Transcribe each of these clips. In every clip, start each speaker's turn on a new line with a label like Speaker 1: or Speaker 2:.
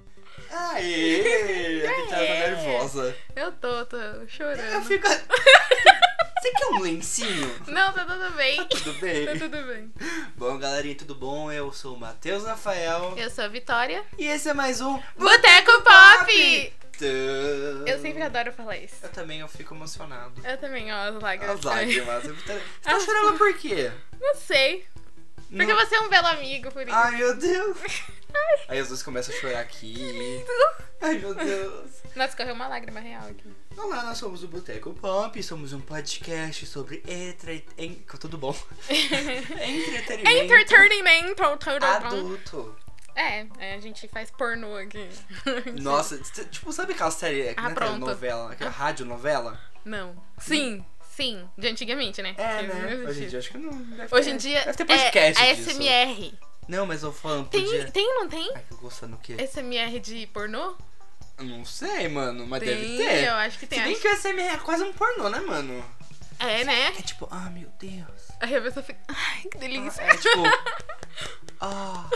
Speaker 1: Aê! A gente tá
Speaker 2: É.
Speaker 1: nervosa.
Speaker 2: Eu tô, tô
Speaker 1: Eu
Speaker 2: chorando.
Speaker 1: fico. Você quer um lencinho?
Speaker 2: Não, tá tudo bem.
Speaker 1: Tudo bem?
Speaker 2: Tá tudo bem.
Speaker 1: Bom, galerinha, tudo bom? Eu sou o Matheus Rafael.
Speaker 2: Eu sou a Vitória.
Speaker 1: E esse é mais um.
Speaker 2: Boteco Pop! Eu
Speaker 1: Eu
Speaker 2: sempre adoro falar isso.
Speaker 1: Eu também eu fico emocionado.
Speaker 2: Eu também, ó, as lágrimas.
Speaker 1: As lágrimas. Você tá você tá
Speaker 2: Ah.
Speaker 1: chorando por quê?
Speaker 2: Não sei. Porque
Speaker 1: Não-
Speaker 2: você é um belo amigo, por isso.
Speaker 1: Ai, meu Deus. Aí as duas começam a chorar aqui. Ai, meu Deus.
Speaker 2: Nossa, correu uma lágrima real aqui.
Speaker 1: Olá, nós somos o Boteco Pop, somos um podcast sobre entre... en- tudo bom? entretenimento
Speaker 2: Entertainment, tudo É tá bom?
Speaker 1: adulto.
Speaker 2: É, é, a gente faz pornô aqui.
Speaker 1: Nossa, t- tipo, sabe aquela série,
Speaker 2: Ah,
Speaker 1: né,
Speaker 2: pronto. Ah.
Speaker 1: novela, aquela rádio novela?
Speaker 2: Não. Sim, sim. De antigamente, né?
Speaker 1: É,
Speaker 2: Que
Speaker 1: né?
Speaker 2: não
Speaker 1: Hoje em
Speaker 2: existia.
Speaker 1: dia acho que não deve
Speaker 2: Hoje
Speaker 1: ter-
Speaker 2: em dia
Speaker 1: deve ter
Speaker 2: é
Speaker 1: podcast
Speaker 2: a
Speaker 1: disso.
Speaker 2: SMR.
Speaker 1: Não, mas eu falando,
Speaker 2: Tem, um- É-
Speaker 1: podia...
Speaker 2: tem, não tem?
Speaker 1: Ai, que gostando o quê?
Speaker 2: SMR de pornô?
Speaker 1: Eu Não sei, mano, mas Ah, deve
Speaker 2: tem,
Speaker 1: ter.
Speaker 2: eu acho que tem.
Speaker 1: Se bem
Speaker 2: acho-
Speaker 1: que o SMR é quase um pornô, né, mano?
Speaker 2: É, né?
Speaker 1: É tipo, ah, meu Deus.
Speaker 2: Aí a pessoa fica. Ai, que delícia.
Speaker 1: É tipo... Ah...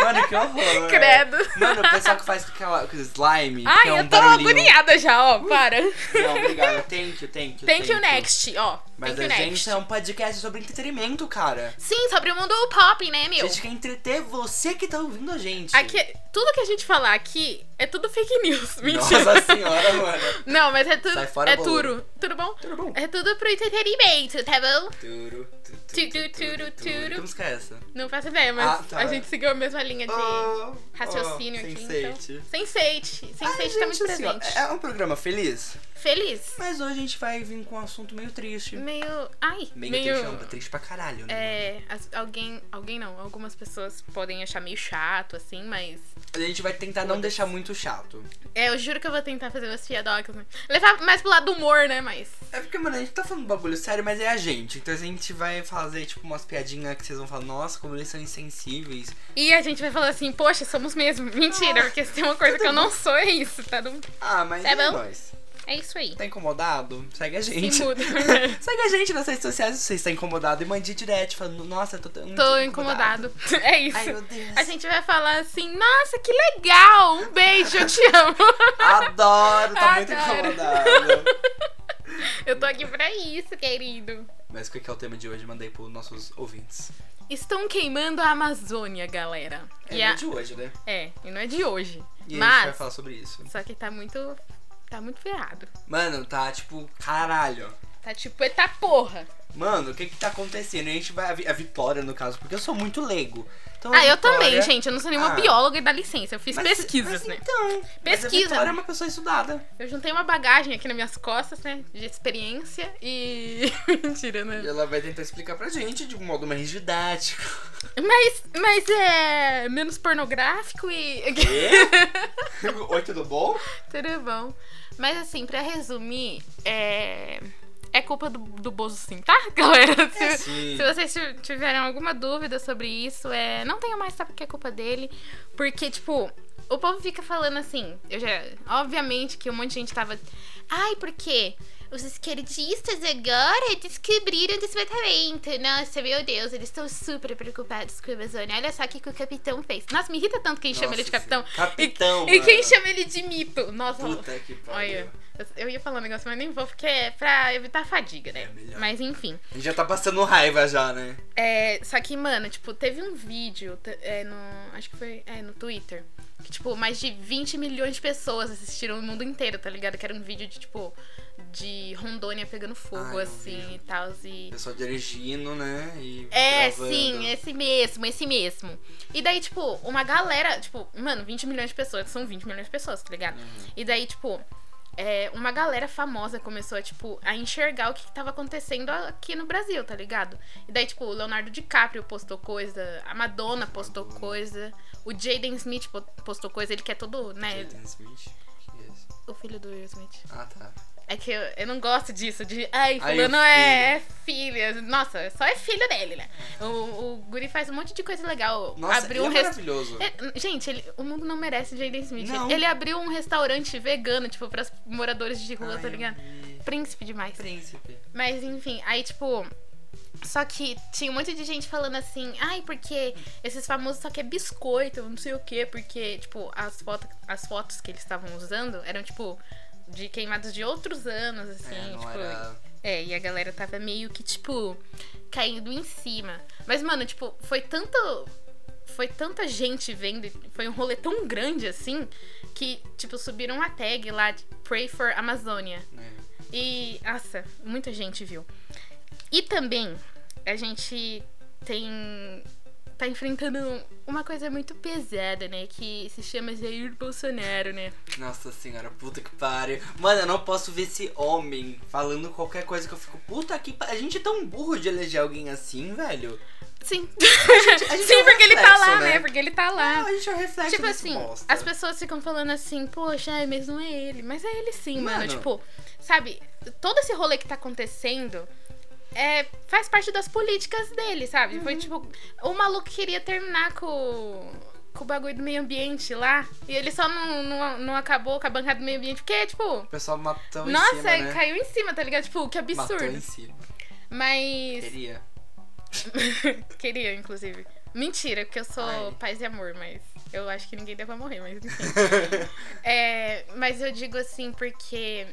Speaker 1: Mano, que horror.
Speaker 2: Credo.
Speaker 1: Mano, o pessoal que faz aquela aquele slime, é. que
Speaker 2: Ai,
Speaker 1: é um
Speaker 2: eu tô
Speaker 1: barulhinho.
Speaker 2: agoniada já, ó. Para.
Speaker 1: Não, obrigado. Thank you, thank you.
Speaker 2: Thank you next, ó.
Speaker 1: Mas
Speaker 2: Thank you
Speaker 1: a gente
Speaker 2: next.
Speaker 1: é um podcast sobre entretenimento, cara.
Speaker 2: Sim, sobre o mundo pop, né,
Speaker 1: A
Speaker 2: meu?
Speaker 1: gente quer entreter você que tá ouvindo a gente.
Speaker 2: Aqui, tudo que a gente falar aqui é tudo fake news. Mentira.
Speaker 1: Nossa senhora, mano.
Speaker 2: Não, mas é tudo.
Speaker 1: Sai fora,
Speaker 2: é
Speaker 1: bolo.
Speaker 2: tudo. Tudo bom?
Speaker 1: Tudo bom?
Speaker 2: É tudo pro entretenimento, tá bom?
Speaker 1: Turu, tu, tu,
Speaker 2: Turu,
Speaker 1: tu,
Speaker 2: turu, turu.
Speaker 1: Que música é essa?
Speaker 2: Não faço ideia, mas
Speaker 1: Ah, tá.
Speaker 2: a gente seguiu a mesma linha de
Speaker 1: Oh,
Speaker 2: raciocínio
Speaker 1: oh,
Speaker 2: aqui.
Speaker 1: Sense8.
Speaker 2: Então. Sense8.
Speaker 1: Ai,
Speaker 2: Sense8 tá muito
Speaker 1: gente, assim, ó,
Speaker 2: presente.
Speaker 1: é um programa feliz,
Speaker 2: Feliz.
Speaker 1: mas hoje a gente vai vir com um assunto meio triste.
Speaker 2: Meio. Ai,
Speaker 1: Meio,
Speaker 2: Hum, meio.
Speaker 1: triste, não, triste pra caralho, né?
Speaker 2: É, as- alguém, alguém não, algumas pessoas podem achar meio chato, assim, mas.
Speaker 1: A gente vai tentar não deixar muito chato.
Speaker 2: É, eu juro que eu vou tentar fazer umas piadocas, né? Levar mais pro lado do humor, né? Mas.
Speaker 1: É porque, mano, a gente tá falando bagulho sério, mas é a gente. Então a gente vai fazer, tipo, umas piadinhas que vocês vão falar, nossa, como eles são insensíveis.
Speaker 2: E a gente vai falar assim, poxa, somos mesmo. Mentira, porque se tem uma coisa que eu não sou, é isso, tá? Não-
Speaker 1: Ah, mas
Speaker 2: Tá
Speaker 1: é
Speaker 2: bom.
Speaker 1: nóis.
Speaker 2: É isso aí.
Speaker 1: Tá incomodado? Segue a gente.
Speaker 2: Se muda.
Speaker 1: Segue a gente nas redes sociais se você está incomodado e mande direct falando, nossa, eu tô tão
Speaker 2: Tô incomodado. É isso.
Speaker 1: Ai, meu Deus.
Speaker 2: A gente vai falar assim, nossa, que legal! Um beijo, eu te amo.
Speaker 1: Adoro, tá muito
Speaker 2: Adoro.
Speaker 1: incomodado.
Speaker 2: Eu tô aqui pra isso, querido.
Speaker 1: Mas o que que é o tema de hoje? Mandei pros nossos ouvintes.
Speaker 2: Estão queimando a Amazônia, galera.
Speaker 1: É
Speaker 2: e a-
Speaker 1: de hoje, né?
Speaker 2: É, e não é de hoje.
Speaker 1: E a gente vai
Speaker 2: mas,
Speaker 1: falar sobre isso.
Speaker 2: só que tá muito. Tá muito ferrado.
Speaker 1: Mano, tá tipo, caralho.
Speaker 2: Tá tipo, eita porra.
Speaker 1: Mano, o que que tá acontecendo? E A gente vai. A Vi- a Vitória, no caso, porque eu sou muito leigo. Então, a
Speaker 2: Ah, eu
Speaker 1: Vitória-
Speaker 2: também, gente. Eu não sou nenhuma
Speaker 1: Ah.
Speaker 2: bióloga e dá licença. Eu fiz
Speaker 1: Mas-
Speaker 2: pesquisas,
Speaker 1: mas
Speaker 2: né?
Speaker 1: Então, mas a
Speaker 2: Pesquisa,
Speaker 1: Vitória é
Speaker 2: né?
Speaker 1: uma pessoa estudada.
Speaker 2: Eu juntei uma bagagem aqui nas minhas costas, né? De experiência e. Mentira,
Speaker 1: E
Speaker 2: né?
Speaker 1: ela vai tentar explicar pra gente de um modo mais didático.
Speaker 2: Mas, mas é. menos pornográfico e.
Speaker 1: Oi, tudo bom?
Speaker 2: Tudo é bom. Mas assim, pra resumir, é. É culpa do, do Bozo sim, tá, galera? Se,
Speaker 1: É, sim.
Speaker 2: se vocês ti- tiverem alguma dúvida sobre isso, é. Não tenho mais, tá? Porque é culpa dele. Porque, tipo, o povo fica falando assim. Eu já. Obviamente que um monte de gente tava. Ai, porque os esquerdistas agora descobriram o desmatamento. Nossa, meu Deus, eles estão super preocupados com a Amazônia. Olha só o que, que o capitão fez. Nossa, me irrita tanto quem chama
Speaker 1: Nossa,
Speaker 2: ele de capitão.
Speaker 1: sim. Capitão,
Speaker 2: E, e quem
Speaker 1: mano.
Speaker 2: chama ele de mito? Nossa,
Speaker 1: Puta que pariu.
Speaker 2: Olha, eu- eu ia falar um negócio, mas nem vou, porque é pra evitar a fadiga, né?
Speaker 1: É melhor.
Speaker 2: mas enfim.
Speaker 1: A gente já tá passando raiva já, né?
Speaker 2: É, só que, mano, tipo, teve um vídeo te- é, no. Acho que foi. É, no Twitter. Que, tipo, mais de 20 milhões de pessoas assistiram no mundo inteiro, tá ligado? Que era um vídeo de, tipo, de Rondônia pegando fogo,
Speaker 1: Ah, eu
Speaker 2: assim,
Speaker 1: vi.
Speaker 2: e tal. E...
Speaker 1: Pessoal dirigindo, né? E
Speaker 2: É,
Speaker 1: gravando.
Speaker 2: sim, esse mesmo, esse mesmo. E daí, tipo, uma galera, tipo, mano, 20 milhões de pessoas, são 20 milhões de pessoas, tá ligado?
Speaker 1: Uhum.
Speaker 2: E daí, tipo, é, uma galera famosa começou a, tipo, a enxergar o que que tava acontecendo aqui no Brasil, tá ligado? E daí, tipo, o Leonardo DiCaprio postou coisa, a Madonna postou
Speaker 1: Madonna.
Speaker 2: coisa, o Jaden Smith po- postou coisa, ele que é todo, né?
Speaker 1: Jaden Smith? O que é isso?
Speaker 2: O filho do Will Smith.
Speaker 1: Ah, tá.
Speaker 2: É que eu, eu não gosto disso, de.
Speaker 1: Ai,
Speaker 2: Ai, fulano
Speaker 1: o
Speaker 2: é, é filho. Nossa, só é filho dele, né? O, o Guri faz um monte de coisa legal.
Speaker 1: Nossa,
Speaker 2: abriu
Speaker 1: ele
Speaker 2: um
Speaker 1: é
Speaker 2: restaurante.
Speaker 1: maravilhoso.
Speaker 2: Gente, ele- o mundo não merece Jaden Smith.
Speaker 1: Não.
Speaker 2: Ele abriu um restaurante vegano, tipo, pras moradores de rua,
Speaker 1: Ai,
Speaker 2: tá ligado?
Speaker 1: eu vi.
Speaker 2: Príncipe demais.
Speaker 1: Príncipe.
Speaker 2: Mas enfim, aí, tipo. Só que tinha um monte de gente falando assim, ai, porque esses famosos só quer biscoito, não sei o quê, porque, tipo, as, foto, as fotos que eles estavam usando eram, tipo, de queimados de outros anos, assim,
Speaker 1: É, não
Speaker 2: tipo.
Speaker 1: era.
Speaker 2: É, e a galera tava meio que, tipo, caindo em cima. Mas, mano, tipo, foi tanto. Foi tanta gente vendo, e foi um rolê tão grande assim, que, tipo, subiram uma tag lá, de Pray for Amazônia.
Speaker 1: né?
Speaker 2: E, nossa, muita gente viu. E também, a gente tem. tá enfrentando uma coisa muito pesada, né? Que se chama Jair Bolsonaro, né?
Speaker 1: Nossa senhora, puta que pariu. Mano, eu não posso ver esse homem falando qualquer coisa que eu fico. Puta que pariu. A gente é tão burro de eleger alguém assim, velho.
Speaker 2: Sim.
Speaker 1: a gente
Speaker 2: Sim,
Speaker 1: é um
Speaker 2: porque ele tá
Speaker 1: reflexo,
Speaker 2: lá,
Speaker 1: né?
Speaker 2: né? Porque ele tá lá.
Speaker 1: Ah, a gente é o reflexo
Speaker 2: Tipo
Speaker 1: desse
Speaker 2: assim,
Speaker 1: bosta.
Speaker 2: as pessoas ficam falando assim, poxa, ai, mas não é ele. Mas é ele sim, mano.
Speaker 1: Mano.
Speaker 2: Tipo, sabe, todo esse rolê que tá acontecendo é, faz parte das políticas dele, sabe? Foi
Speaker 1: Uhum.
Speaker 2: tipo, o maluco queria terminar com, com o bagulho do meio ambiente lá. E ele só não, não, não acabou com a bancada do meio ambiente, porque, tipo,
Speaker 1: O pessoal matou
Speaker 2: nossa,
Speaker 1: em cima, né?
Speaker 2: caiu em cima, tá ligado? Tipo, que
Speaker 1: Matou em
Speaker 2: absurdo.
Speaker 1: cima.
Speaker 2: Mas.
Speaker 1: Queria.
Speaker 2: Queria, inclusive. Mentira, porque eu sou
Speaker 1: Ai.
Speaker 2: paz e amor, mas eu acho que ninguém deve morrer, mas enfim. É, mas eu digo assim porque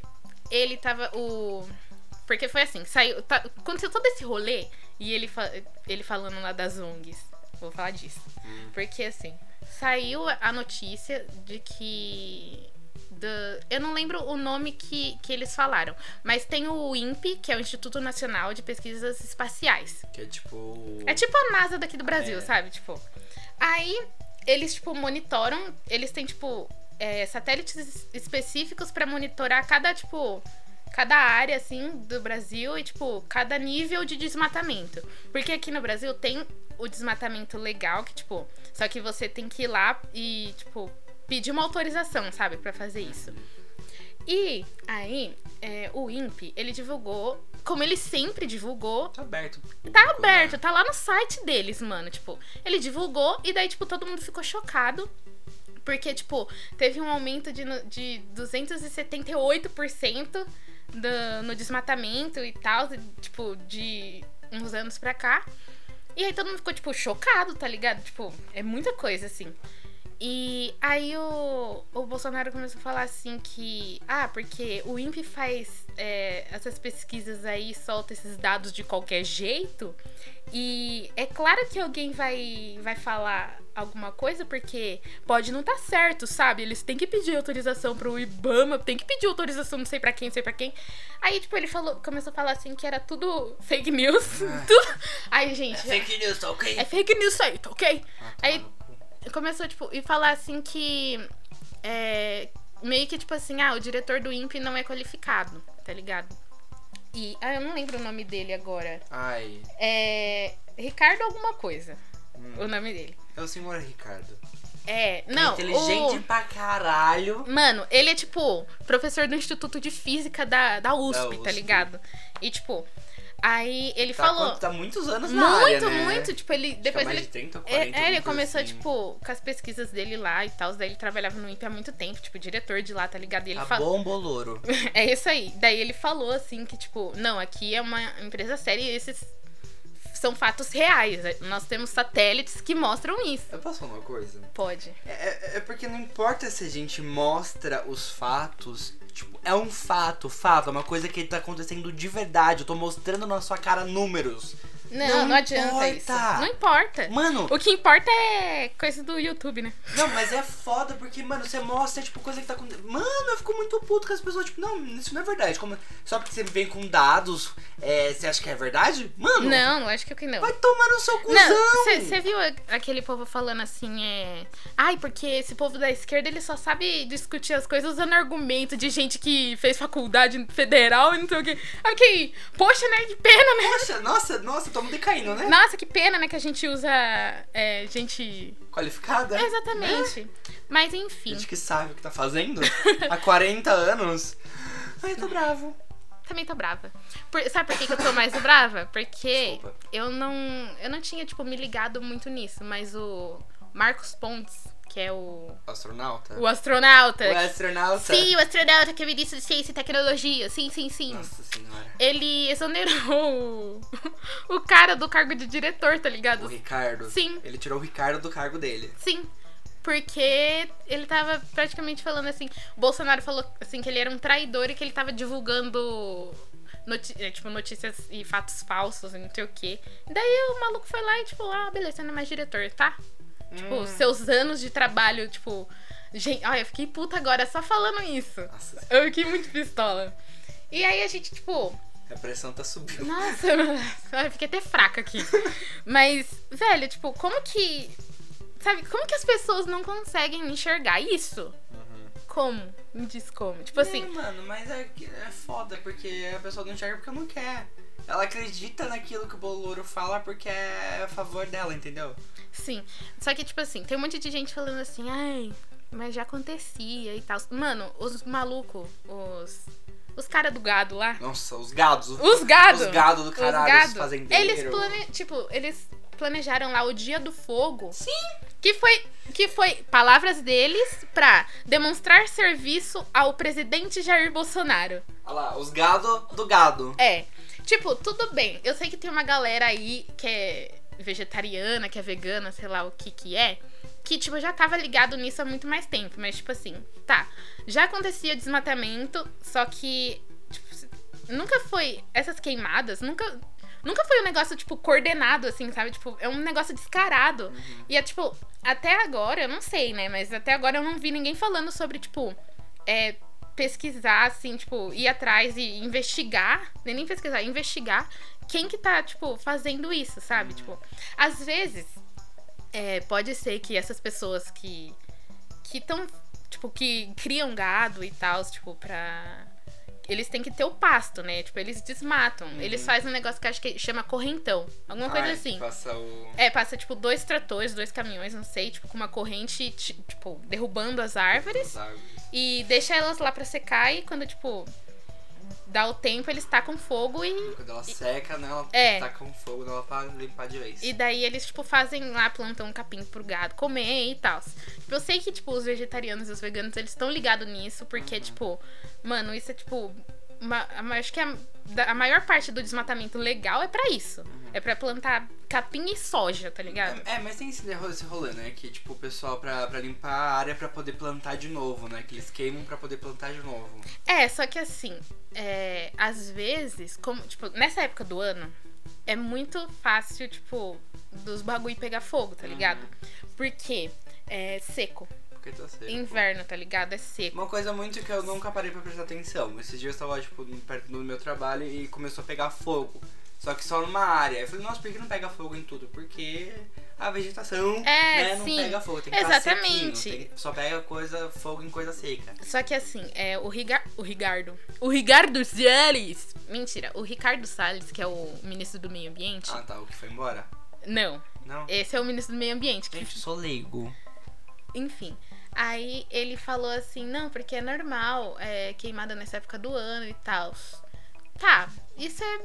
Speaker 2: ele tava. O. Porque foi assim, saiu. tá- aconteceu todo esse rolê e ele, fa- ele falando lá das ONGs. Vou falar disso. Porque assim, saiu a notícia de que. da- eu não lembro o nome que, que eles falaram, mas tem o INPE, que é o Instituto Nacional de Pesquisas Espaciais.
Speaker 1: Que é tipo. o-
Speaker 2: É tipo a NASA daqui do Brasil,
Speaker 1: é.
Speaker 2: sabe? Tipo. Aí eles, tipo, monitoram. Eles têm, tipo, é, satélites es- específicos pra monitorar cada, tipo. Cada área, assim, do Brasil e, tipo, cada nível de desmatamento. Porque aqui no Brasil tem o desmatamento legal, que, tipo, só que você tem que ir lá e, tipo, pedir uma autorização, sabe, Pra fazer isso. E aí, é, o INPE, ele divulgou, como ele sempre divulgou,
Speaker 1: Tá aberto. pro público,
Speaker 2: Tá aberto,
Speaker 1: né?
Speaker 2: tá lá no site deles, mano. Tipo, ele divulgou e daí, tipo, todo mundo ficou chocado. Porque, tipo, teve um aumento de, no- de 278% do, no desmatamento e tal, e, tipo, de uns anos pra cá. E aí todo mundo ficou, tipo, chocado, tá ligado? Tipo, é muita coisa, assim. E aí o, o Bolsonaro começou a falar assim que. Ah, porque o INPE faz é, essas pesquisas aí, solta esses dados de qualquer jeito. E é claro que alguém vai, vai falar alguma coisa, porque pode não tá certo, sabe? Eles têm que pedir autorização pro Ibama, tem que pedir autorização não sei pra quem, não sei pra quem. Aí, tipo, ele falou, começou a falar assim que era tudo fake news. tudo. Aí,
Speaker 1: É
Speaker 2: gente, é,
Speaker 1: fake news, tá ok?
Speaker 2: fake news isso aí, tá ok?
Speaker 1: Ah, tá
Speaker 2: aí-
Speaker 1: maluco.
Speaker 2: começou, tipo, e falar assim que. É, meio que tipo assim, ah, o diretor do INPE não é qualificado, tá ligado? E. Ah, eu não lembro o nome dele agora.
Speaker 1: Ai.
Speaker 2: É. Ricardo alguma coisa,
Speaker 1: hum.
Speaker 2: o nome dele.
Speaker 1: É o senhor Ricardo.
Speaker 2: É, não.
Speaker 1: Inteligente pra caralho.
Speaker 2: o... Mano, ele é tipo professor do Instituto de Física da, da, USP, tá
Speaker 1: USP.
Speaker 2: ligado? E tipo, aí ele
Speaker 1: Tá,
Speaker 2: falou.
Speaker 1: quanto- tá muitos anos
Speaker 2: Muito,
Speaker 1: na área, né?
Speaker 2: muito. Tipo, ele.
Speaker 1: Acho que é
Speaker 2: Depois
Speaker 1: mais
Speaker 2: ele
Speaker 1: de 30, 40,
Speaker 2: É, é, ele
Speaker 1: alguma coisa
Speaker 2: começou,
Speaker 1: assim.
Speaker 2: tipo, com as pesquisas dele lá e tal. Daí ele trabalhava no INPE há muito tempo, tipo, diretor de lá, tá ligado? E ele
Speaker 1: Tá
Speaker 2: falou.
Speaker 1: bom, bolouro.
Speaker 2: É isso aí. Daí ele falou assim que, tipo, não, aqui é uma empresa séria e esses são fatos reais. Nós temos satélites que mostram isso.
Speaker 1: Eu posso falar uma coisa?
Speaker 2: Pode.
Speaker 1: É, é- é porque não importa se a gente mostra os fatos. Tipo, é um fato, fato. É uma coisa que tá acontecendo de verdade. Eu tô mostrando na sua cara números.
Speaker 2: Não,
Speaker 1: Não
Speaker 2: não, adianta
Speaker 1: importa.
Speaker 2: isso. Não importa.
Speaker 1: Mano,
Speaker 2: O que importa é coisa do YouTube, né?
Speaker 1: não, mas é foda porque, mano, você mostra, tipo, coisa que tá acontecendo. Mano, eu fico muito puto com as pessoas, tipo, não, isso não é verdade. Como... Só porque você vem com dados, é, você acha que é verdade? Mano,
Speaker 2: Não, lógico que não.
Speaker 1: vai tomar no seu cuzão.
Speaker 2: Não, você viu a- aquele povo falando assim, é. Ai, porque esse povo da esquerda ele só sabe discutir as coisas usando argumento de gente que fez faculdade federal e não sei o quê. Ok, poxa, né? Que pena, né?
Speaker 1: Poxa, nossa, nossa, todo mundo decaindo, né?
Speaker 2: Nossa, que pena, né? Que a gente usa. É, gente.
Speaker 1: Qualificada?
Speaker 2: É, exatamente. Mas enfim,
Speaker 1: Gente que sabe o que tá fazendo há 40 anos. Ai, eu tô bravo.
Speaker 2: também tô brava. Por- sabe por que, que eu tô mais brava? Porque
Speaker 1: Desculpa.
Speaker 2: eu não. Eu não tinha, tipo, me ligado muito nisso, mas o Marcos Pontes, que que é o.
Speaker 1: Astronauta?
Speaker 2: O astronauta.
Speaker 1: O astronauta?
Speaker 2: Sim, o astronauta que é ministro de ciência e tecnologia. Sim, sim, sim.
Speaker 1: Nossa senhora.
Speaker 2: Ele exonerou o... o cara do cargo de diretor, tá ligado?
Speaker 1: O Ricardo?
Speaker 2: Sim.
Speaker 1: Ele tirou o Ricardo do cargo dele.
Speaker 2: Sim. Porque ele tava praticamente falando assim. O Bolsonaro falou assim que ele era um traidor e que ele tava divulgando noti- eh, tipo, notícias e fatos falsos e não sei o quê. Daí o maluco foi lá e, tipo, ah, beleza, você não é mais diretor, tá? Tipo, seus anos de trabalho, tipo. Gente, olha, eu fiquei puta agora só falando isso.
Speaker 1: Nossa,
Speaker 2: Eu fiquei muito pistola. E aí a gente, tipo,
Speaker 1: a pressão tá subindo.
Speaker 2: nossa, eu fiquei até fraca aqui. Mas, velho, tipo, como que. Sabe, como que as pessoas não conseguem enxergar isso? Como? Me diz como. Tipo
Speaker 1: É,
Speaker 2: assim,
Speaker 1: mano, mas é, que- é foda, porque a pessoa não enxerga porque não quer. Ela acredita naquilo que o Bolouro fala porque é a favor dela, entendeu?
Speaker 2: sim. Só que, tipo assim, tem um monte de gente falando assim, ai, mas já acontecia e tal. Mano, os malucos, os. Os cara do gado lá.
Speaker 1: Nossa, os gados. Os,
Speaker 2: Os gado!
Speaker 1: gados do
Speaker 2: Os
Speaker 1: caralho, os,
Speaker 2: gado,
Speaker 1: fazendeiros.
Speaker 2: Eles plane... tipo, eles planejaram lá o dia do fogo. Sim. Que foi que foi palavras deles pra demonstrar serviço ao presidente Jair Bolsonaro.
Speaker 1: Olha lá, os gados do gado.
Speaker 2: É. Tipo, tudo bem. Eu sei que tem uma galera aí que é vegetariana, que é vegana, sei lá o que que é. Que, tipo, já tava ligado nisso há muito mais tempo. Mas, tipo assim, tá. Já acontecia desmatamento, só que. Tipo, se- nunca foi. Essas queimadas, nunca. Nunca foi um negócio, tipo, coordenado, assim, sabe? Tipo, é um negócio descarado. E é, tipo, até agora, eu não sei, né? Mas até agora eu não vi ninguém falando sobre, tipo, é, pesquisar, assim, tipo, ir atrás e investigar, né, nem nem pesquisar, investigar quem que tá, tipo, fazendo isso, sabe? Tipo, às vezes, é, pode ser que essas pessoas que que estão, tipo, que criam gado e tal, tipo, pra... Eles têm que ter o pasto, né? Tipo, eles desmatam. Eles fazem um negócio que acho que chama correntão. Alguma coisa
Speaker 1: Ai,
Speaker 2: assim.
Speaker 1: Passa o...
Speaker 2: É, passa, tipo, dois tratores, dois caminhões, não sei, tipo, com uma corrente, ti- tipo, derrubando as árvores.
Speaker 1: as árvores.
Speaker 2: E deixa elas lá pra secar e quando, tipo, dá o tempo, eles tacam fogo e.
Speaker 1: Quando ela seca, né, ela
Speaker 2: É.
Speaker 1: taca um fogo nela pra limpar de vez.
Speaker 2: E daí eles, tipo, fazem lá, plantam um capim pro gado comer e tal. Tipo, eu sei que, tipo, os vegetarianos e os veganos, eles estão ligados nisso, porque, tipo, mano, isso é, tipo. uma- a ma- acho que a, da- a maior parte do desmatamento legal é pra isso. É pra plantar capim e soja, tá ligado?
Speaker 1: É, é, mas tem esse ro- esse rolê, né? Que, tipo, o pessoal pra, pra limpar a área pra poder plantar de novo, né? Que eles queimam pra poder plantar de novo.
Speaker 2: É, só que assim, é, às vezes, como, tipo, nessa época do ano, é muito fácil, tipo, dos bagulho pegar fogo, tá ligado? Porque é seco,
Speaker 1: Porque tá Uhum. seco.
Speaker 2: inverno, tá ligado? É seco.
Speaker 1: Uma coisa muito que eu nunca parei pra prestar atenção. Esses dias eu tava, tipo, perto do meu trabalho e começou a pegar fogo. Só que só numa área. Eu falei, nossa, por que não pega fogo em tudo? Porque a vegetação
Speaker 2: É,
Speaker 1: né, não
Speaker 2: sim.
Speaker 1: pega fogo. Tem que tá
Speaker 2: Exatamente.
Speaker 1: sequinho, tem- só pega coisa, fogo em coisa seca.
Speaker 2: Só que assim, é, o, Riga, o Ricardo. O Ricardo Salles! Mentira, o Ricardo Salles, que é o ministro do Meio Ambiente.
Speaker 1: Ah, tá. O que foi embora?
Speaker 2: Não,
Speaker 1: Não?
Speaker 2: esse é o ministro do Meio Ambiente, que
Speaker 1: Gente, eu sou leigo.
Speaker 2: Enfim. Aí ele falou assim, não, porque é normal é, queimada nessa época do ano e tal. Tá, isso é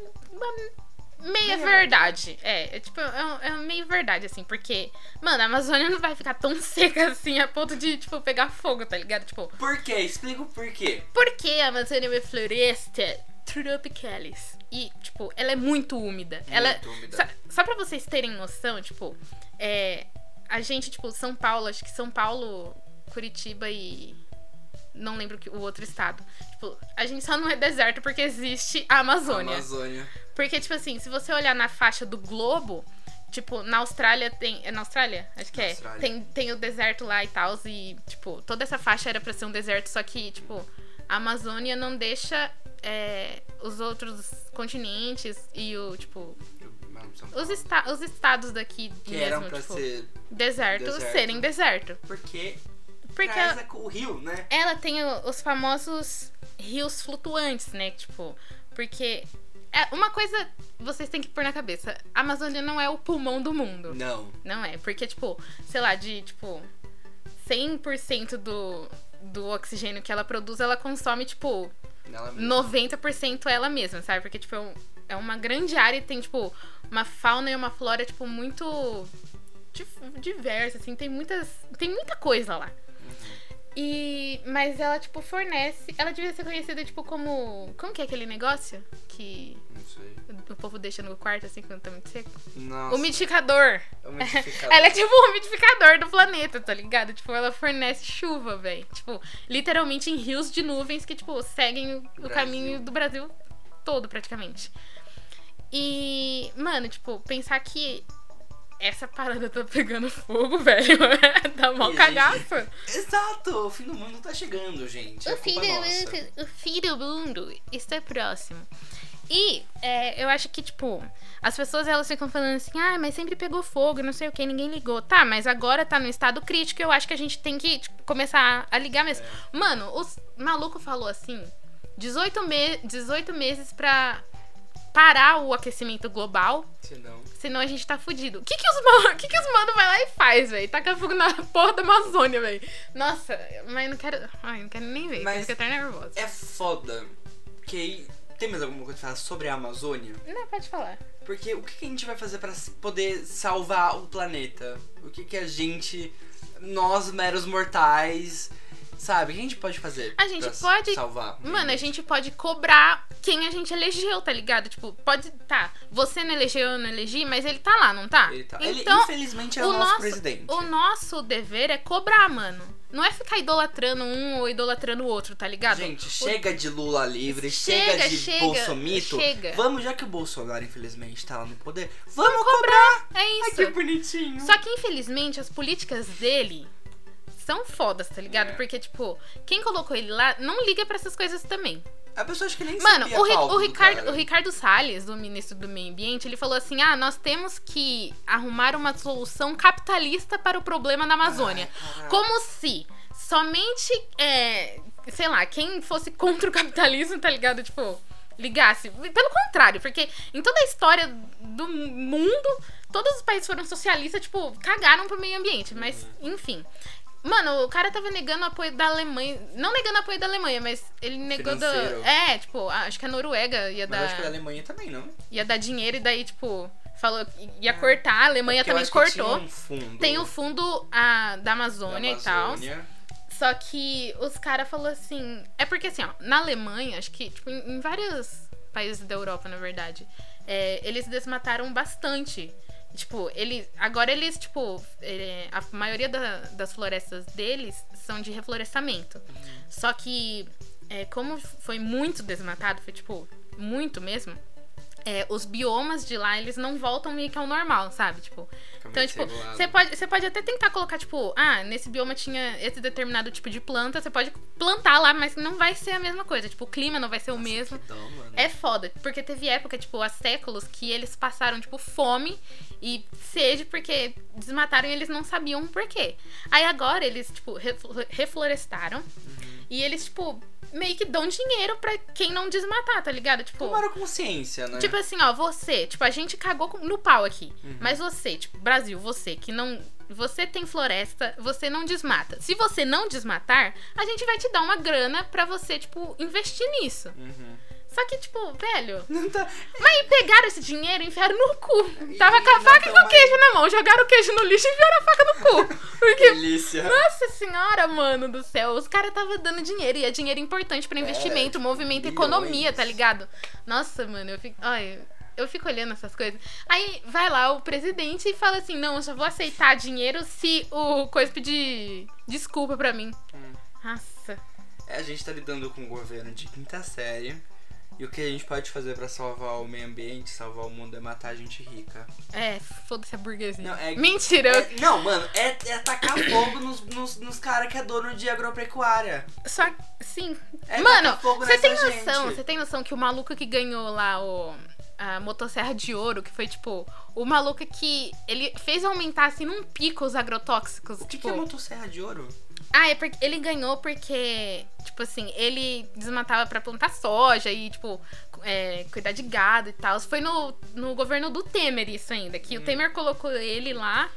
Speaker 2: uma meia verdade. É, é tipo, é, um- é uma meia verdade, assim, porque, mano, a Amazônia não vai ficar tão seca assim a ponto de, tipo, pegar fogo, tá ligado? Tipo,
Speaker 1: Por quê? Explica o porquê.
Speaker 2: por que a Amazônia é uma floresta tropicalis? E, tipo, ela é muito úmida. ela,
Speaker 1: úmida.
Speaker 2: Só, só pra vocês terem noção, tipo, é, a gente, tipo, São Paulo, acho que São Paulo, Curitiba e. Não lembro que- o outro estado. Tipo, a gente só não é deserto porque existe a Amazônia.
Speaker 1: Amazônia.
Speaker 2: Porque, tipo assim, se você olhar na faixa do globo, tipo, na Austrália tem. É na Austrália? Acho que
Speaker 1: Na
Speaker 2: é.
Speaker 1: Austrália.
Speaker 2: Tem, tem o deserto lá e tal. E, tipo, toda essa faixa era pra ser um deserto, só que, tipo, a Amazônia não deixa é, os outros continentes e o, tipo, os, esta os estados daqui
Speaker 1: que
Speaker 2: mesmo,
Speaker 1: eram pra
Speaker 2: tipo,
Speaker 1: ser.
Speaker 2: deserto,
Speaker 1: deserto.
Speaker 2: serem deserto.
Speaker 1: Porque.
Speaker 2: Porque
Speaker 1: traz a- o rio, né?
Speaker 2: ela tem o- os famosos rios flutuantes, né? Tipo, porque é uma coisa vocês têm que pôr na cabeça. A Amazônia não é o pulmão do mundo.
Speaker 1: Não.
Speaker 2: Não é, porque tipo, sei lá, de tipo 100% do do oxigênio que ela produz, ela consome tipo
Speaker 1: Ela mesma.
Speaker 2: 90% ela mesma, sabe? Porque tipo é, um- é uma grande área e tem tipo uma fauna e uma flora tipo muito dif- diversa, assim, tem muitas. Tem muita coisa lá. E. Mas ela, tipo, fornece. Ela devia ser conhecida, tipo, como. Como que é aquele negócio? Que
Speaker 1: Não sei.
Speaker 2: o povo deixa no quarto, assim, quando tá muito seco?
Speaker 1: Nossa.
Speaker 2: Umidificador.
Speaker 1: é um umidificador.
Speaker 2: Ela é tipo o umidificador do planeta, tá ligado? Tipo, ela fornece chuva, velho. Tipo, literalmente em rios de nuvens que, tipo, seguem o
Speaker 1: Brasil.
Speaker 2: caminho do Brasil todo, praticamente. E, mano, tipo, pensar que essa parada tá pegando fogo, velho,
Speaker 1: E
Speaker 2: dá
Speaker 1: a
Speaker 2: mó
Speaker 1: gente-
Speaker 2: cagaço.
Speaker 1: Exato! O fim do mundo tá chegando, gente. A
Speaker 2: é- O fim,
Speaker 1: culpa
Speaker 2: do
Speaker 1: é nossa.
Speaker 2: mundo, o fim do mundo está próximo. E é, eu acho que, tipo, as pessoas elas ficam falando assim, ah, mas sempre pegou fogo, não sei o que, ninguém ligou. Tá, mas agora tá no estado crítico, eu acho que a gente tem que tipo, começar a ligar mesmo.
Speaker 1: É.
Speaker 2: Mano, o s- maluco falou assim, 18, me 18 meses pra parar o aquecimento global,
Speaker 1: Se não.
Speaker 2: senão a gente tá fudido. O que que os, mal- o que que os mano vai lá e faz, velho? Taca fogo na porra da Amazônia, velho. Nossa, mas não quero... Ai, não quero nem ver,
Speaker 1: Mas-
Speaker 2: fico até nervosa.
Speaker 1: É foda. Porque aí. Tem mais alguma coisa pra falar sobre a Amazônia?
Speaker 2: Não, pode falar.
Speaker 1: Porque o que que a gente vai fazer pra s- poder salvar o planeta? O que que a gente, nós meros mortais, sabe? O que a gente pode fazer?
Speaker 2: A gente
Speaker 1: pra s-
Speaker 2: pode-
Speaker 1: salvar.
Speaker 2: Mano, a gente pode cobrar quem a gente elegeu, tá ligado? Tipo, pode. Tá, você não elegeu, eu não elegi, mas ele tá lá, não tá?
Speaker 1: Ele, tá... ele
Speaker 2: Então,
Speaker 1: infelizmente é o
Speaker 2: o
Speaker 1: nosso,
Speaker 2: nosso-
Speaker 1: presidente.
Speaker 2: o nosso dever é cobrar, mano. Não é ficar idolatrando um ou idolatrando o outro, tá ligado?
Speaker 1: Gente,
Speaker 2: O-
Speaker 1: chega de Lula livre, chega,
Speaker 2: Chega,
Speaker 1: de
Speaker 2: chega,
Speaker 1: bolsomito.
Speaker 2: chega.
Speaker 1: Vamos, já que o Bolsonaro infelizmente tá lá no poder, vamos cobrar!
Speaker 2: É
Speaker 1: Ai,
Speaker 2: isso.
Speaker 1: que bonitinho!
Speaker 2: Só que, infelizmente, as políticas dele são fodas, tá ligado?
Speaker 1: É.
Speaker 2: Porque, tipo, quem colocou ele lá não liga pra essas coisas também.
Speaker 1: A pessoa acho que nem
Speaker 2: Mano,
Speaker 1: sabia
Speaker 2: o, Ri-
Speaker 1: a pauta
Speaker 2: o
Speaker 1: do
Speaker 2: Ricardo,
Speaker 1: cara.
Speaker 2: o Ricardo Salles, do ministro do Meio Ambiente, ele falou assim: ah, nós temos que arrumar uma solução capitalista para o problema da Amazônia.
Speaker 1: Ai, caralho.
Speaker 2: Como se somente, é, sei lá, quem fosse contra o capitalismo, tá ligado? Tipo, ligasse. Pelo contrário, porque em toda a história do mundo, todos os países foram socialistas, tipo, cagaram pro meio ambiente. Mas, enfim. Mano, o cara tava negando o apoio da Alemanha. Não negando o apoio da Alemanha, mas ele negou da.
Speaker 1: Financeiro.
Speaker 2: É, tipo, a- acho que a Noruega ia
Speaker 1: Mas
Speaker 2: dar,
Speaker 1: acho que da Alemanha também, não?
Speaker 2: ia dar dinheiro e daí, tipo, falou. Ia cortar, a Alemanha
Speaker 1: É. Porque eu
Speaker 2: também
Speaker 1: acho que tinha
Speaker 2: cortou.
Speaker 1: um fundo
Speaker 2: Tem o fundo a, da, Amazônia e tal.
Speaker 1: Amazônia.
Speaker 2: Só que os caras falaram assim. É porque assim, ó, na Alemanha, acho que, tipo, em, em vários países da Europa, na verdade, é, eles desmataram bastante. Tipo, eles. Agora eles, tipo. é, a maioria da- das florestas deles são de reflorestamento. Só que, é, como foi muito desmatado, foi tipo, muito mesmo. é, os biomas de lá, eles não voltam meio que ao normal, sabe? Tipo,
Speaker 1: Fica
Speaker 2: então,
Speaker 1: meio
Speaker 2: tipo,
Speaker 1: desregulado.
Speaker 2: você pode, você pode até tentar colocar, tipo, ah, nesse bioma tinha esse determinado tipo de planta, você pode plantar lá, mas não vai ser a mesma coisa. Tipo, o clima não vai ser o
Speaker 1: Nossa,
Speaker 2: mesmo.
Speaker 1: que dó, Então, mano.
Speaker 2: É foda, porque teve época, tipo, há séculos que eles passaram, tipo, fome e sede porque desmataram e eles não sabiam por quê. Aí agora eles, tipo, reflo- reflorestaram e eles, tipo, meio que dão dinheiro pra quem não desmatar, tá ligado? Tipo,
Speaker 1: Tomaram consciência, né?
Speaker 2: Tipo assim, ó, você, tipo, a gente cagou com- no pau aqui.
Speaker 1: Uhum.
Speaker 2: Mas você, tipo, Brasil, você que não. Você tem floresta, você não desmata. Se você não desmatar, a gente vai te dar uma grana pra você, tipo, investir nisso.
Speaker 1: Uhum.
Speaker 2: Só que, tipo, velho.
Speaker 1: Não tá...
Speaker 2: Mas aí pegaram esse dinheiro e enfiaram no cu.
Speaker 1: E-
Speaker 2: Tava com a
Speaker 1: e
Speaker 2: faca e
Speaker 1: não
Speaker 2: com
Speaker 1: tão
Speaker 2: o queijo na mão. Jogaram o queijo no lixo e enfiaram a faca no cu. Porque.
Speaker 1: Delícia.
Speaker 2: Nossa senhora, mano do céu. Os caras tava dando dinheiro e é dinheiro importante pra investimento,
Speaker 1: tipo,
Speaker 2: movimento,
Speaker 1: milhões.
Speaker 2: economia, tá ligado? Nossa, mano, eu fico. Olha, eu fico olhando essas coisas. Aí vai lá o presidente e fala assim: não, eu só vou aceitar dinheiro se o coisa pedir desculpa pra mim.
Speaker 1: Hum.
Speaker 2: Nossa.
Speaker 1: É, a gente tá lidando com o governo de quinta série. E o que a gente pode fazer pra salvar o meio ambiente, salvar o mundo, é matar a gente rica.
Speaker 2: É, foda-se a burguesia.
Speaker 1: Não, é-
Speaker 2: Mentira, eu-
Speaker 1: É- não, mano, é, é tacar fogo nos, nos, nos caras que é dono de agropecuária.
Speaker 2: Só sim.
Speaker 1: É
Speaker 2: Mano,
Speaker 1: tacar fogo
Speaker 2: você tem
Speaker 1: nessa
Speaker 2: noção,
Speaker 1: gente.
Speaker 2: você tem noção que o maluco que ganhou lá o a motosserra de ouro, que foi tipo o maluco que ele fez aumentar assim num pico os agrotóxicos,
Speaker 1: O que,
Speaker 2: tipo.
Speaker 1: que é motosserra de ouro?
Speaker 2: Ah, é porque ele ganhou porque tipo assim, ele desmatava pra plantar soja e tipo é, cuidar de gado e tal. Foi no, no governo do Temer isso ainda, que o Temer colocou ele lá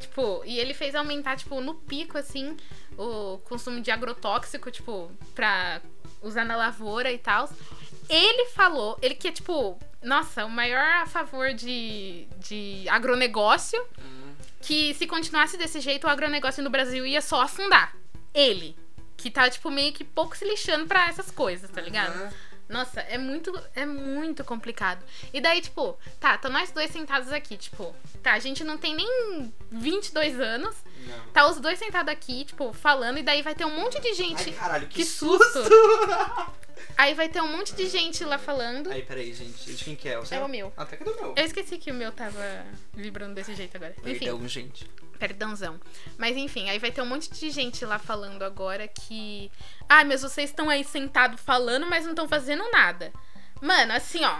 Speaker 2: Tipo, e ele fez aumentar, tipo, no pico, assim, o consumo de agrotóxico, tipo, pra usar na lavoura e tal. Ele falou, ele que é, tipo, nossa, o maior a favor de, de agronegócio, que se continuasse desse jeito, o agronegócio no Brasil ia só afundar. Ele. Que tá, tipo, meio que pouco se lixando pra essas coisas, tá ligado?
Speaker 1: Aham.
Speaker 2: Nossa, é muito, é muito complicado. E daí, tipo, tá, tá nós dois sentados aqui, tipo, tá, a gente não tem nem 22 anos,
Speaker 1: Não.
Speaker 2: tá os dois sentados aqui, tipo, falando, e daí vai ter um monte de gente.
Speaker 1: Ai, caralho, que,
Speaker 2: que
Speaker 1: susto!
Speaker 2: susto! Aí vai ter um monte de gente lá falando.
Speaker 1: Aí, peraí, gente. De quem que é? Você?
Speaker 2: É o meu.
Speaker 1: Até cadê o meu?
Speaker 2: Eu esqueci que o meu tava vibrando desse jeito agora. Enfim.
Speaker 1: Perdão, gente.
Speaker 2: Perdãozão. Mas enfim, aí vai ter um monte de gente lá falando agora que. Ah, mas vocês estão aí sentado falando, mas não estão fazendo nada. Mano, assim, ó.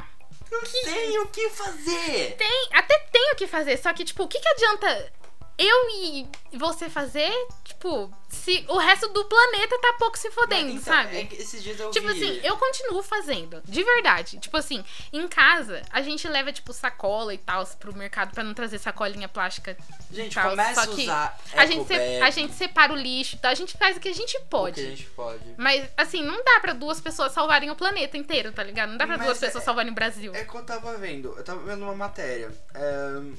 Speaker 1: Não sei o que fazer!
Speaker 2: Tem, até tem o que fazer, só que, tipo, o que, que adianta eu e você fazer, tipo, se o resto do planeta tá pouco se fodendo,
Speaker 1: Então,
Speaker 2: sabe?
Speaker 1: é que esses dias eu
Speaker 2: Tipo
Speaker 1: vi-
Speaker 2: assim, eu continuo fazendo, de verdade. Tipo assim, em casa, a gente leva, tipo, sacola e tal pro mercado pra não trazer sacolinha plástica.
Speaker 1: Gente,
Speaker 2: tal,
Speaker 1: começa
Speaker 2: só
Speaker 1: a
Speaker 2: que
Speaker 1: usar.
Speaker 2: a, gente se-
Speaker 1: Ecobag,
Speaker 2: a gente separa o lixo, e tal, a gente faz o que a gente
Speaker 1: O que
Speaker 2: pode.
Speaker 1: a gente pode.
Speaker 2: Mas, assim, não dá pra duas pessoas salvarem o planeta inteiro, tá ligado? Não dá pra
Speaker 1: Mas
Speaker 2: duas
Speaker 1: é-
Speaker 2: pessoas salvarem o Brasil.
Speaker 1: É que eu tava vendo, eu tava vendo uma matéria. É,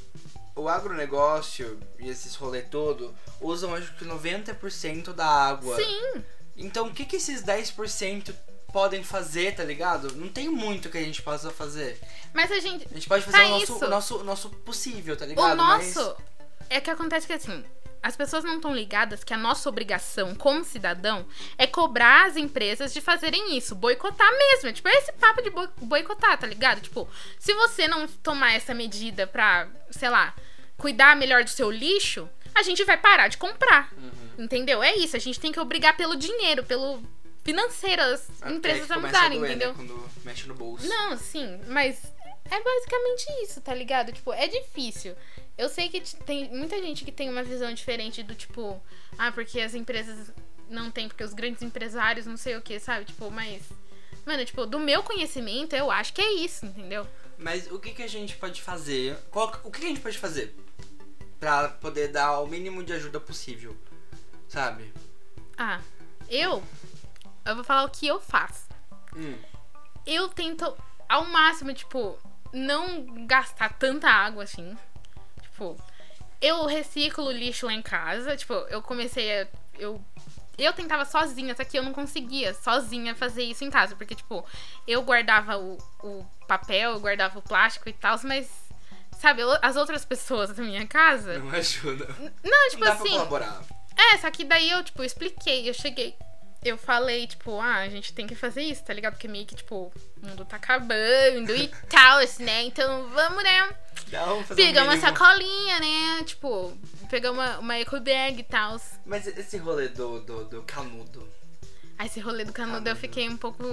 Speaker 1: o agronegócio e esses rolê todo usam acho que 90% da água.
Speaker 2: Sim,
Speaker 1: Então o que, que esses 10% podem fazer, tá ligado? Não tem muito que a gente possa fazer.
Speaker 2: mas a gente.
Speaker 1: A gente pode fazer
Speaker 2: Tá
Speaker 1: o nosso,
Speaker 2: isso.
Speaker 1: o nosso, o nosso possível, tá ligado?
Speaker 2: O nosso é que acontece que assim, as pessoas não estão ligadas que a nossa obrigação como cidadão é cobrar as empresas de fazerem isso, boicotar mesmo. É tipo esse papo de boi- boicotar, tá ligado? Tipo, se você não tomar essa medida pra, sei lá, cuidar melhor do seu lixo, a gente vai parar de comprar.
Speaker 1: Mas... Uhum.
Speaker 2: Entendeu? É isso, a gente tem que obrigar pelo dinheiro, pelo financeiro as
Speaker 1: Até
Speaker 2: empresas
Speaker 1: Ah, que
Speaker 2: a
Speaker 1: começa
Speaker 2: mudarem,
Speaker 1: doer, né,
Speaker 2: entendeu?
Speaker 1: Quando mexe no bolso.
Speaker 2: Não, sim, mas é basicamente isso, tá ligado? Tipo, é difícil. Eu sei que t- tem muita gente que tem uma visão diferente do tipo, ah, porque as empresas não tem, porque os grandes empresários não sei o que, sabe? Tipo, mas. Mano, tipo, do meu conhecimento, eu acho que é isso, entendeu?
Speaker 1: Mas o que, que a gente pode fazer? Qual- o que, que a gente pode fazer pra poder dar o mínimo de ajuda possível? Sabe?
Speaker 2: Ah, eu. Eu vou falar o que eu faço.
Speaker 1: Hum.
Speaker 2: Eu tento, ao máximo, tipo, não gastar tanta água assim. Tipo, eu reciclo lixo lá em casa. Tipo, eu comecei a. Eu, eu tentava sozinha, só que eu não conseguia sozinha fazer isso em casa. Porque, tipo, eu guardava o, o papel, eu guardava o plástico e tal, mas. Sabe, eu- as outras pessoas da minha casa.
Speaker 1: Não ajuda.
Speaker 2: Não, tipo
Speaker 1: Não dá pra
Speaker 2: assim.
Speaker 1: colaborar.
Speaker 2: É, só que daí eu, tipo, expliquei, eu cheguei. Eu falei, tipo, ah, a gente tem que fazer isso, tá ligado? Porque meio que, tipo, o mundo tá acabando e tal, assim, né? Então vamos, né?
Speaker 1: Dá um fazer o
Speaker 2: Pegar uma
Speaker 1: mínimo.
Speaker 2: sacolinha, né? Tipo, pegar uma, uma eco bag e tal.
Speaker 1: Mas esse rolê do, do, do canudo.
Speaker 2: Aí esse rolê do canudo eu fiquei um pouco.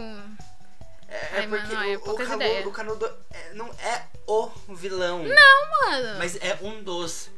Speaker 1: É, é
Speaker 2: Ai,
Speaker 1: porque
Speaker 2: mano, é
Speaker 1: o, o,
Speaker 2: poucas
Speaker 1: canudo,
Speaker 2: ideias.
Speaker 1: o canudo é- não é o vilão.
Speaker 2: Mano,
Speaker 1: Mas é um dos.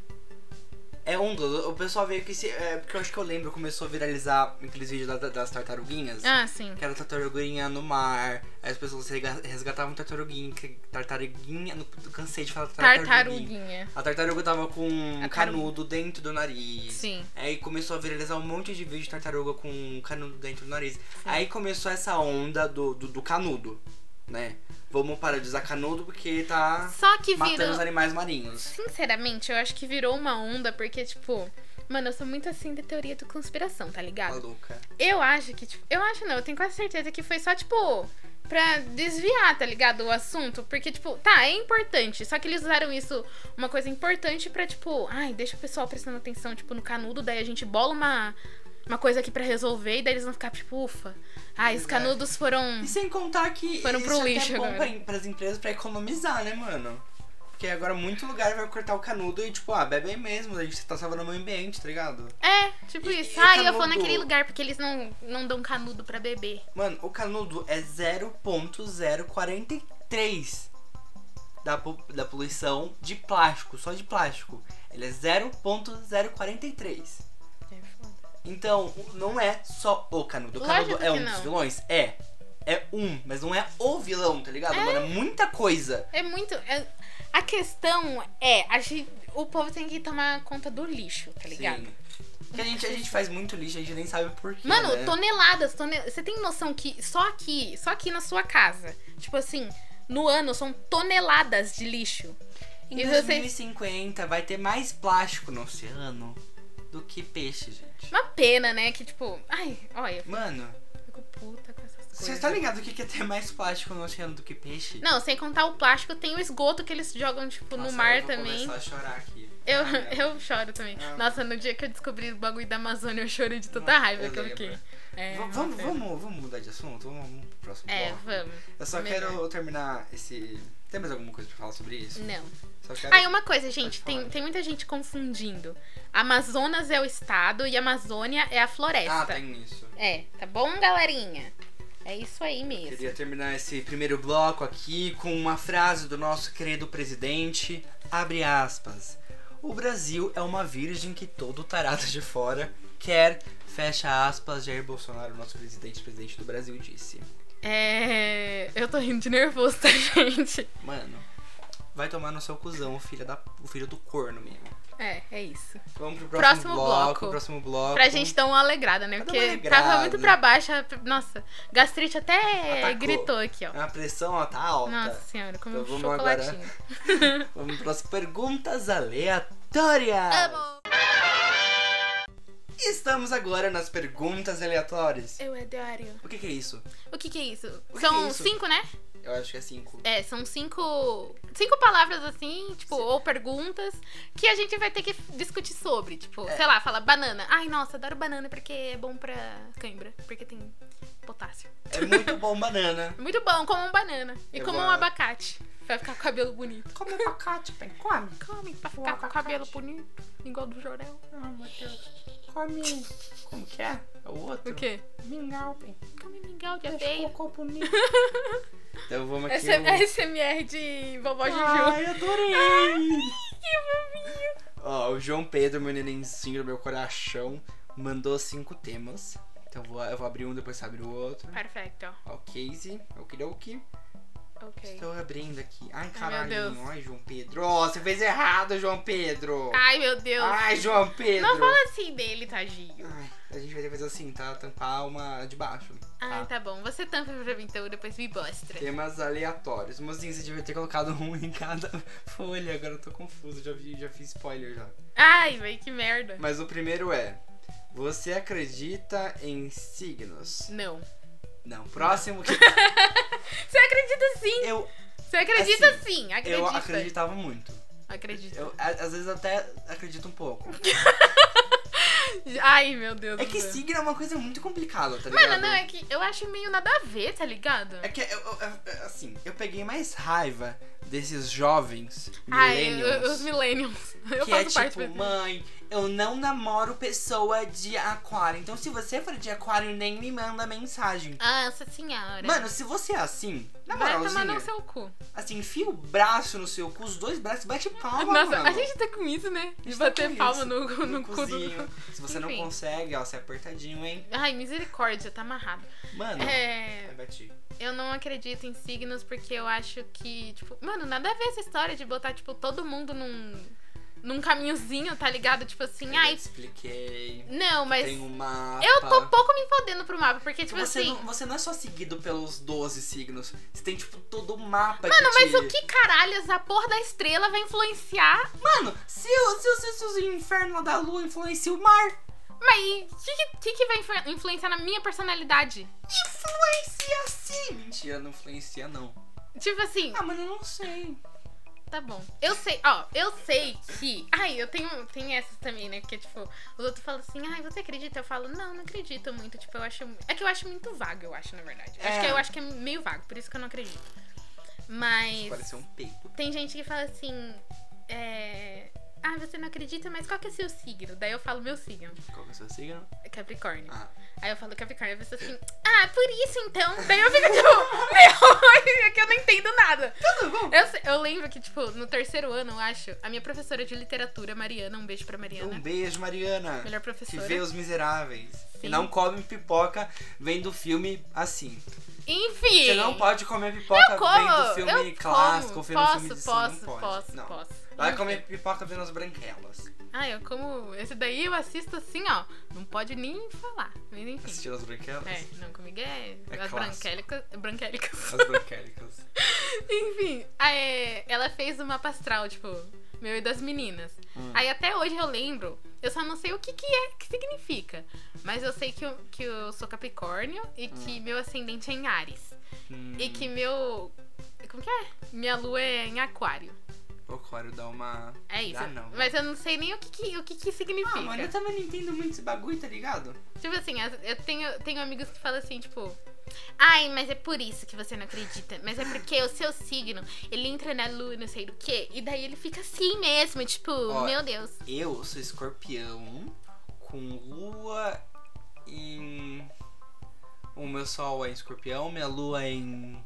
Speaker 1: É um dos. O pessoal veio que se. É, porque eu acho que eu lembro, começou a viralizar aqueles vídeos da- das tartaruguinhas.
Speaker 2: ah, sim.
Speaker 1: Que era tartaruguinha no mar. Aí as pessoas rega- resgatavam tartaruguinha. que- Tartaruguinha. não- eu Cansei de falar tartaruguinha.
Speaker 2: Tartaruguinha.
Speaker 1: A tartaruga tava com um
Speaker 2: A
Speaker 1: canudo dentro do nariz.
Speaker 2: Sim.
Speaker 1: Aí começou a viralizar um monte de vídeo de tartaruga com um canudo dentro do nariz. Aí começou essa onda do, do, do canudo, né? Vamos parar de usar canudo porque tá
Speaker 2: Só que
Speaker 1: matando
Speaker 2: virou.
Speaker 1: os animais marinhos.
Speaker 2: Sinceramente, eu acho que virou uma onda, porque, tipo, mano, eu sou muito assim da teoria da conspiração, tá ligado?
Speaker 1: Maluca.
Speaker 2: Eu acho que, tipo, eu acho não, eu tenho quase certeza que foi só, tipo, pra desviar, tá ligado? O assunto. Porque, tipo, tá, é importante. Só que eles usaram isso, uma coisa importante, pra, tipo, ai, deixa o pessoal prestando atenção, tipo, no canudo, daí a gente bola uma, uma coisa aqui pra resolver, e daí eles vão ficar, tipo, ufa. Ai, os
Speaker 1: Verdade.
Speaker 2: canudos foram.
Speaker 1: E sem contar que
Speaker 2: Uhum. Foram
Speaker 1: isso
Speaker 2: pro
Speaker 1: até
Speaker 2: lixo
Speaker 1: é bom
Speaker 2: agora.
Speaker 1: pra, em- pras empresas pra economizar, né, mano? Porque agora muito lugar vai cortar o canudo e tipo, ah, bebe aí mesmo, a gente tá salvando o meio ambiente, tá ligado?
Speaker 2: É, tipo
Speaker 1: E- e
Speaker 2: isso. Ai, eu
Speaker 1: canudo?
Speaker 2: vou naquele lugar porque eles não, não dão canudo pra beber.
Speaker 1: Mano, o canudo é 0.043 da, po- da poluição de plástico, só de plástico. Ele é 0.043.
Speaker 2: É foda.
Speaker 1: Então, o- não é só o canudo. O
Speaker 2: Lógico
Speaker 1: canudo é
Speaker 2: que
Speaker 1: um dos
Speaker 2: não.
Speaker 1: vilões? É. É um, mas não é o vilão, tá ligado? Mano, é muita coisa.
Speaker 2: É muito. é- A questão é, a gente, o povo tem que tomar conta do lixo, tá ligado?
Speaker 1: Sim. Porque a gente, a gente faz muito lixo, a gente nem sabe por quê.
Speaker 2: Mano,
Speaker 1: né?
Speaker 2: toneladas, toneladas. Você tem noção que só aqui, só aqui na sua casa, tipo assim, no ano são toneladas de lixo.
Speaker 1: Em
Speaker 2: E você-
Speaker 1: 2050 vai ter mais plástico no oceano do que peixe, gente.
Speaker 2: Uma pena, né? Que tipo, ai, olha, eu
Speaker 1: Mano,
Speaker 2: fico puta com essas coisas.
Speaker 1: você tá ligado que quer ter mais plástico no oceano do que peixe?
Speaker 2: Não, sem contar o plástico, tem o esgoto que eles jogam, tipo,
Speaker 1: Nossa,
Speaker 2: no mar
Speaker 1: eu vou
Speaker 2: também.
Speaker 1: começar a chorar aqui.
Speaker 2: Eu,
Speaker 1: Ah, não.
Speaker 2: eu choro também.
Speaker 1: Ah.
Speaker 2: Nossa, no dia que eu descobri o bagulho da Amazônia, eu chorei de tanta
Speaker 1: Nossa,
Speaker 2: raiva
Speaker 1: eu
Speaker 2: que eu
Speaker 1: lembro.
Speaker 2: fiquei. É,
Speaker 1: V- vamos,
Speaker 2: nossa.
Speaker 1: vamos, vamos mudar de assunto? Vamos, vamos pro próximo
Speaker 2: É,
Speaker 1: bloco.
Speaker 2: vamos.
Speaker 1: Eu só
Speaker 2: melhor.
Speaker 1: quero terminar esse... Tem mais alguma coisa pra falar sobre isso?
Speaker 2: Não.
Speaker 1: Só quero...
Speaker 2: Ah, e uma coisa, gente,
Speaker 1: Pode falar.
Speaker 2: tem, tem muita gente confundindo. Amazonas é o estado e Amazônia é a floresta.
Speaker 1: Ah, tem isso.
Speaker 2: É, tá bom, galerinha? É isso aí mesmo.
Speaker 1: Queria terminar esse primeiro bloco aqui com uma frase do nosso querido presidente. Abre aspas. O Brasil é uma virgem que todo tarado de fora quer. Fecha aspas, Jair Bolsonaro, nosso presidente, presidente do Brasil, disse.
Speaker 2: É. Eu tô rindo de nervoso, tá, gente?
Speaker 1: Mano, vai tomar no seu cuzão, o filho, da, o filho do corno mesmo.
Speaker 2: É, é isso.
Speaker 1: Vamos pro próximo,
Speaker 2: Próximo
Speaker 1: bloco,
Speaker 2: bloco.
Speaker 1: Próximo bloco.
Speaker 2: Pra gente dar uma alegrada, né?
Speaker 1: Tá Pra dar
Speaker 2: Porque
Speaker 1: uma alegrada.
Speaker 2: tava muito pra baixo. a- Nossa, gastrite até
Speaker 1: Atacou.
Speaker 2: gritou aqui, ó.
Speaker 1: A pressão, ó, tá alta.
Speaker 2: Nossa senhora, comeu um
Speaker 1: Então vamos agora-
Speaker 2: chocolatinho.
Speaker 1: Vamos pras perguntas aleatórias.
Speaker 2: Amo!
Speaker 1: Estamos agora nas perguntas aleatórias.
Speaker 2: Eu adoro.
Speaker 1: O que, que é isso?
Speaker 2: O que que é isso?
Speaker 1: que
Speaker 2: são
Speaker 1: é isso?
Speaker 2: cinco, né?
Speaker 1: Eu acho que é cinco.
Speaker 2: É, são cinco, cinco palavras assim, tipo, ou perguntas que a gente vai ter que discutir sobre. Tipo, sei lá, fala banana. Ai, nossa, adoro banana porque é bom pra cãibra, porque tem potássio.
Speaker 1: É muito bom banana.
Speaker 2: Muito bom, comam banana. E
Speaker 1: Eu
Speaker 2: comam
Speaker 1: vou-
Speaker 2: abacate. Pra ficar com o cabelo bonito.
Speaker 1: Como um pacote, pai. Come.
Speaker 2: Come pra ficar com o cabelo bonito, igual do Jorel.
Speaker 1: Ah, meu Deus. Come. Como que é? É o outro?
Speaker 2: O quê?
Speaker 1: Mingau, pai.
Speaker 2: Come mingau de aveia. é
Speaker 1: cocô bonito. Então vamos aqui.
Speaker 2: SM-
Speaker 1: no-
Speaker 2: SMR de vovó Juju.
Speaker 1: Ai, adorei! Ó, o João Pedro, meu nenenzinho do meu coração, mandou cinco temas. Então eu vou, eu vou abrir um, depois você abre o outro.
Speaker 2: Perfeito.
Speaker 1: Ó, o Casey, okidoki.
Speaker 2: Ok.
Speaker 1: Estou abrindo aqui. Ai, caralho.
Speaker 2: Deus.
Speaker 1: Ai, João Pedro. Ó, você fez errado, João Pedro.
Speaker 2: Ai, meu Deus.
Speaker 1: Ai, João Pedro.
Speaker 2: Não fala assim dele, tadinho.
Speaker 1: Ai, a gente vai ter que fazer assim, tá? Tampar uma de baixo.
Speaker 2: Ah,
Speaker 1: Tá.
Speaker 2: tá bom. Você tampa pra mim então, depois me mostra.
Speaker 1: Temas aleatórios. Mozinho, você devia ter colocado um em cada folha. Agora eu tô confuso, já, vi, já fiz spoiler já.
Speaker 2: Ai, velho, que merda.
Speaker 1: Mas o primeiro é: Você acredita em signos?
Speaker 2: Não.
Speaker 1: Não, próximo que
Speaker 2: Você acredita sim.
Speaker 1: eu,
Speaker 2: Você acredita
Speaker 1: Assim,
Speaker 2: sim. Acredita.
Speaker 1: eu acreditava muito.
Speaker 2: Acredito.
Speaker 1: Eu, a- às vezes até acredito um pouco.
Speaker 2: Ai, meu Deus
Speaker 1: É
Speaker 2: do
Speaker 1: que
Speaker 2: céu.
Speaker 1: signo é uma coisa muito complicada, tá ligado?
Speaker 2: Mano, não, é que eu acho meio nada a ver, tá ligado?
Speaker 1: É que, eu, eu- eu- assim, eu peguei mais raiva desses jovens
Speaker 2: Ai, eu-
Speaker 1: millennials.
Speaker 2: eu- os millennials. Eu
Speaker 1: que
Speaker 2: faço
Speaker 1: é
Speaker 2: parte
Speaker 1: tipo,
Speaker 2: desse-
Speaker 1: mãe, eu não namoro pessoa de aquário. Então, se você for de aquário, nem me manda mensagem.
Speaker 2: Nossa senhora.
Speaker 1: Mano, se você é assim, na
Speaker 2: vai tomar
Speaker 1: moralzinha,
Speaker 2: no seu cu.
Speaker 1: assim, enfia o braço no seu cu, os dois braços, bate palma,
Speaker 2: Nossa,
Speaker 1: mano.
Speaker 2: a gente tá com isso, né? De
Speaker 1: gente tá
Speaker 2: bater
Speaker 1: com
Speaker 2: palma
Speaker 1: isso.
Speaker 2: no, no, cu do.
Speaker 1: cozinho. Se você
Speaker 2: Enfim.
Speaker 1: não consegue, ó, você é apertadinho, hein?
Speaker 2: Ai, misericórdia, tá amarrado.
Speaker 1: Mano,
Speaker 2: É.
Speaker 1: vai bater.
Speaker 2: Eu não acredito em signos porque eu acho que, tipo, mano, nada a ver essa história de botar, tipo, todo mundo num, num caminhozinho, tá ligado? Tipo assim,
Speaker 1: Eu já
Speaker 2: ai.
Speaker 1: te expliquei.
Speaker 2: Não, mas.
Speaker 1: Tem um mapa.
Speaker 2: Eu tô pouco me fodendo pro mapa, porque, tipo
Speaker 1: você,
Speaker 2: assim.
Speaker 1: não, você não é só seguido pelos 12 signos. Você tem, tipo, todo o mapa
Speaker 2: Mano,
Speaker 1: que
Speaker 2: mas
Speaker 1: te...
Speaker 2: o que caralhas a porra da estrela vai influenciar?
Speaker 1: Mano, se o, se o, se o- se o inferno da lua influencia o mar,
Speaker 2: Mas o que, que- que, que vai influ- influenciar na minha personalidade?
Speaker 1: influencia sim! Mentira, não influencia, não.
Speaker 2: Tipo assim,
Speaker 1: Ah, mano, eu não sei.
Speaker 2: Tá bom. Eu sei, ó, eu sei que. Ai, eu tenho. Tem essas também, né? Porque, tipo, os outros falam assim, ai, você acredita? Eu falo, não, não acredito muito. Tipo, eu acho. É que eu acho muito vago, eu acho, na verdade. Acho
Speaker 1: É.
Speaker 2: que eu acho que é meio vago, por isso que eu não acredito. Mas.
Speaker 1: Pareceu um peito.
Speaker 2: Tem gente que fala assim. É. Ah, você não acredita, mas qual que é seu signo? Daí eu falo meu signo,
Speaker 1: Qual que é o seu signo?
Speaker 2: é Capricórnio.
Speaker 1: Ah.
Speaker 2: Aí eu falo Capricórnio, a pessoa assim, ah, por isso então. Daí eu fico tipo, meu, é que eu não entendo nada.
Speaker 1: Tudo Tá bom?
Speaker 2: Eu, sei- eu lembro que, tipo, no terceiro ano, eu acho, a minha professora de literatura, Mariana, um beijo pra Mariana.
Speaker 1: Um beijo, Mariana.
Speaker 2: Melhor
Speaker 1: que
Speaker 2: é professora.
Speaker 1: vê os miseráveis. E
Speaker 2: Sim.
Speaker 1: não come pipoca vendo filme assim.
Speaker 2: Enfim.
Speaker 1: Você não pode comer pipoca
Speaker 2: Eu como,
Speaker 1: vendo filme
Speaker 2: eu
Speaker 1: clássico,
Speaker 2: como,
Speaker 1: vendo
Speaker 2: posso,
Speaker 1: filme de
Speaker 2: posso,
Speaker 1: cima, não pode.
Speaker 2: posso,
Speaker 1: não.
Speaker 2: posso.
Speaker 1: Vai
Speaker 2: Enfim.
Speaker 1: comer pipoca vendo as branquelas.
Speaker 2: Ah, eu como. Esse daí eu assisto assim, ó. Não pode nem falar. Mas enfim.
Speaker 1: Assistir as branquelas?
Speaker 2: É, não, comigo é.
Speaker 1: É
Speaker 2: as
Speaker 1: clássico.
Speaker 2: branquélicas. branquélicas.
Speaker 1: As branquélicas.
Speaker 2: Enfim, é, ela fez o mapa astral, tipo, meu e das meninas.
Speaker 1: Hum.
Speaker 2: Aí até hoje eu lembro, eu só não sei o que que é, que significa. Mas eu sei que eu, que eu sou capricórnio e que meu ascendente é em Ares.
Speaker 1: Hum,
Speaker 2: E que meu... Como que é? Minha lua é em aquário.
Speaker 1: Hum, O aquário dá uma.
Speaker 2: É isso.
Speaker 1: Ah, não.
Speaker 2: Mas eu não sei nem o que que, o que, que significa.
Speaker 1: Ah, mano, eu também não entendo muito esse bagulho, tá ligado?
Speaker 2: Tipo assim, as- eu tenho, tenho amigos que falam assim, tipo. Ai, mas é por isso que você não acredita. Mas é porque o seu signo, ele entra na lua, e não sei do quê. E daí ele fica assim mesmo, e tipo,
Speaker 1: Ó.
Speaker 2: meu Deus.
Speaker 1: Eu sou escorpião com lua em. O meu sol é em escorpião, minha lua é em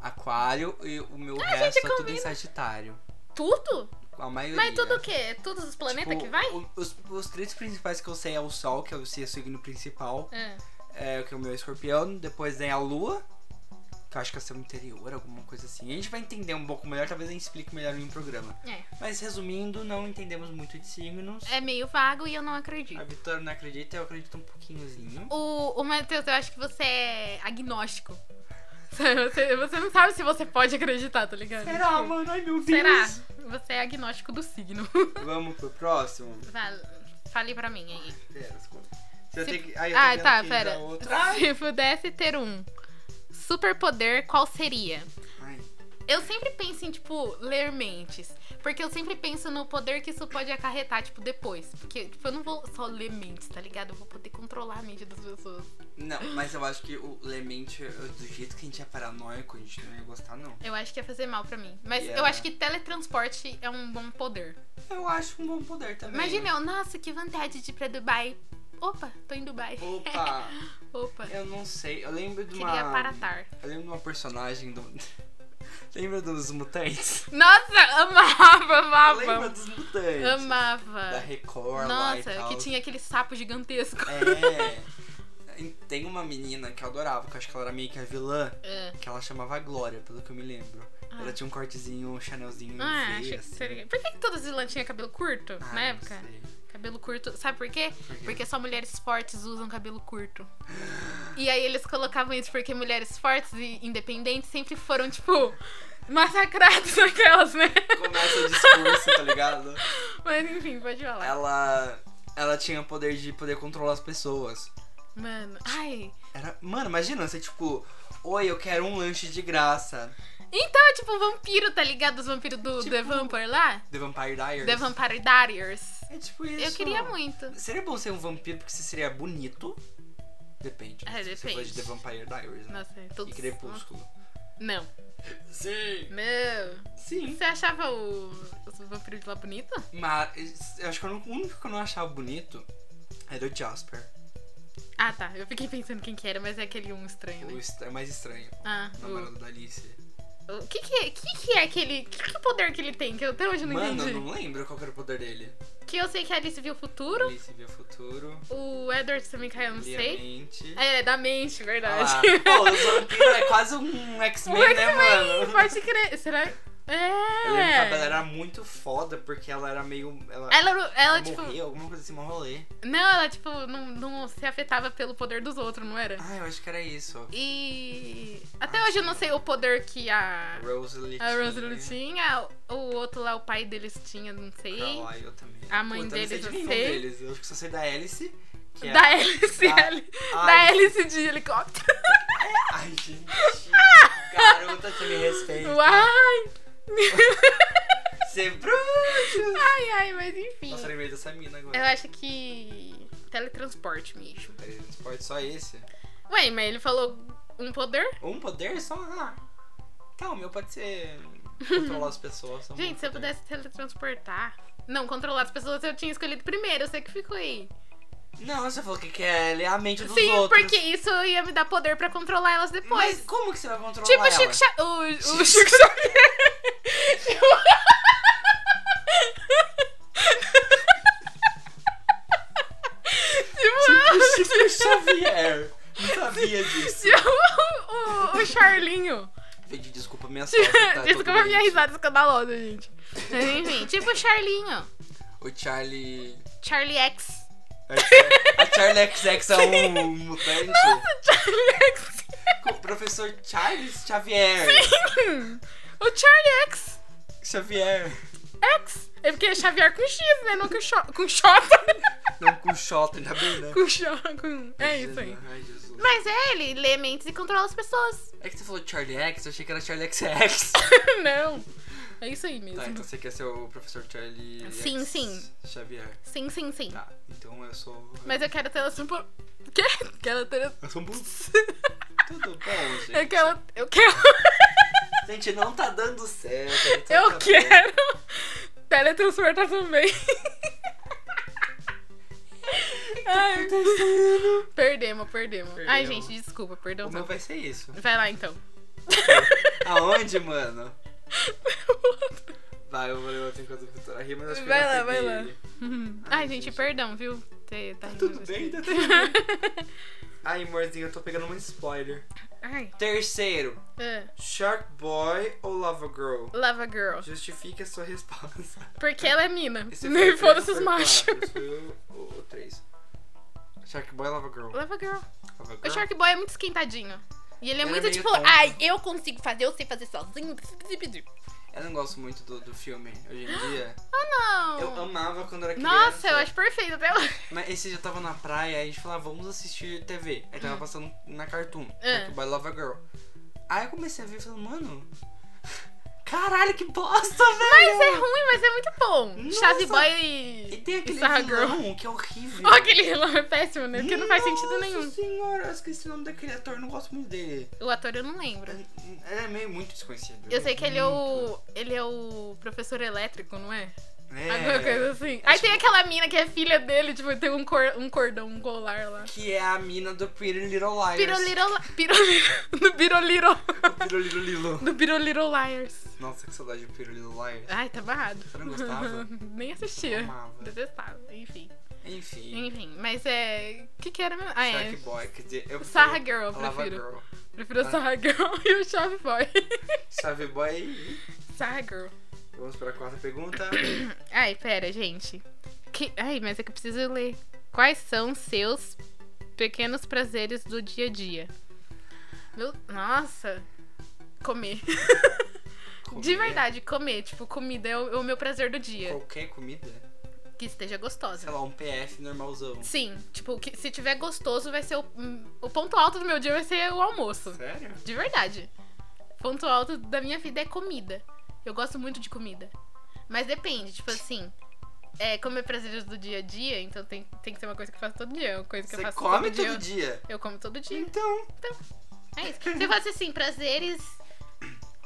Speaker 1: aquário e o meu resto é tudo em Sagitário.
Speaker 2: Tudo?
Speaker 1: A maioria.
Speaker 2: Mas tudo o quê? Todos os planetas
Speaker 1: Tipo,
Speaker 2: que vai?
Speaker 1: o- Os, os três principais que eu sei é o Sol, que é o seu signo principal,
Speaker 2: Ah,
Speaker 1: é, que é o meu escorpião, depois vem a Lua, que eu acho que é seu interior, alguma coisa assim. A gente vai entender um pouco melhor, talvez a gente explique melhor em um programa.
Speaker 2: é.
Speaker 1: Mas resumindo, não entendemos muito de signos.
Speaker 2: É meio vago e eu não
Speaker 1: A
Speaker 2: acredito.
Speaker 1: Vitória não acredita, eu acredito um pouquinhozinho.
Speaker 2: O, o Matheus, eu acho que você é agnóstico. Sabe, Você, você não sabe se você pode acreditar, tá ligado?
Speaker 1: Será, mano? Ai, meu Deus.
Speaker 2: Será? Você é agnóstico do signo.
Speaker 1: Vamos pro próximo?
Speaker 2: Fale, fale pra mim aí.
Speaker 1: Pera, desculpa. Você
Speaker 2: Se-
Speaker 1: tem que... Ai, eu tô
Speaker 2: Ah,
Speaker 1: vendo
Speaker 2: tá,
Speaker 1: aqui já
Speaker 2: pera.
Speaker 1: outra. Ai.
Speaker 2: Se pudesse ter um superpoder, qual seria?
Speaker 1: Ai.
Speaker 2: Eu sempre penso em, tipo, ler mentes. Porque eu sempre penso no poder que isso pode acarretar, tipo, depois. Porque, tipo, eu não vou só ler mentes, tá ligado? Eu vou poder controlar a mente das pessoas.
Speaker 1: Não, mas eu acho que o Lemente, do jeito que a gente é paranoico, a gente não ia gostar, não.
Speaker 2: Eu acho que ia fazer mal pra mim. Mas eu
Speaker 1: Yeah.
Speaker 2: acho que teletransporte é um bom poder.
Speaker 1: Eu acho um bom poder também.
Speaker 2: Imagina eu, nossa, que vontade de ir pra Dubai. Opa, tô em Dubai.
Speaker 1: Opa,
Speaker 2: Opa.
Speaker 1: eu não sei. Eu lembro de uma.
Speaker 2: Queria paratar.
Speaker 1: Eu lembro de uma personagem do. Lembra dos mutantes?
Speaker 2: Nossa, amava,
Speaker 1: Lembra
Speaker 2: amava.
Speaker 1: dos mutantes?
Speaker 2: Amava.
Speaker 1: Da Record lá e
Speaker 2: Nossa,
Speaker 1: tal.
Speaker 2: que tinha aquele sapo gigantesco.
Speaker 1: É. Tem uma menina que eu adorava, que eu acho que ela era meio que a vilã,
Speaker 2: É.
Speaker 1: que ela chamava Glória, pelo que eu me lembro.
Speaker 2: Ah.
Speaker 1: Ela tinha um cortezinho, um chanelzinho
Speaker 2: Ah,
Speaker 1: feio,
Speaker 2: achei que
Speaker 1: assim.
Speaker 2: seria. Por que, que todas as vilãs tinham cabelo curto
Speaker 1: Ah,
Speaker 2: na
Speaker 1: não
Speaker 2: época?
Speaker 1: sei.
Speaker 2: Cabelo curto. Sabe por quê?
Speaker 1: Por quê?
Speaker 2: Porque só mulheres fortes usam cabelo curto. E aí eles colocavam isso porque mulheres fortes e independentes sempre foram, tipo, massacradas naquelas, né?
Speaker 1: Começa o discurso, tá ligado?
Speaker 2: Mas enfim, pode falar.
Speaker 1: Ela. Ela tinha o poder de poder controlar as pessoas.
Speaker 2: Mano, ai.
Speaker 1: Era... Mano, imagina você, tipo, oi, eu quero um lanche de graça.
Speaker 2: Então é tipo vampiro, tá ligado? Os vampiros do
Speaker 1: Tipo
Speaker 2: The Vampire lá?
Speaker 1: The Vampire Diaries.
Speaker 2: The Vampire Diaries.
Speaker 1: É tipo isso.
Speaker 2: Eu queria muito.
Speaker 1: Seria bom ser um vampiro porque você seria bonito. Depende. né?
Speaker 2: É,
Speaker 1: Se você
Speaker 2: depende.
Speaker 1: for de The Vampire Diaries, né?
Speaker 2: Nossa, é
Speaker 1: E
Speaker 2: todos...
Speaker 1: Crepúsculo.
Speaker 2: Não.
Speaker 1: Sim.
Speaker 2: Não.
Speaker 1: Sim.
Speaker 2: Você achava o, o vampiro de lá bonito?
Speaker 1: Mas eu acho que eu não- o único que eu não achava bonito era o Jasper.
Speaker 2: Ah, tá. Eu fiquei pensando quem que era, mas é aquele um estranho,
Speaker 1: O
Speaker 2: né?
Speaker 1: est- é mais estranho.
Speaker 2: Ah,
Speaker 1: O
Speaker 2: o...
Speaker 1: namorado da Alice.
Speaker 2: O que que, é- que que é aquele... Que, que poder que ele tem? Que eu até hoje não
Speaker 1: Mano,
Speaker 2: entendi.
Speaker 1: eu não lembro qual que era o poder dele.
Speaker 2: Que eu sei que a Alice viu o futuro.
Speaker 1: Alice via o futuro.
Speaker 2: O Edward também caiu, eu não
Speaker 1: lia
Speaker 2: sei.
Speaker 1: mente.
Speaker 2: É, da mente,
Speaker 1: Ah lá.
Speaker 2: verdade.
Speaker 1: Pô, o vampiro é quase um
Speaker 2: Um
Speaker 1: X-Men, né, mano?
Speaker 2: Pode crer. Será... É...
Speaker 1: Eu lembro que a Bela era muito foda, porque ela era meio. Ela,
Speaker 2: Ela, ela,
Speaker 1: ela
Speaker 2: tipo...
Speaker 1: morreu, alguma coisa assim, um rolê.
Speaker 2: Não, ela, tipo, não, não se afetava pelo poder dos outros, não era?
Speaker 1: Ah, eu acho que era isso.
Speaker 2: E... Até
Speaker 1: Ah,
Speaker 2: hoje eu
Speaker 1: sim.
Speaker 2: não sei o poder que a...
Speaker 1: Rosalie.
Speaker 2: A
Speaker 1: né?
Speaker 2: Rosalie tinha, o outro lá, o pai deles tinha, não sei.
Speaker 1: Ah, eu também.
Speaker 2: A mãe
Speaker 1: Puta, eu não sei
Speaker 2: deles,
Speaker 1: de
Speaker 2: eu
Speaker 1: nenhum
Speaker 2: sei.
Speaker 1: deles. Eu acho que só sei da Alice. Que é...
Speaker 2: Da hélice,
Speaker 1: Da-
Speaker 2: heli-
Speaker 1: Ai,
Speaker 2: da hélice de helicóptero.
Speaker 1: Ai, gente. Garota, você me respeita.
Speaker 2: Ai,
Speaker 1: Você é bruxo.
Speaker 2: ai, ai, mas enfim.
Speaker 1: Nossa, eu lembrei dessa mina agora.
Speaker 2: Eu acho que teletransporte mesmo.
Speaker 1: Peraí, esporte só esse?
Speaker 2: Ué, mas ele falou um poder?
Speaker 1: Um poder só? Ah. Tá, o meu pode ser controlar as pessoas. só um
Speaker 2: Gente, se eu
Speaker 1: poder.
Speaker 2: pudesse teletransportar... Não, controlar as pessoas eu tinha escolhido primeiro, você que ficou aí.
Speaker 1: Não, você falou que quer ler a mente dos
Speaker 2: Sim,
Speaker 1: outros.
Speaker 2: porque isso ia me dar poder pra controlar elas depois.
Speaker 1: Mas como que você vai controlar
Speaker 2: Tipo
Speaker 1: ela?
Speaker 2: o Chico Xavier. O, o
Speaker 1: Chico
Speaker 2: Chico Xavier. Tipo,
Speaker 1: Chico Xavier. Não sabia disso.
Speaker 2: tipo o, o, o Charlinho.
Speaker 1: Pedi desculpa minha sorte. Tá
Speaker 2: Desculpa
Speaker 1: todo
Speaker 2: a minha
Speaker 1: doente.
Speaker 2: risada escandalosa, gente. Mas enfim, tipo o Charlinho.
Speaker 1: O Charlie.
Speaker 2: Charlie X.
Speaker 1: A Charlie XX é um mutante.
Speaker 2: Charlie X.
Speaker 1: Com O professor Charles Xavier.
Speaker 2: o Charlie X.
Speaker 1: Xavier.
Speaker 2: X. É porque é Xavier com X, né? Não com Xota. Com X.
Speaker 1: Não com Xota, ainda bem, né?
Speaker 2: com X. Com... É isso aí.
Speaker 1: Ai, Jesus.
Speaker 2: Mas é, ele lê mentes e controla as pessoas.
Speaker 1: É que você falou Charlie X, eu achei que era Charlie XX.
Speaker 2: Não. É isso aí mesmo.
Speaker 1: tá, então você quer ser o professor Charlie
Speaker 2: Sim,
Speaker 1: X
Speaker 2: sim.
Speaker 1: Xavier.
Speaker 2: Sim, sim, sim.
Speaker 1: Tá, então eu sou.
Speaker 2: Mas é eu quero ter ela tipo, super. Quê? Quero ter
Speaker 1: Eu sou um bu- Tudo bom, gente.
Speaker 2: Eu quero. Eu quero.
Speaker 1: Gente, não tá dando certo. não tá
Speaker 2: Eu
Speaker 1: dando-
Speaker 2: quero. Teletransportar também. Ai, perdemos, perdemos. Ai,
Speaker 1: Tá Perdemos.
Speaker 2: gente, desculpa, perdão.
Speaker 1: O meu Tá. vai ser isso.
Speaker 2: Vai lá então.
Speaker 1: Aonde, mano? Vai, eu vou ler outro enquanto o Vitor ri, mas acho que
Speaker 2: Vai
Speaker 1: eu já
Speaker 2: lá, vai
Speaker 1: peguei
Speaker 2: lá.
Speaker 1: ele.
Speaker 2: Ai,
Speaker 1: Ai,
Speaker 2: gente,
Speaker 1: gente.
Speaker 2: perdão, viu? Ter- tá rindo
Speaker 1: Tudo
Speaker 2: desse
Speaker 1: bem, tá
Speaker 2: jeito.
Speaker 1: tudo Ai, amorzinho, eu tô pegando muito spoiler.
Speaker 2: Ai.
Speaker 1: Terceiro,
Speaker 2: ah,
Speaker 1: Shark Boy ou Lava Girl?
Speaker 2: Lava Girl.
Speaker 1: Justifique a sua resposa.
Speaker 2: Porque ela é mina.
Speaker 1: foi
Speaker 2: Nem
Speaker 1: o
Speaker 2: foda-se os
Speaker 1: três,
Speaker 2: machos.
Speaker 1: foi o quatro, Foi o, o, o 3. Shark Boy é Lava Girl.
Speaker 2: Lava Girl.
Speaker 1: Lava Girl.
Speaker 2: O Shark Boy é muito esquentadinho. E
Speaker 1: Tá. Ele
Speaker 2: ele é
Speaker 1: é
Speaker 2: muito
Speaker 1: meio
Speaker 2: tipo,
Speaker 1: tonto.
Speaker 2: ai, eu consigo fazer, eu sei fazer sozinho. pss, pss, pss, pss."
Speaker 1: Eu não gosto muito do, do filme hoje em dia.
Speaker 2: Ah,
Speaker 1: Eu
Speaker 2: não.
Speaker 1: amava quando era criança.
Speaker 2: Nossa, eu acho perfeito até hoje.
Speaker 1: Mas esse dia eu tava na praia, aí a gente falou, ah, vamos assistir TV. Aí tava passando na Cartoon,
Speaker 2: Hum. É.
Speaker 1: Shark Boy Lava Girl. Aí eu comecei a ver e falei, mano, caralho, que bosta, velho!
Speaker 2: Mas é ruim, mas é muito bom.
Speaker 1: Nossa.
Speaker 2: Chave Boy
Speaker 1: E
Speaker 2: e.
Speaker 1: tem aquele
Speaker 2: Sarra
Speaker 1: vilão que é horrível.
Speaker 2: Oh, aquele vilão é péssimo, né? Porque não faz sentido
Speaker 1: Nossa
Speaker 2: nenhum.
Speaker 1: senhora, eu esqueci o nome daquele ator, não gosto muito dele.
Speaker 2: O ator eu não lembro.
Speaker 1: Ele é meio muito desconhecido. né?
Speaker 2: Eu sei que ele é o. Ele é o professor elétrico, não é?
Speaker 1: É,
Speaker 2: Alguma coisa assim. Aí tem aquela mina que é filha dele, tipo, tem um, cor, um cordão, um colar lá.
Speaker 1: Que é a mina do Pretty Little Liars.
Speaker 2: Piroliro. Piroliro. Do Piroliro.
Speaker 1: Pretty Little Lilo.
Speaker 2: Do Piroliro Liars.
Speaker 1: Nossa, que saudade do Pretty Little Liars.
Speaker 2: Ai, tá barrado.
Speaker 1: Você não gostava?
Speaker 2: Nem assistia.
Speaker 1: Eu amava.
Speaker 2: Detestava. Enfim.
Speaker 1: Enfim,
Speaker 2: Enfim, mas é. O que que era mesmo? Ah, é.
Speaker 1: Shark Boy, quer dizer... Eu
Speaker 2: Sarra
Speaker 1: prefiro
Speaker 2: Girl, eu
Speaker 1: a Lava
Speaker 2: prefiro.
Speaker 1: Girl.
Speaker 2: Prefiro
Speaker 1: tá?
Speaker 2: a Sarah Girl e o Chave Boy.
Speaker 1: Sarah Boy...
Speaker 2: Sarah Girl.
Speaker 1: Vamos para a quarta pergunta.
Speaker 2: Ai, pera, gente. Que... Ai, mas é que eu preciso ler. Quais são seus pequenos prazeres do dia a dia? Meu... Nossa. Comer. De
Speaker 1: Comer
Speaker 2: verdade, comer. Tipo, comida é o, é o meu prazer do dia.
Speaker 1: Qualquer comida.
Speaker 2: Que esteja
Speaker 1: Sei
Speaker 2: gostosa.
Speaker 1: lá, um PF normalzão.
Speaker 2: Sim, tipo, que se tiver gostoso, vai ser o, o ponto alto do meu dia vai ser o almoço.
Speaker 1: Sério?
Speaker 2: De verdade. Ponto alto da minha vida é comida. Eu gosto muito de comida. Mas depende, tipo assim. É, como é prazeres do dia a dia, então tem, tem que ser uma coisa que eu faço todo dia. Uma coisa que eu
Speaker 1: Você
Speaker 2: faço
Speaker 1: come
Speaker 2: todo dia.
Speaker 1: todo dia.
Speaker 2: Eu como todo dia.
Speaker 1: Então...
Speaker 2: É isso. Se eu fosse assim, prazeres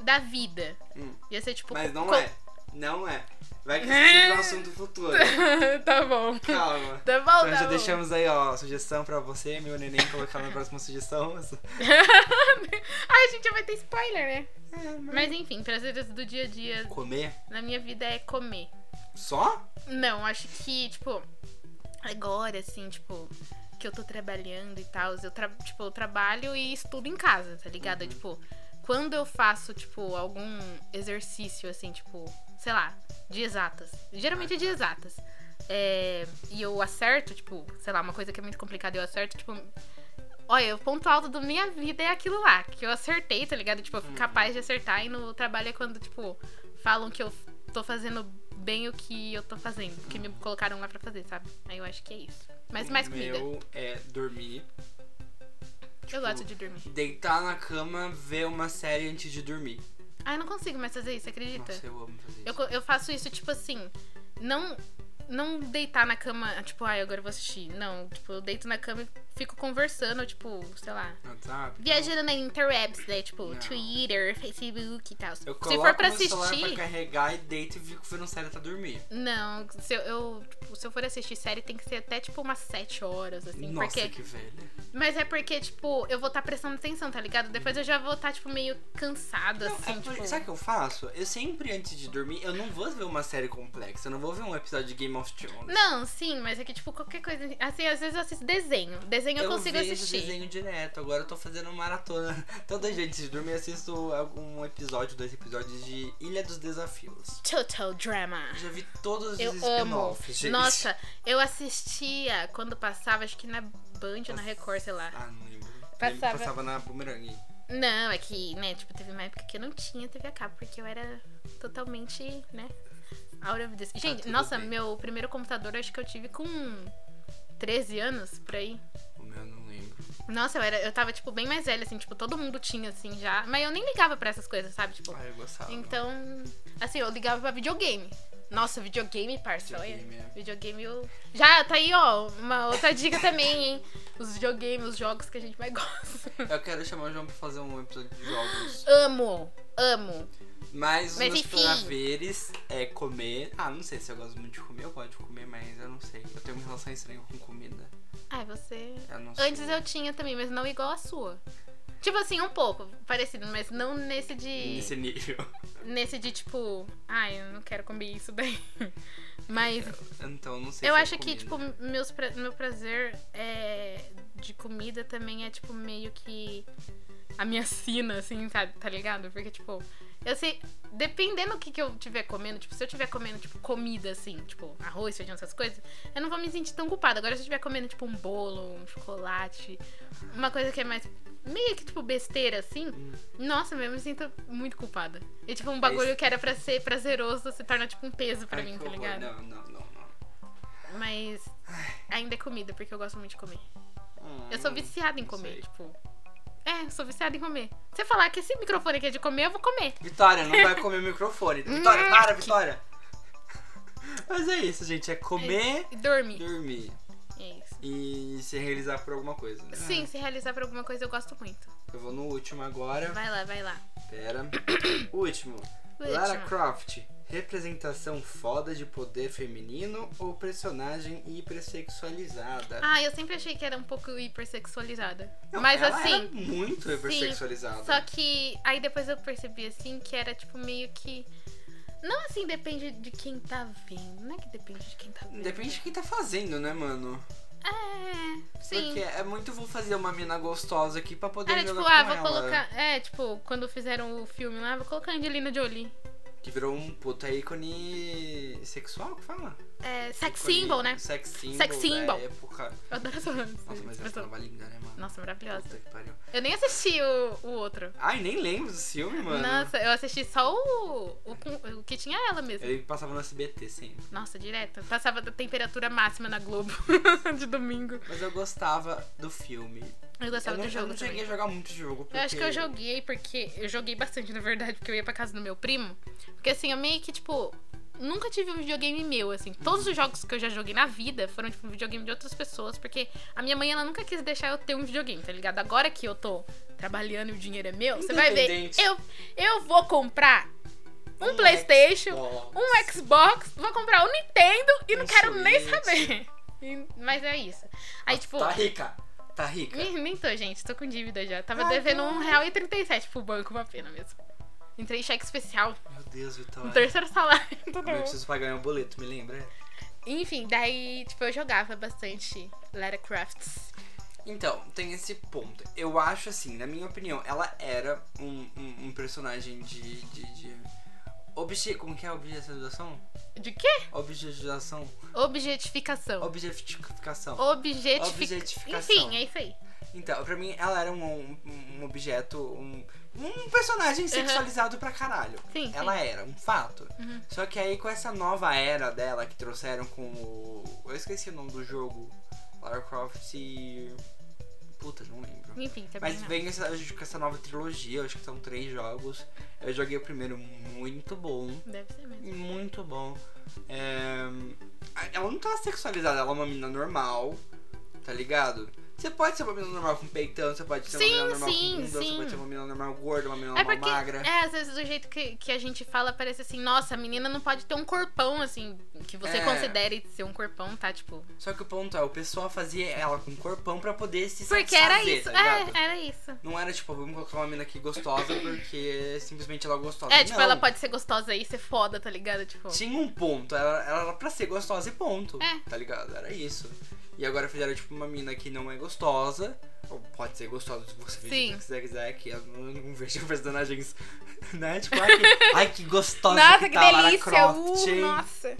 Speaker 2: da vida.
Speaker 1: Hum.
Speaker 2: Ia ser tipo.
Speaker 1: Mas não
Speaker 2: co-
Speaker 1: é. Não é. Vai que esse é um assunto futuro.
Speaker 2: tá bom.
Speaker 1: Calma.
Speaker 2: Tá bom,
Speaker 1: Então
Speaker 2: tá
Speaker 1: já
Speaker 2: bom.
Speaker 1: deixamos aí, ó, sugestão pra você, meu neném, colocar na próxima sugestão.
Speaker 2: Ai, a gente já vai ter spoiler, né?
Speaker 1: É, mas-
Speaker 2: Mas enfim, prazeres do dia a dia
Speaker 1: Comer?
Speaker 2: na minha vida é comer.
Speaker 1: Só?
Speaker 2: Não, acho que, tipo, agora, assim, tipo, que eu tô trabalhando e tal, eu, tra tipo, eu trabalho e estudo em casa, tá ligado? Tipo, quando eu faço, tipo, algum exercício, assim, tipo, sei lá, de exatas. Geralmente é de exatas. É, e eu acerto, tipo, sei lá, uma coisa que é muito complicada, eu acerto, tipo. Olha, o ponto alto da minha vida é aquilo lá, que eu acertei, tá ligado? Tipo, eu fui capaz de acertar e no trabalho é quando, tipo, falam que eu tô fazendo bem o que eu tô fazendo, que me colocaram lá pra fazer, sabe? Aí eu acho que é isso. Mas
Speaker 1: O
Speaker 2: mais comida.
Speaker 1: Uhum. meu é dormir. Tipo,
Speaker 2: eu gosto de dormir.
Speaker 1: Deitar na cama, ver uma série antes de dormir.
Speaker 2: Ah, eu não consigo mais fazer isso, acredita?
Speaker 1: Nossa, eu amo fazer
Speaker 2: Eu,
Speaker 1: isso.
Speaker 2: co- eu faço isso, tipo assim, não não deitar na cama, tipo, ai, agora eu vou assistir. Não, tipo, eu deito na cama e fico conversando, tipo, sei lá.
Speaker 1: No WhatsApp.
Speaker 2: Viajando na interwebs, né? Tipo,
Speaker 1: Não.
Speaker 2: Twitter, Facebook e tal.
Speaker 1: Eu
Speaker 2: Se
Speaker 1: coloco
Speaker 2: for pra
Speaker 1: meu celular pra
Speaker 2: assistir.
Speaker 1: carregar e deito e fico vendo série até dormir.
Speaker 2: Não, se eu, eu, tipo, se eu for assistir série, tem que ser até tipo umas 7 horas, assim.
Speaker 1: Nossa,
Speaker 2: porque
Speaker 1: que velho.
Speaker 2: Mas é porque, tipo, eu vou estar prestando atenção, tá ligado? Depois eu já vou estar, tipo, meio cansada,
Speaker 1: Não,
Speaker 2: assim,
Speaker 1: é por-
Speaker 2: tipo.
Speaker 1: Sabe o que eu faço? Eu sempre, antes de dormir, eu não vou ver uma série complexa. Eu não vou ver um episódio de Game of Thrones.
Speaker 2: Não, sim, mas é que, tipo, qualquer coisa. Assim, às vezes eu assisto desenho. Desenho desenho eu, consigo
Speaker 1: vejo
Speaker 2: assistir.
Speaker 1: desenho direto, agora eu tô fazendo maratona. Tanta gente, se dormir, assisto um episódio, dois episódios de Ilha dos Desafios.
Speaker 2: Total Drama.
Speaker 1: Já vi todos os
Speaker 2: Eu amo.
Speaker 1: spin-offs, gente.
Speaker 2: Nossa, eu assistia quando passava, acho que na Band ou na
Speaker 1: Pass-
Speaker 2: Record, sei lá.
Speaker 1: Ah, não lembro.
Speaker 2: Passava.
Speaker 1: Passava, passava na Boomerang.
Speaker 2: Não, é que, né, tipo, teve uma época que eu não tinha TV a cabo, porque eu era totalmente, né, out of this. Gente,
Speaker 1: tudo
Speaker 2: nossa,
Speaker 1: bem.
Speaker 2: meu primeiro computador acho que eu tive com 13 anos, por aí.
Speaker 1: O meu eu não lembro.
Speaker 2: Nossa, eu, era, eu tava, tipo, bem mais velha, assim, tipo, todo mundo tinha, assim, já. Mas eu nem ligava pra essas coisas, sabe? Tipo,
Speaker 1: Ah, eu gostava.
Speaker 2: então, assim, eu ligava pra videogame. Nossa, videogame, parça, olha.
Speaker 1: Videogame, é.
Speaker 2: Videogame, eu... Já, tá aí, ó, uma outra dica também, hein? Os videogames, os jogos que a gente mais gosta.
Speaker 1: Eu quero chamar o João pra fazer um episódio de jogos.
Speaker 2: Amo, amo.
Speaker 1: Mas os
Speaker 2: Mas
Speaker 1: meus
Speaker 2: enfim.
Speaker 1: prazeres é comer. Ah, não sei se eu gosto muito de comer, eu gosto de comer, mas eu não sei. Eu tenho uma relação estranha com comida.
Speaker 2: Ai, Ah, você...
Speaker 1: Eu não
Speaker 2: Antes
Speaker 1: sei.
Speaker 2: eu tinha também, mas não igual a sua. Tipo assim, um pouco parecido, mas não nesse de.
Speaker 1: Nesse nível.
Speaker 2: Nesse de tipo. Ai, eu não quero comer isso daí. Mas
Speaker 1: Então, eu não sei
Speaker 2: eu
Speaker 1: se é
Speaker 2: acho que,
Speaker 1: comida.
Speaker 2: tipo, meus pra- meu prazer é, de comida também é, tipo, meio que a minha sina, assim, sabe? Tá ligado? Porque, tipo, eu sei, dependendo do que, que eu tiver comendo, tipo, se eu tiver comendo, tipo, comida, assim, tipo, arroz, feijão, essas coisas, eu não vou me sentir tão culpada. Agora, se eu tiver comendo, tipo, um bolo, um chocolate, uma coisa que é mais. Meio que, tipo, besteira, assim.
Speaker 1: Hum. É
Speaker 2: Nossa, eu me sinto muito culpada. E, tipo, um bagulho que era pra ser prazeroso se torna, tipo, um peso pra
Speaker 1: Ai,
Speaker 2: mim,
Speaker 1: que
Speaker 2: tá
Speaker 1: horror.
Speaker 2: ligado?
Speaker 1: Não, não, não, não.
Speaker 2: Mas ainda é comida, porque eu gosto muito de comer.
Speaker 1: Hum,
Speaker 2: Eu sou viciada em
Speaker 1: não
Speaker 2: comer,
Speaker 1: sei.
Speaker 2: tipo. É, eu sou viciada em comer. Se eu falar que esse microfone aqui é de comer, eu vou comer.
Speaker 1: Vitória, não vai comer o microfone. Vitória,
Speaker 2: Hum,
Speaker 1: para, Vitória! Mas é isso, gente. É comer,
Speaker 2: E dormir.
Speaker 1: dormir
Speaker 2: É isso.
Speaker 1: e se realizar por alguma coisa. né?
Speaker 2: Sim, se realizar por alguma coisa, eu gosto muito.
Speaker 1: Eu vou no último agora.
Speaker 2: Vai lá, vai lá.
Speaker 1: Pera. último. Lara
Speaker 2: Última.
Speaker 1: Croft. Representação foda de poder feminino ou personagem hipersexualizada?
Speaker 2: Ah, eu sempre achei que era um pouco hipersexualizada.
Speaker 1: Não,
Speaker 2: Mas
Speaker 1: ela
Speaker 2: assim.
Speaker 1: Era muito hipersexualizada.
Speaker 2: Só que aí depois eu percebi assim que era tipo meio que. Não assim depende de quem tá vendo. Não é que depende de quem tá vendo.
Speaker 1: Depende de quem tá fazendo, né, mano?
Speaker 2: É, sim.
Speaker 1: Porque é muito vou fazer uma mina gostosa aqui pra poder
Speaker 2: Era
Speaker 1: jogar
Speaker 2: tipo,
Speaker 1: com
Speaker 2: ah, vou
Speaker 1: ela.
Speaker 2: colocar. É, tipo, quando fizeram o filme lá, vou colocar a Angelina Jolie.
Speaker 1: Que virou um puta ícone sexual, que fala?
Speaker 2: É, sex
Speaker 1: Ícone-
Speaker 2: symbol, né?
Speaker 1: Sex symbol
Speaker 2: Sex
Speaker 1: da
Speaker 2: symbol.
Speaker 1: época.
Speaker 2: Eu adoro essa
Speaker 1: Nossa, mas essa
Speaker 2: expressão.
Speaker 1: tava linda, né, mano?
Speaker 2: Nossa, maravilhosa.
Speaker 1: Puta que pariu.
Speaker 2: Eu nem assisti o, o outro.
Speaker 1: Ai, nem lembro do filme, mano.
Speaker 2: Nossa, eu assisti só o, o, com- o que tinha ela mesmo.
Speaker 1: Ele passava no SBT sempre.
Speaker 2: Nossa, direto. Passava da temperatura máxima na Globo de domingo.
Speaker 1: Mas eu gostava do filme.
Speaker 2: Eu
Speaker 1: Eu
Speaker 2: gostava
Speaker 1: não,
Speaker 2: do jogo.
Speaker 1: eu não
Speaker 2: também.
Speaker 1: cheguei a jogar muito jogo. Porque...
Speaker 2: Eu acho que eu joguei porque. Eu joguei bastante, na verdade, porque eu ia pra casa do meu primo. Porque assim, eu meio que, tipo. Nunca tive um videogame meu, assim. Todos os jogos que eu já joguei na vida foram, tipo, um videogame de outras pessoas, porque a minha mãe, ela nunca quis deixar eu ter um videogame, tá ligado? Agora que eu tô trabalhando e o dinheiro é meu, você vai ver.
Speaker 1: Independente.
Speaker 2: Eu, eu vou comprar um,
Speaker 1: Um
Speaker 2: PlayStation,
Speaker 1: Xbox.
Speaker 2: um Xbox, vou comprar um Nintendo e não
Speaker 1: Um
Speaker 2: quero nem
Speaker 1: Switch.
Speaker 2: saber. E- mas é isso. Aí, tipo.
Speaker 1: Tá rica. Tá rica.
Speaker 2: Ih, Nem tô, gente. Tô com dívida já. Tava
Speaker 1: Ai,
Speaker 2: devendo
Speaker 1: não.
Speaker 2: R$1,37 pro banco, uma pena mesmo. Entrei em cheque especial,
Speaker 1: Meu Deus, Vitória.
Speaker 2: no Um terceiro salário. Tudo
Speaker 1: Mas Eu
Speaker 2: bom.
Speaker 1: preciso pagar meu boleto, me lembra?
Speaker 2: Enfim, daí, tipo, eu jogava bastante Lara Crafts.
Speaker 1: Então, tem esse ponto. Eu acho assim, na minha opinião, ela era um, um- um personagem de. de, de... Obje... Como que é a objetização?
Speaker 2: De quê?
Speaker 1: Objetização?
Speaker 2: Objetificação.
Speaker 1: Objetificação.
Speaker 2: Objetificação.
Speaker 1: Objetificação.
Speaker 2: Enfim, é isso aí.
Speaker 1: Então, pra mim, ela era um, um- um objeto, um, um personagem sexualizado pra caralho.
Speaker 2: Sim,
Speaker 1: Ela
Speaker 2: sim.
Speaker 1: era, um fato.
Speaker 2: Uhum.
Speaker 1: Só que aí com essa nova era dela que trouxeram com o. Eu esqueci o nome do jogo. Lara Croft e. Puta, não lembro.
Speaker 2: Enfim, também
Speaker 1: Mas
Speaker 2: não.
Speaker 1: vem essa, com essa nova trilogia, acho que são três jogos. Eu joguei o primeiro muito bom.
Speaker 2: Deve ser mesmo.
Speaker 1: Muito bom. É, Ela não tá sexualizada, ela é uma menina normal, tá ligado? Você pode ser uma menina normal com peitão, você pode ser
Speaker 2: Sim,
Speaker 1: uma menina normal
Speaker 2: sim,
Speaker 1: com bunda,
Speaker 2: sim.
Speaker 1: você pode ser uma menina normal gorda, uma menina
Speaker 2: É
Speaker 1: normal
Speaker 2: porque,
Speaker 1: magra.
Speaker 2: é, às vezes do jeito que, que a gente fala, parece assim, nossa, a menina não pode ter um corpão, assim, que você
Speaker 1: É.
Speaker 2: considere ser um corpão, tá? Tipo,
Speaker 1: Só que o ponto é, o pessoal fazia ela com corpão pra poder se
Speaker 2: porque era
Speaker 1: satisfazer, tá
Speaker 2: isso,
Speaker 1: ligado?
Speaker 2: é, era isso.
Speaker 1: Não era tipo, vamos colocar uma menina aqui gostosa porque simplesmente ela é gostosa.
Speaker 2: É, tipo,
Speaker 1: Não.
Speaker 2: ela pode ser gostosa e ser foda, tá ligado? Tipo.
Speaker 1: Tinha um ponto, ela, ela era pra ser gostosa e ponto.
Speaker 2: É.
Speaker 1: Tá ligado? Era isso. E agora fizeram tipo uma mina que não é gostosa. Ou pode ser gostosa se você
Speaker 2: Sim.
Speaker 1: fingir que você quiser, que eu não, não vejo personagens. Né? Tipo, ai que, ai, que gostosa
Speaker 2: Nossa, que,
Speaker 1: que, tá
Speaker 2: delícia!
Speaker 1: Lara Croft.
Speaker 2: Uh,
Speaker 1: hein?
Speaker 2: nossa.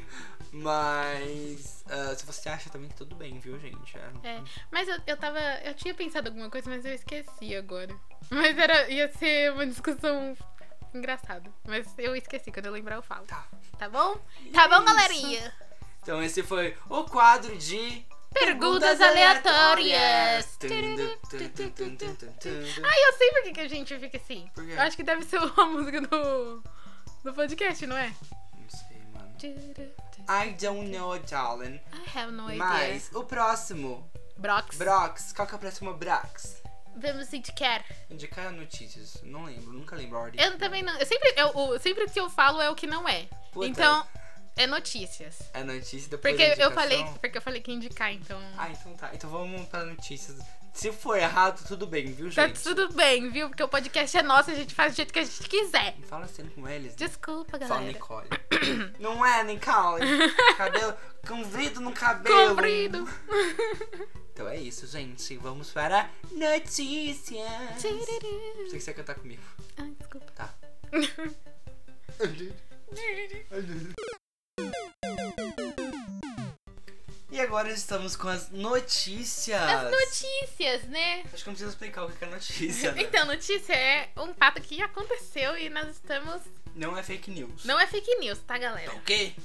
Speaker 1: Mas ah, se você acha também, tudo bem, viu, gente? É, não-
Speaker 2: É, Mas eu, eu tava. Eu tinha pensado alguma coisa, mas eu esqueci agora. Mas era, ia ser uma discussão engraçada. Mas eu esqueci, quando eu lembrar eu falo.
Speaker 1: Tá.
Speaker 2: Tá bom? Tá bom,
Speaker 1: Isso.
Speaker 2: galerinha?
Speaker 1: Então esse foi o quadro de...
Speaker 2: Perguntas aleatórias. Ai, eu sei por que, que a gente fica assim.
Speaker 1: Por quê?
Speaker 2: Eu acho que deve ser uma música do. do podcast, não é?
Speaker 1: Não sei, mano. I don't know, darling.
Speaker 2: I have no idea.
Speaker 1: Mas o próximo,
Speaker 2: Brox,
Speaker 1: Brox. Qual que é o próximo Brox?
Speaker 2: vamos indicar.
Speaker 1: Indicar notícias. Não lembro, nunca lembro a ordem.
Speaker 2: Eu também não. Eu sempre, eu, o- sempre o que eu falo é o que não é.
Speaker 1: Puta.
Speaker 2: Então, é notícias.
Speaker 1: É notícia depois
Speaker 2: Porque
Speaker 1: da
Speaker 2: eu falei,
Speaker 1: indicação?
Speaker 2: porque eu falei que ia indicar, então.
Speaker 1: Ah, então tá. Então vamos pra notícias. Se for errado, tudo bem, viu,
Speaker 2: Tá
Speaker 1: gente?
Speaker 2: tudo bem, viu? Porque o podcast é nosso, a gente faz do jeito que a gente quiser.
Speaker 1: Fala assim com eles. né?
Speaker 2: Desculpa,
Speaker 1: Fala
Speaker 2: galera.
Speaker 1: Nicole. Não é, Nicole? Cabelo comprido no cabelo.
Speaker 2: Comprido.
Speaker 1: Então é isso, gente. Vamos para notícias.
Speaker 2: Tiriri.
Speaker 1: Pensei que você ia cantar comigo.
Speaker 2: Ai, desculpa.
Speaker 1: Tá. E agora estamos com as notícias.
Speaker 2: As notícias, né?
Speaker 1: Acho que não precisa explicar o que é notícia, né?
Speaker 2: Então, notícia é um fato que aconteceu e nós estamos.
Speaker 1: Não é fake news.
Speaker 2: Não é fake news, tá,
Speaker 1: Tá
Speaker 2: galera?
Speaker 1: ok?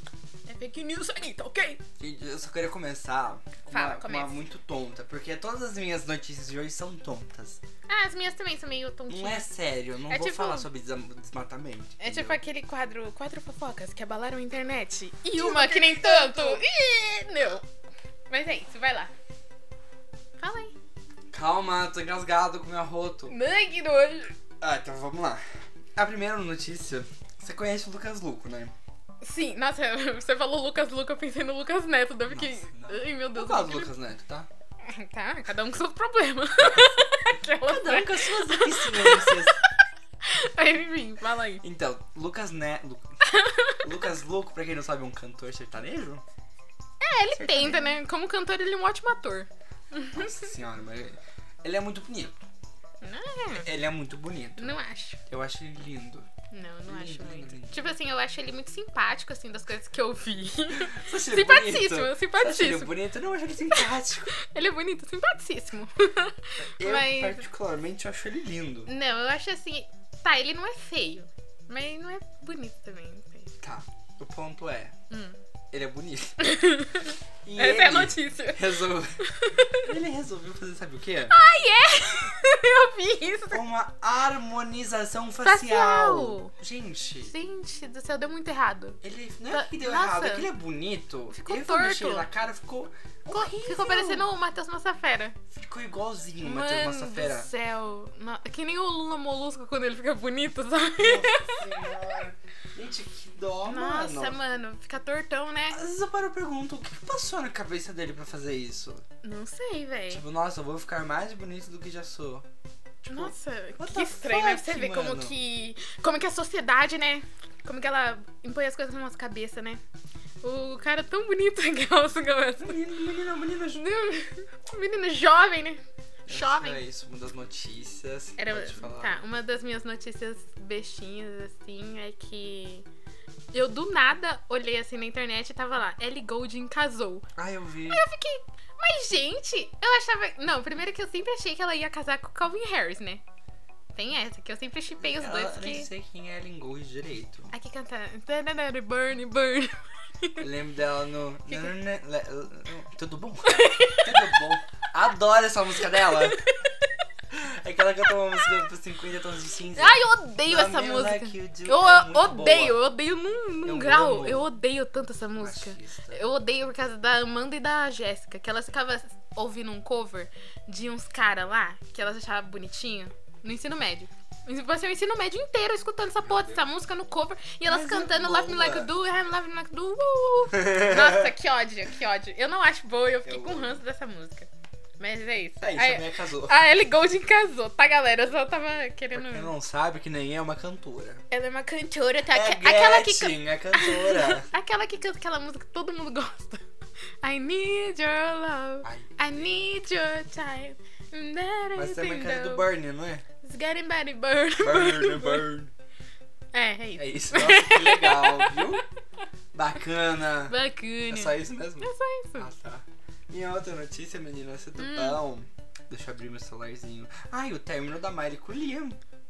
Speaker 2: É fake news aí, tá ok?
Speaker 1: Gente, Eu só queria começar com uma,
Speaker 2: Fala,
Speaker 1: com uma
Speaker 2: começa.
Speaker 1: muito tonta, porque todas as minhas notícias de hoje são tontas.
Speaker 2: Ah, as minhas também são meio
Speaker 1: Não é
Speaker 2: tontinhas.
Speaker 1: sério, eu não
Speaker 2: É
Speaker 1: vou
Speaker 2: tipo-
Speaker 1: falar sobre desam- desmatamento.
Speaker 2: É
Speaker 1: entendeu?
Speaker 2: tipo aquele quadro, quatro fofocas que abalaram a internet. E
Speaker 1: Que
Speaker 2: uma que nem Tipo tanto. Ih, não. Mas é isso, vai lá. Fala aí.
Speaker 1: Calma, tô engasgado com meu arroto.
Speaker 2: Ai, que nojo.
Speaker 1: Ah, então vamos lá. A primeira notícia. Você conhece o Lucas Luco, né?
Speaker 2: Sim, nossa, você falou Lucas Luca, eu pensei no Lucas Neto, daí eu fiquei.
Speaker 1: Nossa, não.
Speaker 2: Ai, meu
Speaker 1: Eu
Speaker 2: Deus.
Speaker 1: gosto do
Speaker 2: aquele-
Speaker 1: Lucas Neto, tá?
Speaker 2: Tá, cada um com seu problema. Aquela.
Speaker 1: Cada um com as suas deficiências.
Speaker 2: Aí, Enfim, fala aí.
Speaker 1: Então, Lucas Neto. Lucas Luco, pra quem não sabe, é um cantor sertanejo?
Speaker 2: É, ele tenta, né? Como cantor, ele é um ótimo ator.
Speaker 1: Nossa senhora, mas. Ele é muito bonito.
Speaker 2: Não,
Speaker 1: Ele é muito bonito.
Speaker 2: não acho.
Speaker 1: Eu acho ele lindo.
Speaker 2: Não, não acho
Speaker 1: Lindo, lindo,
Speaker 2: muito.
Speaker 1: lindo.
Speaker 2: Tipo assim, eu acho ele muito simpático, assim, das coisas que eu vi.
Speaker 1: Você acha ele bonito?
Speaker 2: Simpaticíssimo,
Speaker 1: Você acha ele
Speaker 2: simpaticíssimo.
Speaker 1: bonito? Não, eu acho ele simpático.
Speaker 2: Ele é bonito, simpaticíssimo.
Speaker 1: Eu,
Speaker 2: Mas-
Speaker 1: particularmente, acho ele lindo.
Speaker 2: Não, eu acho assim. Tá, ele não é feio. Mas não é bonito também. não sei.
Speaker 1: Tá. O ponto é.
Speaker 2: Hum.
Speaker 1: Ele é bonito. E
Speaker 2: Essa é a
Speaker 1: ele
Speaker 2: notícia.
Speaker 1: resolve- ele resolveu fazer, sabe o quê?
Speaker 2: Ai, é! Eu vi isso.
Speaker 1: Uma harmonização facial. Gente,
Speaker 2: Gente do céu, deu muito errado.
Speaker 1: ele não é
Speaker 2: Tá-
Speaker 1: que deu
Speaker 2: nossa.
Speaker 1: errado, é que ele é bonito.
Speaker 2: Ficou
Speaker 1: eu fui mexer
Speaker 2: torto.
Speaker 1: na cara, ficou horrível.
Speaker 2: Ficou parecendo um o Matheus Massafera.
Speaker 1: Ficou igualzinho o Hum, Matheus
Speaker 2: Mano do
Speaker 1: Massafera.
Speaker 2: céu. No- Que nem o Lula Molusco quando ele fica bonito, sabe?
Speaker 1: Nossa senhora. Gente, que dó,
Speaker 2: Nossa, é
Speaker 1: mano.
Speaker 2: mano, fica tortão, né?
Speaker 1: Às vezes eu paro e pergunto, o que que passou na cabeça dele pra fazer isso?
Speaker 2: Não sei, velho.
Speaker 1: Tipo, nossa, eu vou ficar mais bonito do que já sou.
Speaker 2: Nossa,
Speaker 1: Tipo, what
Speaker 2: que
Speaker 1: the
Speaker 2: estranho, né?
Speaker 1: fuck,
Speaker 2: Você vê como
Speaker 1: mano?
Speaker 2: que. Como que a sociedade, né? Como que ela impõe as coisas na nossa cabeça, né? O cara é tão bonito que ela se começa.
Speaker 1: Menino, menina, menina, ju-
Speaker 2: Menino jovem, né?
Speaker 1: É
Speaker 2: Jovem.
Speaker 1: isso, uma das notícias.
Speaker 2: Era,
Speaker 1: Pode falar.
Speaker 2: tá, uma das minhas notícias bestinhas, assim, é que eu do nada olhei assim na internet e tava lá, Ellie Goulding casou.
Speaker 1: Ah, eu vi.
Speaker 2: Eu fiquei, mas gente, eu achava. Não, primeiro que eu sempre achei que ela ia casar com o Calvin Harris, né? Tem essa, que eu sempre chipei os
Speaker 1: Ela-
Speaker 2: dois.
Speaker 1: eu
Speaker 2: que...
Speaker 1: nem sei quem é Ellen Gold direito.
Speaker 2: Aqui canta. tananana, Burn, burn.
Speaker 1: Eu lembro dela no. Nanana- le- le- Tudo bom? Tudo bom. Adoro essa música dela. É aquela que eu tomo uma música por 50 tons de cinza.
Speaker 2: Ai, eu odeio
Speaker 1: Love
Speaker 2: essa
Speaker 1: Me
Speaker 2: música.
Speaker 1: Like You Do
Speaker 2: Eu,
Speaker 1: é muito
Speaker 2: odeio,
Speaker 1: boa.
Speaker 2: eu odeio num, num
Speaker 1: Eu
Speaker 2: grau.
Speaker 1: amo.
Speaker 2: Eu odeio tanto essa música.
Speaker 1: Machista.
Speaker 2: Eu odeio por causa da Amanda e da Jéssica, que elas ficavam ouvindo um cover de uns caras lá, que elas achavam bonitinho, no ensino médio. Passei o ensino médio inteiro escutando essa porra dessa música no cover e elas
Speaker 1: Mas é
Speaker 2: cantando Love Me
Speaker 1: boa.
Speaker 2: Like You Do, I'm Love Me Like You Do. uh, uh. Nossa, que ódio, que ódio. Eu não acho boa e eu fiquei
Speaker 1: Eu
Speaker 2: com
Speaker 1: amo.
Speaker 2: ranço dessa música. Mas é isso.
Speaker 1: É isso,
Speaker 2: Aí-
Speaker 1: a minha casou.
Speaker 2: A Ellie Goulding Ah, casou, tá, galera? Eu só tava
Speaker 1: Pra
Speaker 2: querendo.
Speaker 1: quem não sabe, que nem é uma cantora.
Speaker 2: Ela é uma cantora, tá?
Speaker 1: É
Speaker 2: Aquela que,
Speaker 1: Gretchen, a cantora.
Speaker 2: aquela que canta aquela música que todo mundo gosta. I need your love.
Speaker 1: Ai,
Speaker 2: I need your time.
Speaker 1: mas também é casa do Burn, não é?
Speaker 2: It's getting better, burn,
Speaker 1: Burn,
Speaker 2: burn,
Speaker 1: burn.
Speaker 2: É, é isso.
Speaker 1: É isso, nossa, que legal, viu? Bacana. É
Speaker 2: Bacana.
Speaker 1: só isso mesmo?
Speaker 2: É só isso.
Speaker 1: Ah, tá. E a outra notícia, menina, essa do
Speaker 2: Hum.
Speaker 1: pão. Deixa eu abrir meu celularzinho. Ai, o término da Miley com o Liam.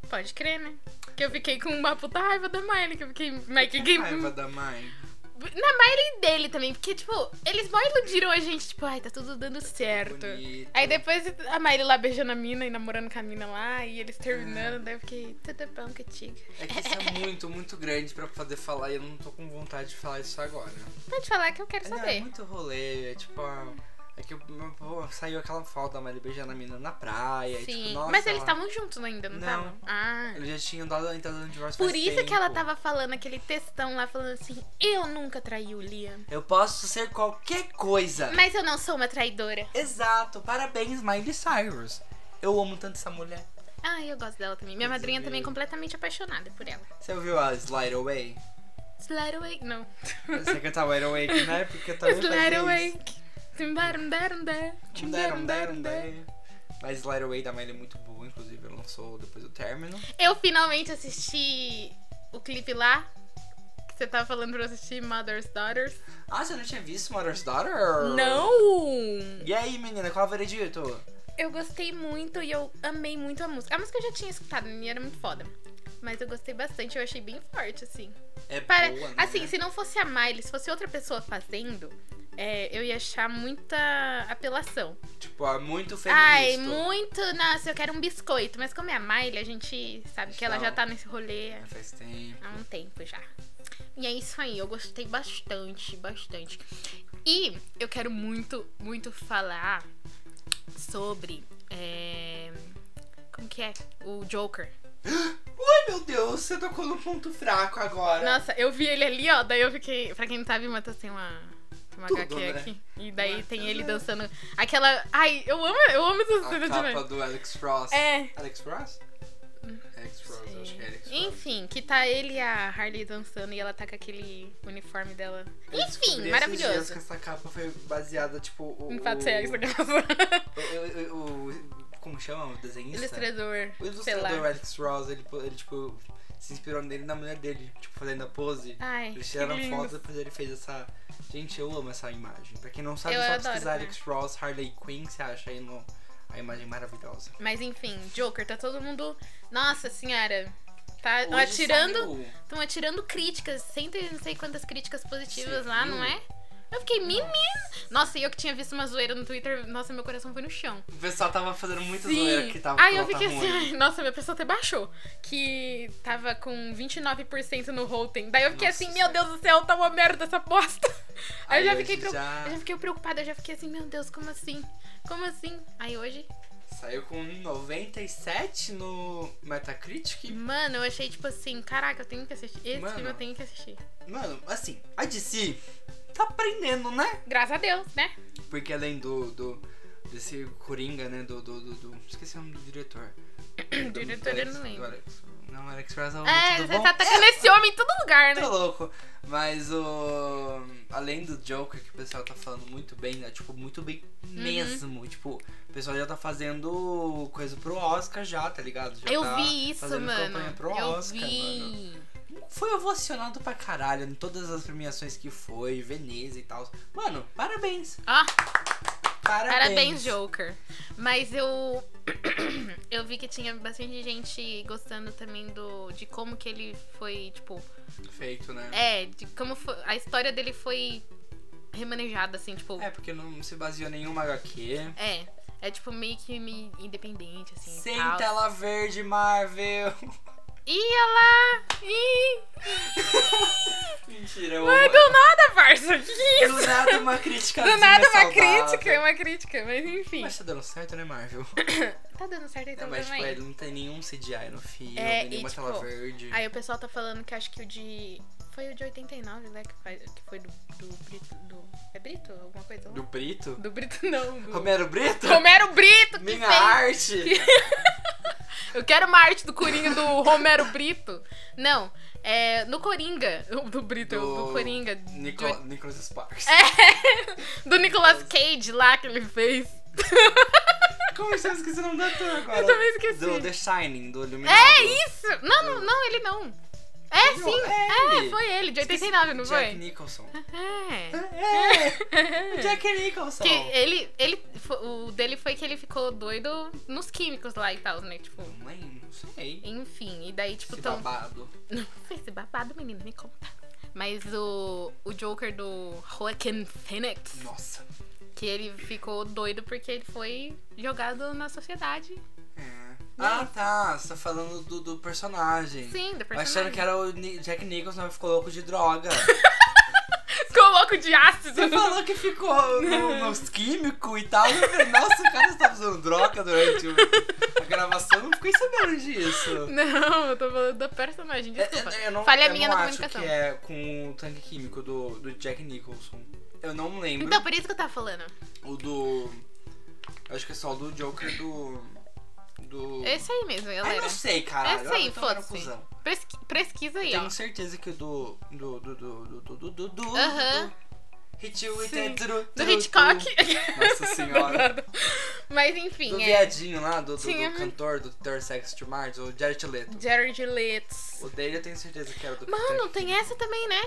Speaker 2: Pode crer, né? Que eu fiquei com uma puta raiva da Miley, que eu fiquei... Mas que, que...
Speaker 1: Raiva da mãe.
Speaker 2: Na Miley dele também, porque, tipo, eles mó iludiram a gente, tipo, ai, tá tudo dando certo.
Speaker 1: Bonito.
Speaker 2: Aí depois a Miley lá beijando a mina e namorando com a mina lá, e eles terminando, daí eu fiquei, tudo bom contigo.
Speaker 1: É que isso é muito, muito grande pra poder falar e eu não tô com vontade de falar isso agora.
Speaker 2: Pode falar que eu quero
Speaker 1: Não, é
Speaker 2: saber.
Speaker 1: muito rolê, é tipo. ah, É que pô, saiu aquela foto da Miley beijando a mina na praia. e,
Speaker 2: Sim,
Speaker 1: tipo, nossa,
Speaker 2: mas eles
Speaker 1: ela-
Speaker 2: estavam juntos ainda, não
Speaker 1: Não.
Speaker 2: estavam? Ah.
Speaker 1: Eles já tinham dado, entrado no divórcio
Speaker 2: Por
Speaker 1: faz
Speaker 2: isso que
Speaker 1: tempo.
Speaker 2: ela tava falando aquele textão lá, falando assim, eu nunca traí o Liam.
Speaker 1: Eu posso ser qualquer coisa.
Speaker 2: Mas eu não sou uma traidora.
Speaker 1: Exato, parabéns, Miley Cyrus. Eu amo tanto essa mulher.
Speaker 2: Ah, eu gosto dela também. Minha
Speaker 1: Pois
Speaker 2: madrinha
Speaker 1: é.
Speaker 2: também é completamente apaixonada por ela.
Speaker 1: Você ouviu a Slide Away?
Speaker 2: Slide away. Não.
Speaker 1: Você cantava Wide Awake, né? Porque eu também
Speaker 2: Slide
Speaker 1: fazia
Speaker 2: away.
Speaker 1: isso. Um deram, um deram, um
Speaker 2: Timbarumbarumbarumbar.
Speaker 1: deram. Mas Slide Away da Miley é muito boa, inclusive lançou depois do término.
Speaker 2: Eu finalmente assisti o clipe lá. Que você tava falando pra eu assistir Mother's Daughters.
Speaker 1: Ah, você não tinha visto Mother's Daughter?
Speaker 2: Não!
Speaker 1: E aí, menina, qual é o veredito?
Speaker 2: Eu gostei muito e eu amei muito a música. A música eu já tinha escutado e era muito foda. Mas eu gostei bastante, eu achei bem forte, assim.
Speaker 1: É
Speaker 2: Para,
Speaker 1: boa, né?
Speaker 2: assim, se não fosse a Miley, se fosse outra pessoa fazendo, é, eu ia achar muita apelação.
Speaker 1: Tipo, é muito feminista.
Speaker 2: Ai, muito. Nossa, eu quero um biscoito. Mas como é a Miley, a gente sabe que ela já
Speaker 1: Então.
Speaker 2: tá nesse rolê
Speaker 1: Já Faz tempo.
Speaker 2: há um tempo já. E é isso aí, eu gostei bastante, bastante. E eu quero muito, muito falar sobre. é, Como que é? O Joker.
Speaker 1: Ai, meu Deus, você tocou no ponto fraco agora.
Speaker 2: Nossa, eu vi ele ali, ó. Daí eu fiquei. Pra quem não sabe, Matheus tem uma. tem Uma
Speaker 1: Tudo,
Speaker 2: HQ
Speaker 1: né?
Speaker 2: aqui. E daí
Speaker 1: Matheus,
Speaker 2: tem ele
Speaker 1: né?
Speaker 2: dançando. Aquela. Ai, eu amo, eu amo essa cena
Speaker 1: A
Speaker 2: demais.
Speaker 1: capa do Alex Ross.
Speaker 2: É. Hum,
Speaker 1: Alex Ross? Alex Ross, eu acho que é Alex Ross.
Speaker 2: Enfim, que tá ele e a Harley dançando e ela tá com aquele uniforme dela.
Speaker 1: Eu descobri
Speaker 2: Enfim,
Speaker 1: esses dias
Speaker 2: maravilhoso.
Speaker 1: que essa capa foi baseada, tipo. O,
Speaker 2: Em fatos reais né? da casa.
Speaker 1: o, o, o- Como chama o desenhista?
Speaker 2: Ilustrador.
Speaker 1: O
Speaker 2: sei
Speaker 1: ilustrador
Speaker 2: lá.
Speaker 1: Alex Ross, ele, ele, tipo, se inspirou nele na mulher dele, tipo, fazendo a pose.
Speaker 2: Ai,
Speaker 1: Eles
Speaker 2: que
Speaker 1: tiraram
Speaker 2: lindo.
Speaker 1: foto, depois ele fez essa. Gente, eu amo essa imagem. Pra quem não sabe,
Speaker 2: Eu
Speaker 1: é só
Speaker 2: adoro né?
Speaker 1: pesquisar
Speaker 2: também.
Speaker 1: Alex Ross, Harley Quinn, você acha aí no. A imagem maravilhosa.
Speaker 2: Mas enfim, Joker, tá todo mundo. Nossa senhora. Tá
Speaker 1: Hoje
Speaker 2: atirando.
Speaker 1: saiu- um
Speaker 2: Estão atirando críticas. Cento e não sei quantas críticas positivas
Speaker 1: Você
Speaker 2: lá,
Speaker 1: viu?
Speaker 2: não é? Eu fiquei mimi. Nossa, e eu que tinha visto uma zoeira no Twitter, nossa, meu coração foi no chão.
Speaker 1: O pessoal tava fazendo muita zoeira
Speaker 2: Sim.
Speaker 1: que tava
Speaker 2: Aí
Speaker 1: que
Speaker 2: eu
Speaker 1: ela tá
Speaker 2: fiquei assim,
Speaker 1: ruim.
Speaker 2: ai, nossa, minha pessoa até baixou. Que tava com 29% no Rotten. Daí eu fiquei
Speaker 1: Nossa
Speaker 2: assim, meu Deus do céu, tá uma merda essa bosta. Aí, eu já
Speaker 1: hoje
Speaker 2: fiquei, preo-
Speaker 1: já
Speaker 2: eu já fiquei preocupada, eu já fiquei assim, meu Deus, como assim? Como assim? Aí hoje,
Speaker 1: Saiu com 97 no Metacritic.
Speaker 2: mano, eu achei tipo assim, caraca, eu tenho que assistir. Esse
Speaker 1: Mano.
Speaker 2: filme eu tenho que assistir.
Speaker 1: Mano, assim, a DC tá aprendendo, né?
Speaker 2: Graças a Deus, né?
Speaker 1: Porque além do. do desse Coringa, né? Do. do, do, do- esqueci o nome do diretor. Do- do
Speaker 2: Diretor, eu
Speaker 1: Alex-
Speaker 2: não lembro.
Speaker 1: do Alex- Não, Alex Ross é o.
Speaker 2: É,
Speaker 1: tudo
Speaker 2: você
Speaker 1: bom?
Speaker 2: tá atacando esse homem em todo lugar, né?
Speaker 1: Tô louco. Mas o. Além do Joker, que o pessoal tá falando muito bem, né? Tipo, muito bem
Speaker 2: Uhum.
Speaker 1: mesmo. Tipo, o pessoal já tá fazendo coisa pro Oscar já, tá ligado? Já
Speaker 2: Eu
Speaker 1: tá
Speaker 2: vi isso,
Speaker 1: fazendo
Speaker 2: mano.
Speaker 1: campanha pro
Speaker 2: eu
Speaker 1: Oscar,
Speaker 2: vi.
Speaker 1: mano. Foi ovacionado pra caralho em todas as premiações que foi, Veneza e tal. Mano, parabéns. Parabéns.
Speaker 2: Ó. Ah, Parabéns, Joker. Mas eu eu vi que tinha bastante gente gostando também do de como que ele foi, tipo,
Speaker 1: Feito, né?
Speaker 2: é, de como foi, a história dele foi remanejada assim, tipo,
Speaker 1: É, porque não se baseou em nenhuma HQ.
Speaker 2: é, é, tipo meio que me- independente assim,
Speaker 1: Sem
Speaker 2: tal.
Speaker 1: tela verde, Marvel.
Speaker 2: Ih, olha lá. Ih,
Speaker 1: Mentira, eu
Speaker 2: não é
Speaker 1: amo.
Speaker 2: do nada, parça. Que que é isso?
Speaker 1: Do nada uma crítica
Speaker 2: Do nada uma crítica, é uma crítica, mas enfim.
Speaker 1: Mas tá dando certo, né, Marvel?
Speaker 2: Tá dando certo então
Speaker 1: Não, mas tipo,
Speaker 2: também.
Speaker 1: ele não tem nenhum CGI no filme,
Speaker 2: É, e,
Speaker 1: nenhuma
Speaker 2: tipo,
Speaker 1: tela verde.
Speaker 2: Aí o pessoal tá falando que acho que o de. Foi o de 89, né? Que, faz- que foi do, do Brito. Do, é Brito? Alguma coisa? lá?
Speaker 1: Do Brito?
Speaker 2: Do Brito, não. Do...
Speaker 1: Romero Brito?
Speaker 2: Romero Brito! Que
Speaker 1: Minha
Speaker 2: fez-
Speaker 1: arte!
Speaker 2: Eu quero uma arte do Coringa do Romero Brito. Não, é no Coringa, do Brito, do, Coringa,
Speaker 1: Nico,
Speaker 2: de-
Speaker 1: Nicholas Sparks.
Speaker 2: do Nicolas Cage lá que ele fez.
Speaker 1: Como é você esqueci o nome do ator agora?
Speaker 2: Eu também esqueci.
Speaker 1: Do The Shining, do Iluminado.
Speaker 2: É isso! Não, não, não, ele não. É
Speaker 1: Não,
Speaker 2: sim,
Speaker 1: é
Speaker 2: é,
Speaker 1: ele.
Speaker 2: foi ele, de 89, não
Speaker 1: Jack
Speaker 2: foi?
Speaker 1: Nicholson.
Speaker 2: É.
Speaker 1: É! Jack Nicholson.
Speaker 2: Que ele, ele, o dele foi que ele ficou doido nos químicos lá e tal, né? Tipo,
Speaker 1: Não lembro, não sei.
Speaker 2: enfim, e daí, tipo,
Speaker 1: Esse
Speaker 2: tão.
Speaker 1: babado.
Speaker 2: Não sei se babado, menino, me conta. Mas o, o Joker do Joaquin Phoenix,
Speaker 1: Nossa.
Speaker 2: que ele ficou doido porque ele foi jogado na sociedade. Né?
Speaker 1: É. Ah, tá. Você tá falando do, do personagem.
Speaker 2: Sim, do
Speaker 1: Eu Achando
Speaker 2: personagem.
Speaker 1: que era o Ni- Jack Nicholson, mas ficou louco de droga.
Speaker 2: Ficou louco de ácido.
Speaker 1: é- Você falou que ficou no, nos químicos e tal. Eu falei, nossa, o cara estava usando droga durante o- a gravação. Eu Não fiquei sabendo disso.
Speaker 2: Não, eu tô falando do personagem,
Speaker 1: É,
Speaker 2: desculpa.
Speaker 1: é, eu não,
Speaker 2: Falha
Speaker 1: eu
Speaker 2: minha
Speaker 1: não
Speaker 2: na
Speaker 1: acho
Speaker 2: comunicação.
Speaker 1: que é com o tanque químico do, do Jack Nicholson. Eu não lembro.
Speaker 2: Então, por isso que eu tava falando.
Speaker 1: O do... Acho que é só o do Joker do... Do...
Speaker 2: É isso aí mesmo,
Speaker 1: Ah, eu
Speaker 2: galera.
Speaker 1: não sei, cara.
Speaker 2: Essa aí,
Speaker 1: eu tô vendo
Speaker 2: foda-se.
Speaker 1: cuzão.
Speaker 2: Pesqui- pesquisa aí, ó.
Speaker 1: Tenho certeza que o do... Do... Do... Do... Do... Do... Do... Do...
Speaker 2: Aham.
Speaker 1: do- Hit you with
Speaker 2: Sim.
Speaker 1: a dru-
Speaker 2: Do
Speaker 1: dru-
Speaker 2: Hitchcock.
Speaker 1: dru. Nossa senhora.
Speaker 2: Mas enfim,
Speaker 1: Do
Speaker 2: é.
Speaker 1: viadinho lá, do, do,
Speaker 2: Sim,
Speaker 1: do
Speaker 2: aham.
Speaker 1: cantor do Third Sex to Mars, o Jared Leto.
Speaker 2: Jared Leto.
Speaker 1: O dele eu tenho certeza que era do
Speaker 2: Mano, tem essa também, né?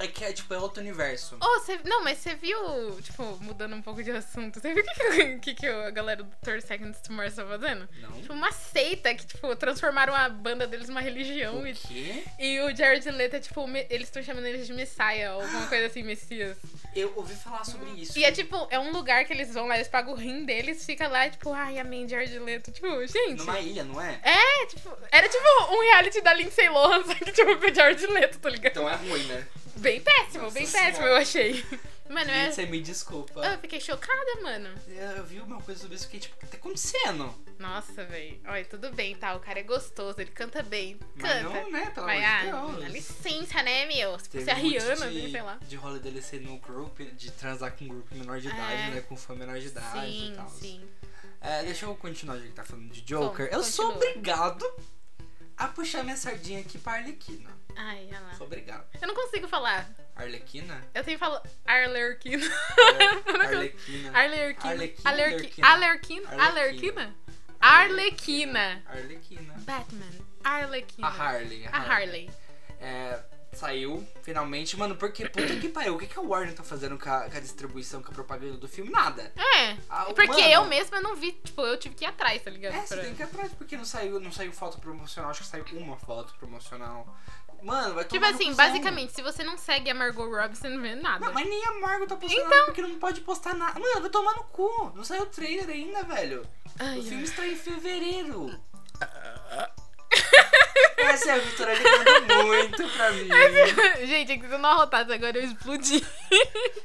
Speaker 1: É que é tipo, é outro universo.
Speaker 2: Oh, você não, mas você viu, tipo, mudando um pouco de assunto, você viu o que, que, que, que a galera do 30 Seconds to Mars tá fazendo?
Speaker 1: Não.
Speaker 2: Tipo, uma seita que, tipo, transformaram a banda deles numa religião
Speaker 1: O
Speaker 2: e,
Speaker 1: quê?
Speaker 2: e o Jared Leto é, tipo, me- eles estão chamando eles de Messiah ou alguma coisa assim, Messias.
Speaker 1: Eu ouvi falar sobre isso.
Speaker 2: E é tipo, é um lugar que eles vão lá, eles pagam o rim deles, fica lá, tipo, ai, amém, Jared Leto. Tipo, gente.
Speaker 1: Numa ilha, não é?
Speaker 2: É, tipo, era tipo um reality da Lindsay Lohan, só que tipo com o Jared Leto, tá ligado?
Speaker 1: Então é ruim, né?
Speaker 2: Bem péssimo, bem
Speaker 1: Nossa
Speaker 2: péssimo,
Speaker 1: Senhora.
Speaker 2: eu achei. Mano,
Speaker 1: Gente,
Speaker 2: eu,
Speaker 1: Você me desculpa.
Speaker 2: eu fiquei chocada, mano.
Speaker 1: Eu eu vi uma coisa sobre isso, fiquei tipo, o que tá acontecendo?
Speaker 2: Nossa, velho. Olha, tudo bem, tá? O cara é gostoso, ele canta bem.
Speaker 1: Mas
Speaker 2: Canta.
Speaker 1: não, né? Pelo
Speaker 2: Mas, ah,
Speaker 1: amor de
Speaker 2: dá
Speaker 1: Deus.
Speaker 2: licença, né, meu? Se
Speaker 1: Teve
Speaker 2: fosse a
Speaker 1: muito
Speaker 2: Rihanna,
Speaker 1: um de,
Speaker 2: né, sei lá.
Speaker 1: De rolê dele ser no grupo, de transar com um grupo menor de
Speaker 2: É.
Speaker 1: idade, né? Com fã menor de idade e
Speaker 2: Sim,
Speaker 1: tal.
Speaker 2: sim.
Speaker 1: É, deixa eu continuar já que tá falando de Joker.
Speaker 2: Bom,
Speaker 1: eu sou
Speaker 2: continua.
Speaker 1: obrigado a puxar minha sardinha aqui pra Arlequina.
Speaker 2: Ai, olha lá.
Speaker 1: Sou obrigado.
Speaker 2: Eu não consigo falar.
Speaker 1: Arlequina?
Speaker 2: Eu tenho que falar Arlerquina. Eu
Speaker 1: É,
Speaker 2: não consigo.
Speaker 1: Arlequina.
Speaker 2: Arlequina.
Speaker 1: Arlequina, Arlequina.
Speaker 2: Alerquina. Alerquina. Arlequina. Arlequina.
Speaker 1: Arlequina.
Speaker 2: Batman. Arlequina.
Speaker 1: A Harley.
Speaker 2: A Harley.
Speaker 1: É, saiu, finalmente. Mano, porque puta que pariu. O que, que a Warner tá fazendo com a, com a distribuição, com a propaganda do filme? Nada.
Speaker 2: É.
Speaker 1: Ah,
Speaker 2: Porque
Speaker 1: mano.
Speaker 2: eu mesma não vi, tipo, eu tive que ir atrás, tá ligado?
Speaker 1: É, você
Speaker 2: Pra-
Speaker 1: tem que ir atrás, porque não saiu, não saiu foto promocional, acho que saiu uma foto promocional. Mano, vai tomar
Speaker 2: Tipo
Speaker 1: no
Speaker 2: assim,
Speaker 1: cuzão.
Speaker 2: basicamente, se você não segue a Margot Robbie, você não vê nada.
Speaker 1: Não, mas nem a Margot tá postando
Speaker 2: Então.
Speaker 1: nada, porque não pode postar nada. Mano, vai tomar no cu. Não saiu o trailer ainda, velho.
Speaker 2: Ai,
Speaker 1: o
Speaker 2: ai.
Speaker 1: filme está em fevereiro. Essa é a Vitória ligando muito pra mim.
Speaker 2: Gente, é que se eu não arrotasse agora, eu explodi.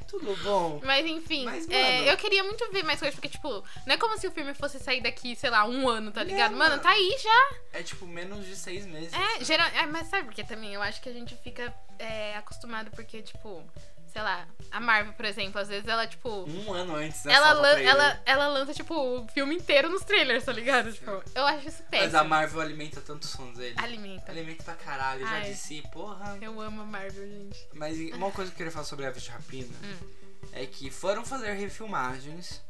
Speaker 1: Tudo bom?
Speaker 2: Mas enfim,
Speaker 1: Mas,
Speaker 2: é,
Speaker 1: mano-
Speaker 2: eu queria muito ver mais coisas, porque, tipo, não é como se o filme fosse sair daqui, sei lá, um ano, tá
Speaker 1: É,
Speaker 2: ligado? mano,
Speaker 1: mano.
Speaker 2: tá aí já.
Speaker 1: É tipo menos de seis meses.
Speaker 2: É, geral... é, mas sabe por que também? Eu acho que a gente fica é, acostumado porque, tipo, sei lá, a Marvel, por exemplo, às vezes ela, tipo.
Speaker 1: Um ano antes, né?
Speaker 2: Ela,
Speaker 1: só o
Speaker 2: lan-
Speaker 1: trailer.
Speaker 2: ela, ela lança, tipo, o filme inteiro nos trailers, tá ligado? Tipo, eu acho isso péssimo.
Speaker 1: Mas a Marvel alimenta tantos fãs dele.
Speaker 2: Alimenta.
Speaker 1: Alimenta pra caralho, já
Speaker 2: Ai.
Speaker 1: disse, porra.
Speaker 2: Eu amo a Marvel, gente.
Speaker 1: Mas uma coisa que eu queria falar sobre a Aves de Rapina
Speaker 2: Hum.
Speaker 1: é que foram fazer refilmagens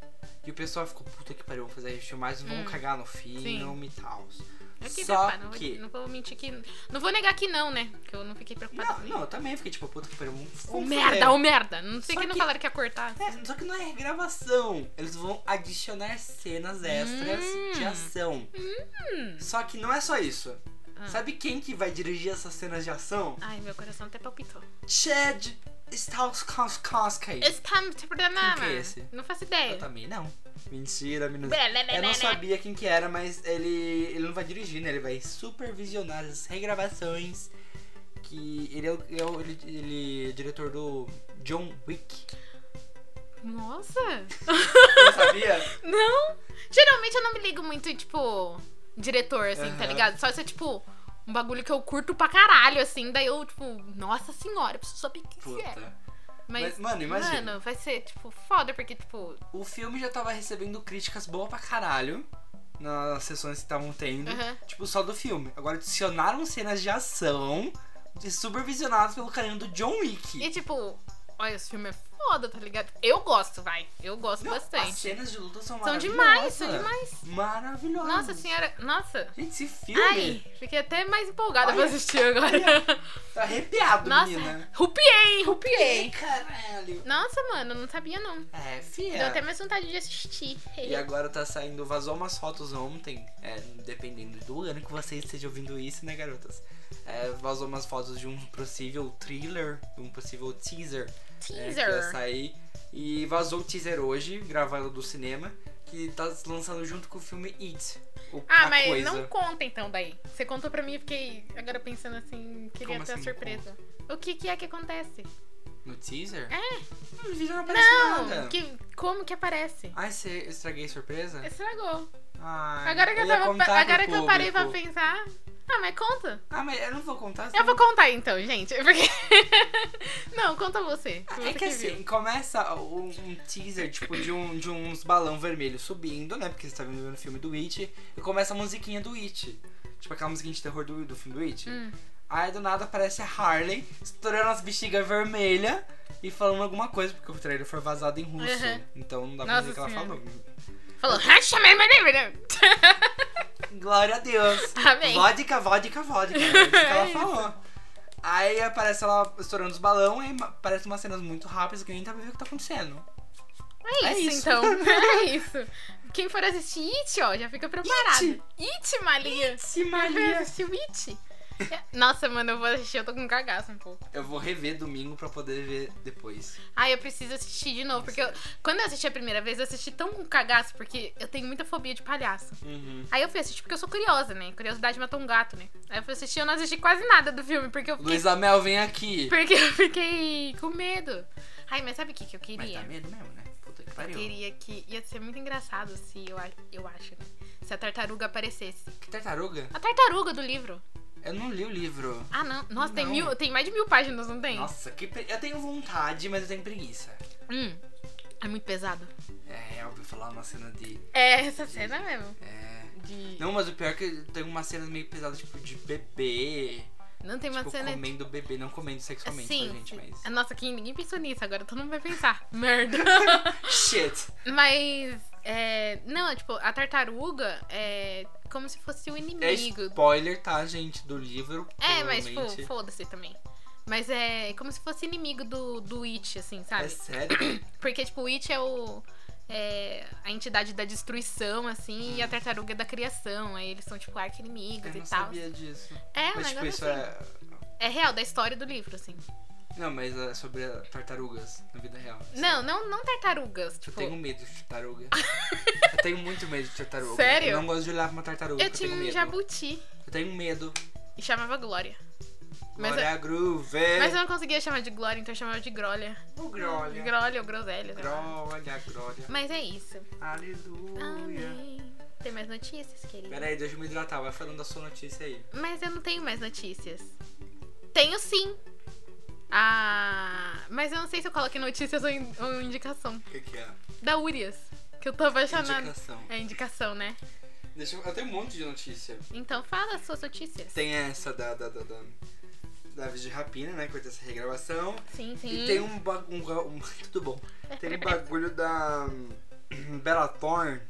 Speaker 1: e o pessoal ficou, puta que pariu, vão fazer refilmagens, vão cagar no filme e tal.
Speaker 2: Hum. Eu que
Speaker 1: Só
Speaker 2: rapaz, não, vou-
Speaker 1: que.
Speaker 2: não vou mentir que. Não vou negar que não, né? Que eu não fiquei preocupada
Speaker 1: Não,
Speaker 2: com
Speaker 1: não,
Speaker 2: isso.
Speaker 1: eu também fiquei tipo, puta que pariu, vamos
Speaker 2: Ô,
Speaker 1: vamos
Speaker 2: merda,
Speaker 1: fazer.
Speaker 2: ô merda. Não sei
Speaker 1: Só
Speaker 2: que não
Speaker 1: que-
Speaker 2: falaram que ia cortar.
Speaker 1: É, só que não é regravação. Eles vão adicionar cenas extras
Speaker 2: Hum.
Speaker 1: de ação. Só que não é só isso.
Speaker 2: Ah.
Speaker 1: Sabe quem que vai dirigir essas cenas de ação?
Speaker 2: Ai, meu coração até palpitou.
Speaker 1: Chad Stahelskowski.
Speaker 2: Esse tá me
Speaker 1: Quem que é esse?
Speaker 2: Não faço
Speaker 1: Eu É
Speaker 2: ideia.
Speaker 1: também não. Mentira, menino.
Speaker 2: Blá, blá, blá,
Speaker 1: Eu
Speaker 2: blá,
Speaker 1: não
Speaker 2: blá.
Speaker 1: sabia quem que era, mas ele, ele não vai dirigir, né? Ele vai supervisionar as regravações. Que ele é, o- é o- ele, ele é diretor do John Wick.
Speaker 2: Nossa!
Speaker 1: Não sabia?
Speaker 2: é, Não! Geralmente eu não me ligo muito, tipo, diretor, assim,
Speaker 1: Aham.
Speaker 2: tá ligado? Só se é, tipo, um bagulho que eu curto pra caralho, assim. Daí eu, tipo, nossa senhora, eu preciso saber o que que é.
Speaker 1: Puta. Mas, mano, imagina. Uhum.
Speaker 2: Mano, vai ser, tipo, foda, porque, tipo,
Speaker 1: O filme já tava recebendo críticas boas pra caralho. nas sessões que estavam tendo,
Speaker 2: Aham.
Speaker 1: tipo, só do filme. Agora adicionaram cenas de ação de- supervisionadas pelo carinha do John Wick.
Speaker 2: E tipo, olha, esse filme é foda, tá ligado? Eu gosto, vai. Eu gosto
Speaker 1: Não, assim, é As
Speaker 2: bastante.
Speaker 1: cenas de luta são
Speaker 2: São
Speaker 1: maravilhosas.
Speaker 2: demais, são demais.
Speaker 1: Maravilhosas.
Speaker 2: Nossa senhora, nossa.
Speaker 1: Gente, esse filme
Speaker 2: Ai, fiquei até mais empolgada pra
Speaker 1: Olha,
Speaker 2: assistir agora.
Speaker 1: tá arrepiado,
Speaker 2: Nossa,
Speaker 1: menina.
Speaker 2: rupiei, rupiei.
Speaker 1: Ei, caralho.
Speaker 2: Nossa, mano, não sabia não.
Speaker 1: É,
Speaker 2: Deu
Speaker 1: fia.
Speaker 2: até mais vontade de assistir. é
Speaker 1: E agora tá saindo, vazou umas fotos ontem, é, dependendo do ano que você esteja ouvindo isso, né, garotas? É, vazou umas fotos de um possível thriller, de um possível teaser, né, que ia
Speaker 2: Teaser.
Speaker 1: sair. E vazou o teaser hoje, gravado do cinema, que tá lançando junto com o filme It. O,
Speaker 2: Ah,
Speaker 1: a
Speaker 2: mas
Speaker 1: coisa.
Speaker 2: não conta então daí. Você contou pra mim e fiquei agora pensando assim, queria
Speaker 1: Como
Speaker 2: ter
Speaker 1: assim,
Speaker 2: a surpresa. O que, que é que acontece?
Speaker 1: No teaser?
Speaker 2: É.
Speaker 1: No vídeo não aparece nada.
Speaker 2: Não, que, como que aparece?
Speaker 1: Ai, você estraguei a surpresa?
Speaker 2: Estragou.
Speaker 1: Ai,
Speaker 2: Agora que eu,
Speaker 1: Ah. ia
Speaker 2: tava-
Speaker 1: contar pro
Speaker 2: agora que eu parei pra
Speaker 1: público.
Speaker 2: pensar. Ah, mas conta.
Speaker 1: Ah, mas eu não vou contar.
Speaker 2: Eu
Speaker 1: senão-
Speaker 2: vou contar então, gente. porque- não, conta você. se
Speaker 1: É
Speaker 2: você
Speaker 1: que
Speaker 2: que
Speaker 1: assim,
Speaker 2: viu.
Speaker 1: começa um, um teaser, tipo, de, um, de uns balão vermelho subindo, né? Porque você tá vendo o filme do It. E começa a musiquinha do It. Tipo aquela musiquinha de terror do, do filme do It.
Speaker 2: Hum.
Speaker 1: Aí do nada aparece a Harley estourando as bexigas vermelhas e falando alguma coisa, porque o trailer foi vazado em russo.
Speaker 2: Uhum.
Speaker 1: Então não dá pra
Speaker 2: Nossa
Speaker 1: dizer o que ela
Speaker 2: Senhora.
Speaker 1: falou.
Speaker 2: Falou, racha mesmo,
Speaker 1: Glória a Deus.
Speaker 2: Amém.
Speaker 1: Vodka, vodka, vodka. É isso que ela falou. Aí aparece ela estourando os balão e ma- aparece umas cenas muito rápidas que nem dá pra ver o que tá acontecendo.
Speaker 2: É
Speaker 1: É
Speaker 2: isso,
Speaker 1: isso.
Speaker 2: então. É isso. Quem for assistir It, ó, já fica preparado.
Speaker 1: It.
Speaker 2: It, Malia.
Speaker 1: Se
Speaker 2: Quem for assistir o It. É- Nossa, mano, eu vou assistir, eu tô com cagaço um pouco.
Speaker 1: Eu vou rever domingo pra poder ver depois.
Speaker 2: Ai, eu preciso assistir de novo, porque eu- quando eu assisti a primeira vez, eu assisti tão com cagaço, porque eu tenho muita fobia de palhaço.
Speaker 1: Uhum.
Speaker 2: Aí eu fui assistir porque eu sou curiosa, né? Curiosidade matou um gato, né? Aí eu fui assistir, eu não assisti quase nada do filme, porque eu fiquei,
Speaker 1: Luísa Mel, vem aqui.
Speaker 2: porque eu fiquei com medo. Ai, mas sabe o que, que eu
Speaker 1: Mas
Speaker 2: queria?
Speaker 1: tá medo mesmo, né? Puta que
Speaker 2: Eu
Speaker 1: pariu.
Speaker 2: queria que. Ia ser muito engraçado se eu, a- eu acho, né? Se a tartaruga aparecesse.
Speaker 1: Que tartaruga?
Speaker 2: A tartaruga do livro.
Speaker 1: Eu não li o livro.
Speaker 2: Ah, não. Nossa, Tem,
Speaker 1: Não.
Speaker 2: mil, tem mais de mil páginas, não tem?
Speaker 1: Nossa, que pre... eu tenho vontade, mas eu tenho preguiça.
Speaker 2: Hum. É muito pesado.
Speaker 1: É, eu ouvi falar uma cena de.
Speaker 2: É, essa cena mesmo.
Speaker 1: É.
Speaker 2: De. Não,
Speaker 1: Não, mas o pior é que tem umas cenas meio pesadas, tipo, de bebê.
Speaker 2: tem uma
Speaker 1: tipo,
Speaker 2: cena. de-
Speaker 1: comendo bebê, não comendo sexualmente,
Speaker 2: Sim,
Speaker 1: tá, gente?
Speaker 2: sim. Ah,
Speaker 1: Mas.
Speaker 2: Nossa, que ninguém pensou nisso, agora todo mundo vai pensar. Merda.
Speaker 1: Shit!
Speaker 2: Mas. É, não, tipo, a tartaruga é como se fosse o
Speaker 1: É
Speaker 2: inimigo.
Speaker 1: spoiler, tá, gente, do livro.
Speaker 2: É, mas, tipo,
Speaker 1: provavelmente.
Speaker 2: foda-se também. Mas é como se fosse inimigo do, do It, assim, sabe?
Speaker 1: É sério?
Speaker 2: Porque, tipo, o It é o. é a entidade da destruição, assim, e a tartaruga é da criação. Aí eles são, tipo,
Speaker 1: Eu
Speaker 2: arqui-inimigos
Speaker 1: não
Speaker 2: e tal.
Speaker 1: sabia disso.
Speaker 2: É, um
Speaker 1: mas, tipo,
Speaker 2: negócio
Speaker 1: isso
Speaker 2: assim.
Speaker 1: é.
Speaker 2: É... real, da história do livro, assim.
Speaker 1: Não, mas é sobre a- tartarugas na vida real. assim.
Speaker 2: Não, não, não tartarugas.
Speaker 1: Eu
Speaker 2: Tipo,
Speaker 1: tenho medo de tartaruga. eu tenho muito medo de tartaruga.
Speaker 2: Sério?
Speaker 1: Eu não gosto de olhar pra uma tartaruga.
Speaker 2: eu
Speaker 1: porque
Speaker 2: tinha
Speaker 1: tenho
Speaker 2: um
Speaker 1: medo.
Speaker 2: jabuti
Speaker 1: Eu tenho medo.
Speaker 2: e chamava Glória. Mas
Speaker 1: Glória Groove.
Speaker 2: Mas eu não conseguia chamar de Glória, então eu chamava de Grolha.
Speaker 1: O Grolha.
Speaker 2: Grolha ou Groselha. sei lá.
Speaker 1: Grolha, Grolha.
Speaker 2: Mas é isso.
Speaker 1: Aleluia.
Speaker 2: Amém. Tem mais notícias, querida?
Speaker 1: Pera aí, deixa eu me hidratar. Vai falando da sua notícia aí.
Speaker 2: Mas eu não tenho mais notícias. Tenho sim. Ah, mas eu não sei se eu coloquei notícias ou, in- ou indicação.
Speaker 1: O que, que é?
Speaker 2: Da Urias, que eu tô apaixonada.
Speaker 1: Indicação.
Speaker 2: É indicação, né?
Speaker 1: Deixa eu... eu tenho um monte de notícia.
Speaker 2: Então fala as suas notícias.
Speaker 1: Tem essa da. da. da. da, da Aves de Rapina, né? Que vai ter essa regravação.
Speaker 2: Sim, sim.
Speaker 1: E tem um bagulho. Um, tudo bom. Tem um bagulho da. hum, Bella Thorne.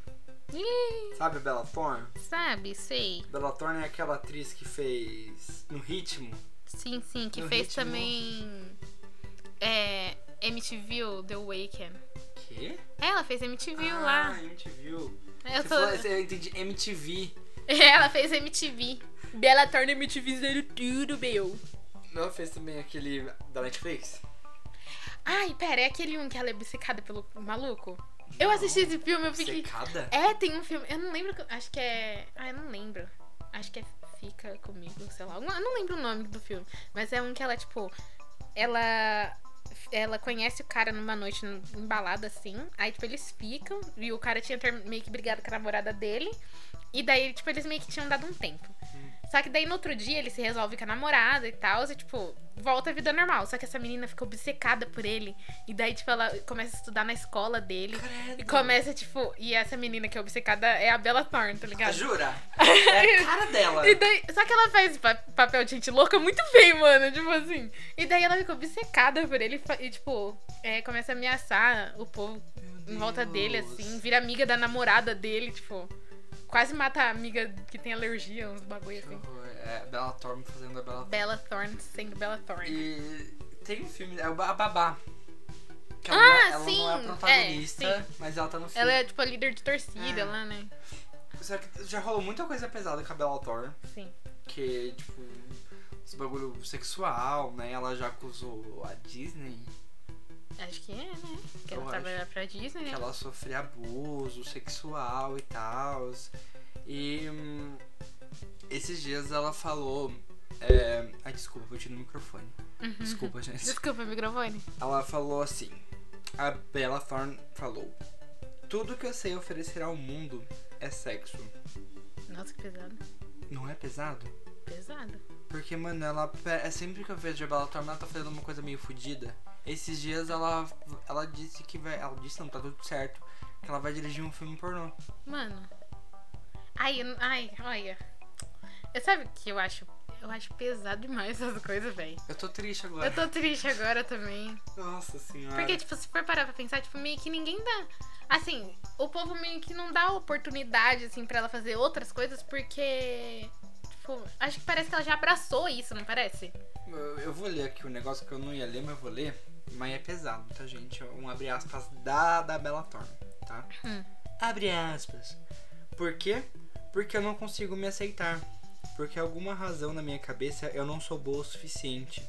Speaker 2: Ih,
Speaker 1: Sabe a Bella Thorne?
Speaker 2: sabe, sei.
Speaker 1: Bella Thorne é aquela atriz que fez. No ritmo.
Speaker 2: Sim, sim, que
Speaker 1: No
Speaker 2: fez
Speaker 1: ritmo.
Speaker 2: também. É. MTV The Weeknd.
Speaker 1: Quê?
Speaker 2: Ela fez MTV
Speaker 1: ah,
Speaker 2: lá.
Speaker 1: MTV.
Speaker 2: Eu
Speaker 1: você,
Speaker 2: tô...
Speaker 1: falou, você entendi MTV.
Speaker 2: Ela fez MTV. Bela torna MTV zero tudo, meu.
Speaker 1: Não fez também aquele da Netflix?
Speaker 2: Ai, pera, é aquele um que ela é obcecada pelo maluco? Eu assisti esse filme, eu fiquei.
Speaker 1: Secada?
Speaker 2: É, tem um filme. Eu não lembro. co- Acho que é. Ah, eu não lembro. Acho que é Fica Comigo, sei lá. alguma- Eu não lembro o nome do filme. Mas é um que ela, tipo. Ela. Ela conhece o cara numa noite num- em balada assim. Aí, tipo, eles ficam. E o cara tinha ter- meio que brigado com a namorada dele. E daí, tipo, eles meio que tinham dado um tempo. Só que daí no outro dia ele se resolve com a namorada e tal, e tipo, volta à vida normal. Só que essa menina fica obcecada por ele. E daí, tipo, ela começa a estudar na escola dele.
Speaker 1: Credo.
Speaker 2: E começa, tipo, e essa menina que é obcecada é a Bella Thorne, tá ligado?
Speaker 1: Jura? É a cara dela.
Speaker 2: E daí, só que ela faz pa- papel de gente louca muito bem, mano. Tipo assim. E daí ela fica obcecada por ele e fa- e, tipo, é, começa a ameaçar o povo
Speaker 1: Meu
Speaker 2: em volta
Speaker 1: Deus.
Speaker 2: dele, assim. Vira amiga da namorada dele, tipo. Quase mata a amiga que tem alergia, uns bagulho
Speaker 1: Que
Speaker 2: assim.
Speaker 1: horror. É, Bella Thorne fazendo a Bella Thorne.
Speaker 2: Bella Thorne sendo Bella Thorne.
Speaker 1: E tem um filme, é o Ba- a Babá. Que ela,
Speaker 2: Ah,
Speaker 1: não é- ela não é a
Speaker 2: sim,
Speaker 1: protagonista,
Speaker 2: é,
Speaker 1: mas ela tá no filme.
Speaker 2: Ela é, tipo, a líder de torcida
Speaker 1: É.
Speaker 2: lá, né?
Speaker 1: Só que já rolou muita coisa pesada com a Bella Thorne.
Speaker 2: Sim.
Speaker 1: Que, tipo, esse bagulho sexual, né? Ela já acusou a Disney
Speaker 2: Acho que é, né? Porque
Speaker 1: Eu
Speaker 2: ela
Speaker 1: acho.
Speaker 2: trabalha pra Disney,
Speaker 1: que
Speaker 2: né?
Speaker 1: ela sofria abuso sexual e tal. E hum, esses dias ela falou. É... Ai, desculpa, vou tirar o microfone.
Speaker 2: Uhum.
Speaker 1: Desculpa, gente.
Speaker 2: Desculpa, microfone.
Speaker 1: Ela falou assim: A Bella Thorne falou: Tudo que eu sei oferecer ao mundo é sexo.
Speaker 2: Nossa, que pesado.
Speaker 1: Não é pesado?
Speaker 2: Pesado.
Speaker 1: Porque, mano, ela. pe- É sempre que eu vejo a Bella Thorne, ela tá fazendo uma coisa meio fodida. Esses dias ela. Ela disse que vai. Ela disse, não, tá tudo certo. Que ela vai dirigir um filme pornô.
Speaker 2: Mano. Ai, eu não- ai, olha. Eu sabe o que eu acho? Eu acho pesado demais essas coisas, velho.
Speaker 1: Eu tô triste agora.
Speaker 2: Eu tô triste agora também.
Speaker 1: Nossa senhora.
Speaker 2: Porque, tipo, se for parar pra pensar, tipo, meio que ninguém dá. Assim, o povo meio que não dá oportunidade, assim, pra ela fazer outras coisas, porque. Tipo, acho que parece que ela já abraçou isso, não parece?
Speaker 1: Eu, eu vou ler aqui um negócio que eu não ia ler, mas eu vou ler. Mas é pesado, tá, gente? Um abre aspas da, da Bela Thorne, tá?
Speaker 2: Hum.
Speaker 1: Abre aspas. Por quê? Porque eu não consigo me aceitar. Porque alguma razão na minha cabeça eu não sou boa o suficiente.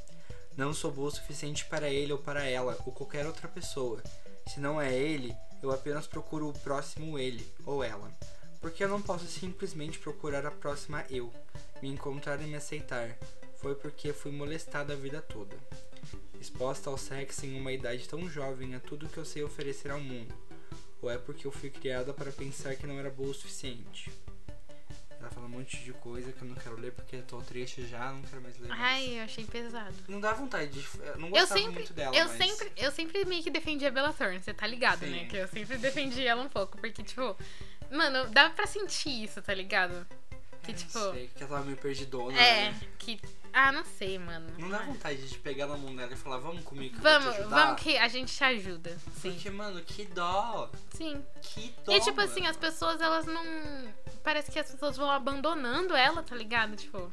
Speaker 1: Não sou boa o suficiente para ele ou para ela, ou qualquer outra pessoa. Se não é ele, eu apenas procuro o próximo ele ou ela. Porque eu não posso simplesmente procurar a próxima eu, me encontrar e me aceitar foi porque fui molestada a vida toda. Exposta ao sexo em uma idade tão jovem a tudo que eu sei oferecer ao mundo. Ou é porque eu fui criada para pensar que não era boa o suficiente. Ela fala um monte de coisa que eu não quero ler porque eu tô triste já, não quero mais ler. mais.
Speaker 2: Ai, eu achei pesado.
Speaker 1: Não dá vontade de. Eu não
Speaker 2: Eu
Speaker 1: gostava
Speaker 2: sempre,
Speaker 1: muito dela,
Speaker 2: eu,
Speaker 1: mas...
Speaker 2: sempre, eu sempre meio que defendi a Bella Thorne, você tá ligado,
Speaker 1: Sim.
Speaker 2: né? Que eu sempre defendi ela um pouco, porque, tipo, mano, dá pra sentir isso, tá ligado? Que,
Speaker 1: É,
Speaker 2: tipo,
Speaker 1: Não sei, que ela tava meio perdidona.
Speaker 2: é,
Speaker 1: né?
Speaker 2: que. Ah, não sei, mano.
Speaker 1: Não dá vontade de pegar na mão dela e falar, vamos comigo que eu vou
Speaker 2: Vamos,
Speaker 1: te ajudar.
Speaker 2: vamos que a gente te ajuda. Sim.
Speaker 1: Porque, mano, que dó.
Speaker 2: Sim.
Speaker 1: Que dó.
Speaker 2: E tipo assim,
Speaker 1: mano.
Speaker 2: as pessoas, elas não. Parece que as pessoas vão abandonando ela, tá ligado? Tipo,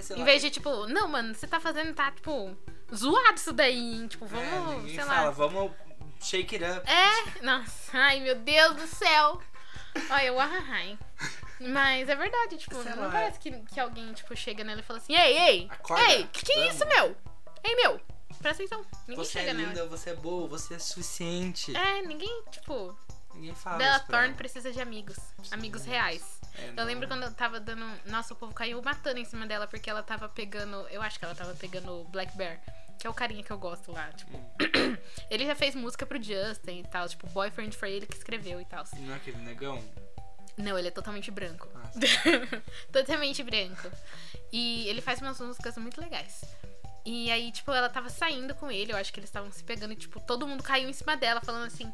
Speaker 1: Sei
Speaker 2: em
Speaker 1: lá,
Speaker 2: vez de, tipo, não, mano, você tá fazendo, tá, tipo, zoado isso daí, hein? Tipo,
Speaker 1: É,
Speaker 2: vamos,
Speaker 1: ninguém
Speaker 2: sei
Speaker 1: fala,
Speaker 2: lá.
Speaker 1: vamos shake it up.
Speaker 2: É, nossa, ai meu Deus do céu. Olha, eu ahahá, hein? Mas é verdade, tipo,
Speaker 1: Sei
Speaker 2: não
Speaker 1: lá.
Speaker 2: parece que, que alguém, tipo, chega nela e fala assim, ei, ei,
Speaker 1: Acorda,
Speaker 2: ei, que que é
Speaker 1: vamos."
Speaker 2: isso, meu? Ei, meu, presta atenção. Ninguém
Speaker 1: Você
Speaker 2: chega
Speaker 1: é
Speaker 2: nela.
Speaker 1: linda, você é boa, você é suficiente.
Speaker 2: É, ninguém, tipo,
Speaker 1: Ninguém fala
Speaker 2: Bella
Speaker 1: Ah, isso pra
Speaker 2: Thorne
Speaker 1: ela.
Speaker 2: precisa de amigos. Amigos
Speaker 1: de
Speaker 2: reais.
Speaker 1: É,
Speaker 2: Eu
Speaker 1: não.
Speaker 2: lembro quando eu tava dando. Nossa, o povo caiu matando em cima dela porque ela tava pegando. Eu acho que ela tava pegando o Black Bear, que é o carinha que eu gosto lá. Tipo,
Speaker 1: Hum.
Speaker 2: ele já fez música pro Justin e tal. Tipo, Boyfriend foi ele que escreveu e tal.
Speaker 1: Não é aquele negão?
Speaker 2: Não, ele é totalmente branco.
Speaker 1: Ah,
Speaker 2: totalmente branco. E ele faz umas músicas muito legais. E aí, tipo, ela tava saindo com ele, eu acho que eles estavam se pegando, e, tipo, todo mundo caiu em cima dela, falando assim.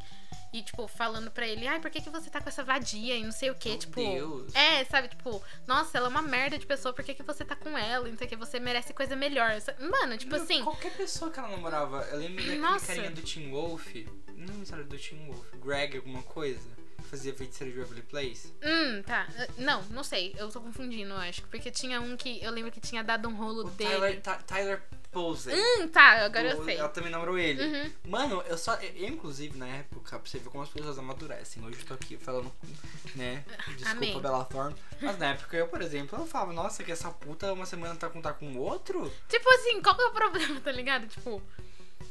Speaker 2: E, tipo, falando pra ele, ai, por que, que você tá com essa vadia e não sei o quê,
Speaker 1: Meu
Speaker 2: tipo.
Speaker 1: Deus.
Speaker 2: É, sabe, tipo, nossa, ela é uma merda de pessoa, por que, que você tá com ela? E não sei o que, você merece coisa melhor. sa- Mano, tipo
Speaker 1: Não,
Speaker 2: assim.
Speaker 1: Qualquer pessoa que ela namorava. Eu lembro daquele
Speaker 2: Nossa.
Speaker 1: carinha do Team Wolf. Não lembro se era do Team Wolf. Greg, alguma coisa. que Fazia feiticeiro de Beverly Place.
Speaker 2: Hum, tá. eh, Não, não sei. Eu tô confundindo, eu acho. Porque tinha um que eu lembro que tinha dado um rolo
Speaker 1: O
Speaker 2: dele.
Speaker 1: Tyler, Ty- Tyler Posey.
Speaker 2: Hum, tá, agora
Speaker 1: Do-
Speaker 2: eu sei.
Speaker 1: Ela também namorou ele.
Speaker 2: Uhum.
Speaker 1: Mano, eu só. Eu, inclusive, na época, pra você ver como as pessoas amadurecem. Hoje eu tô aqui falando, né? Desculpa,
Speaker 2: Amém.
Speaker 1: Bela Thorne. Mas na época eu, por exemplo, eu falava, nossa, que essa puta uma semana tá com tá com outro?
Speaker 2: Tipo assim, qual que é o problema, tá ligado? Tipo.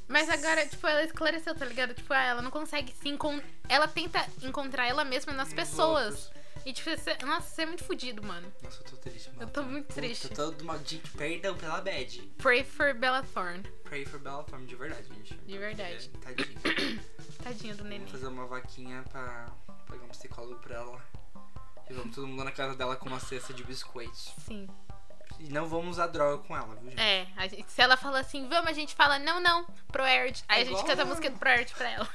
Speaker 2: Mas agora, tipo, ela esclareceu, tá ligado? Tipo, ah, ela não consegue se encontrar. Ela tenta encontrar ela mesma nas
Speaker 1: Nos
Speaker 2: pessoas.
Speaker 1: outros.
Speaker 2: E, tipo, você... nossa, você é muito fodido, mano.
Speaker 1: Nossa, eu tô triste, mano.
Speaker 2: Eu tô muito
Speaker 1: Puta,
Speaker 2: triste.
Speaker 1: Eu tô de uma de perdão pela bad.
Speaker 2: Pray for Bella Thorne.
Speaker 1: Pray for Bela Thorne, de verdade, gente.
Speaker 2: De verdade.
Speaker 1: É, Tadinha.
Speaker 2: Tadinha do neném.
Speaker 1: Vamos fazer uma vaquinha pra pagar um psicólogo pra ela. E vamos todo mundo na casa dela com uma cesta de biscoitos.
Speaker 2: Sim.
Speaker 1: E não vamos usar droga com ela, viu, gente?
Speaker 2: É, a gente- se ela fala assim, vamos, a gente fala não, não, pro Erd. Aí
Speaker 1: É
Speaker 2: a gente
Speaker 1: igual
Speaker 2: canta a
Speaker 1: eu.
Speaker 2: música do Proerd pra ela.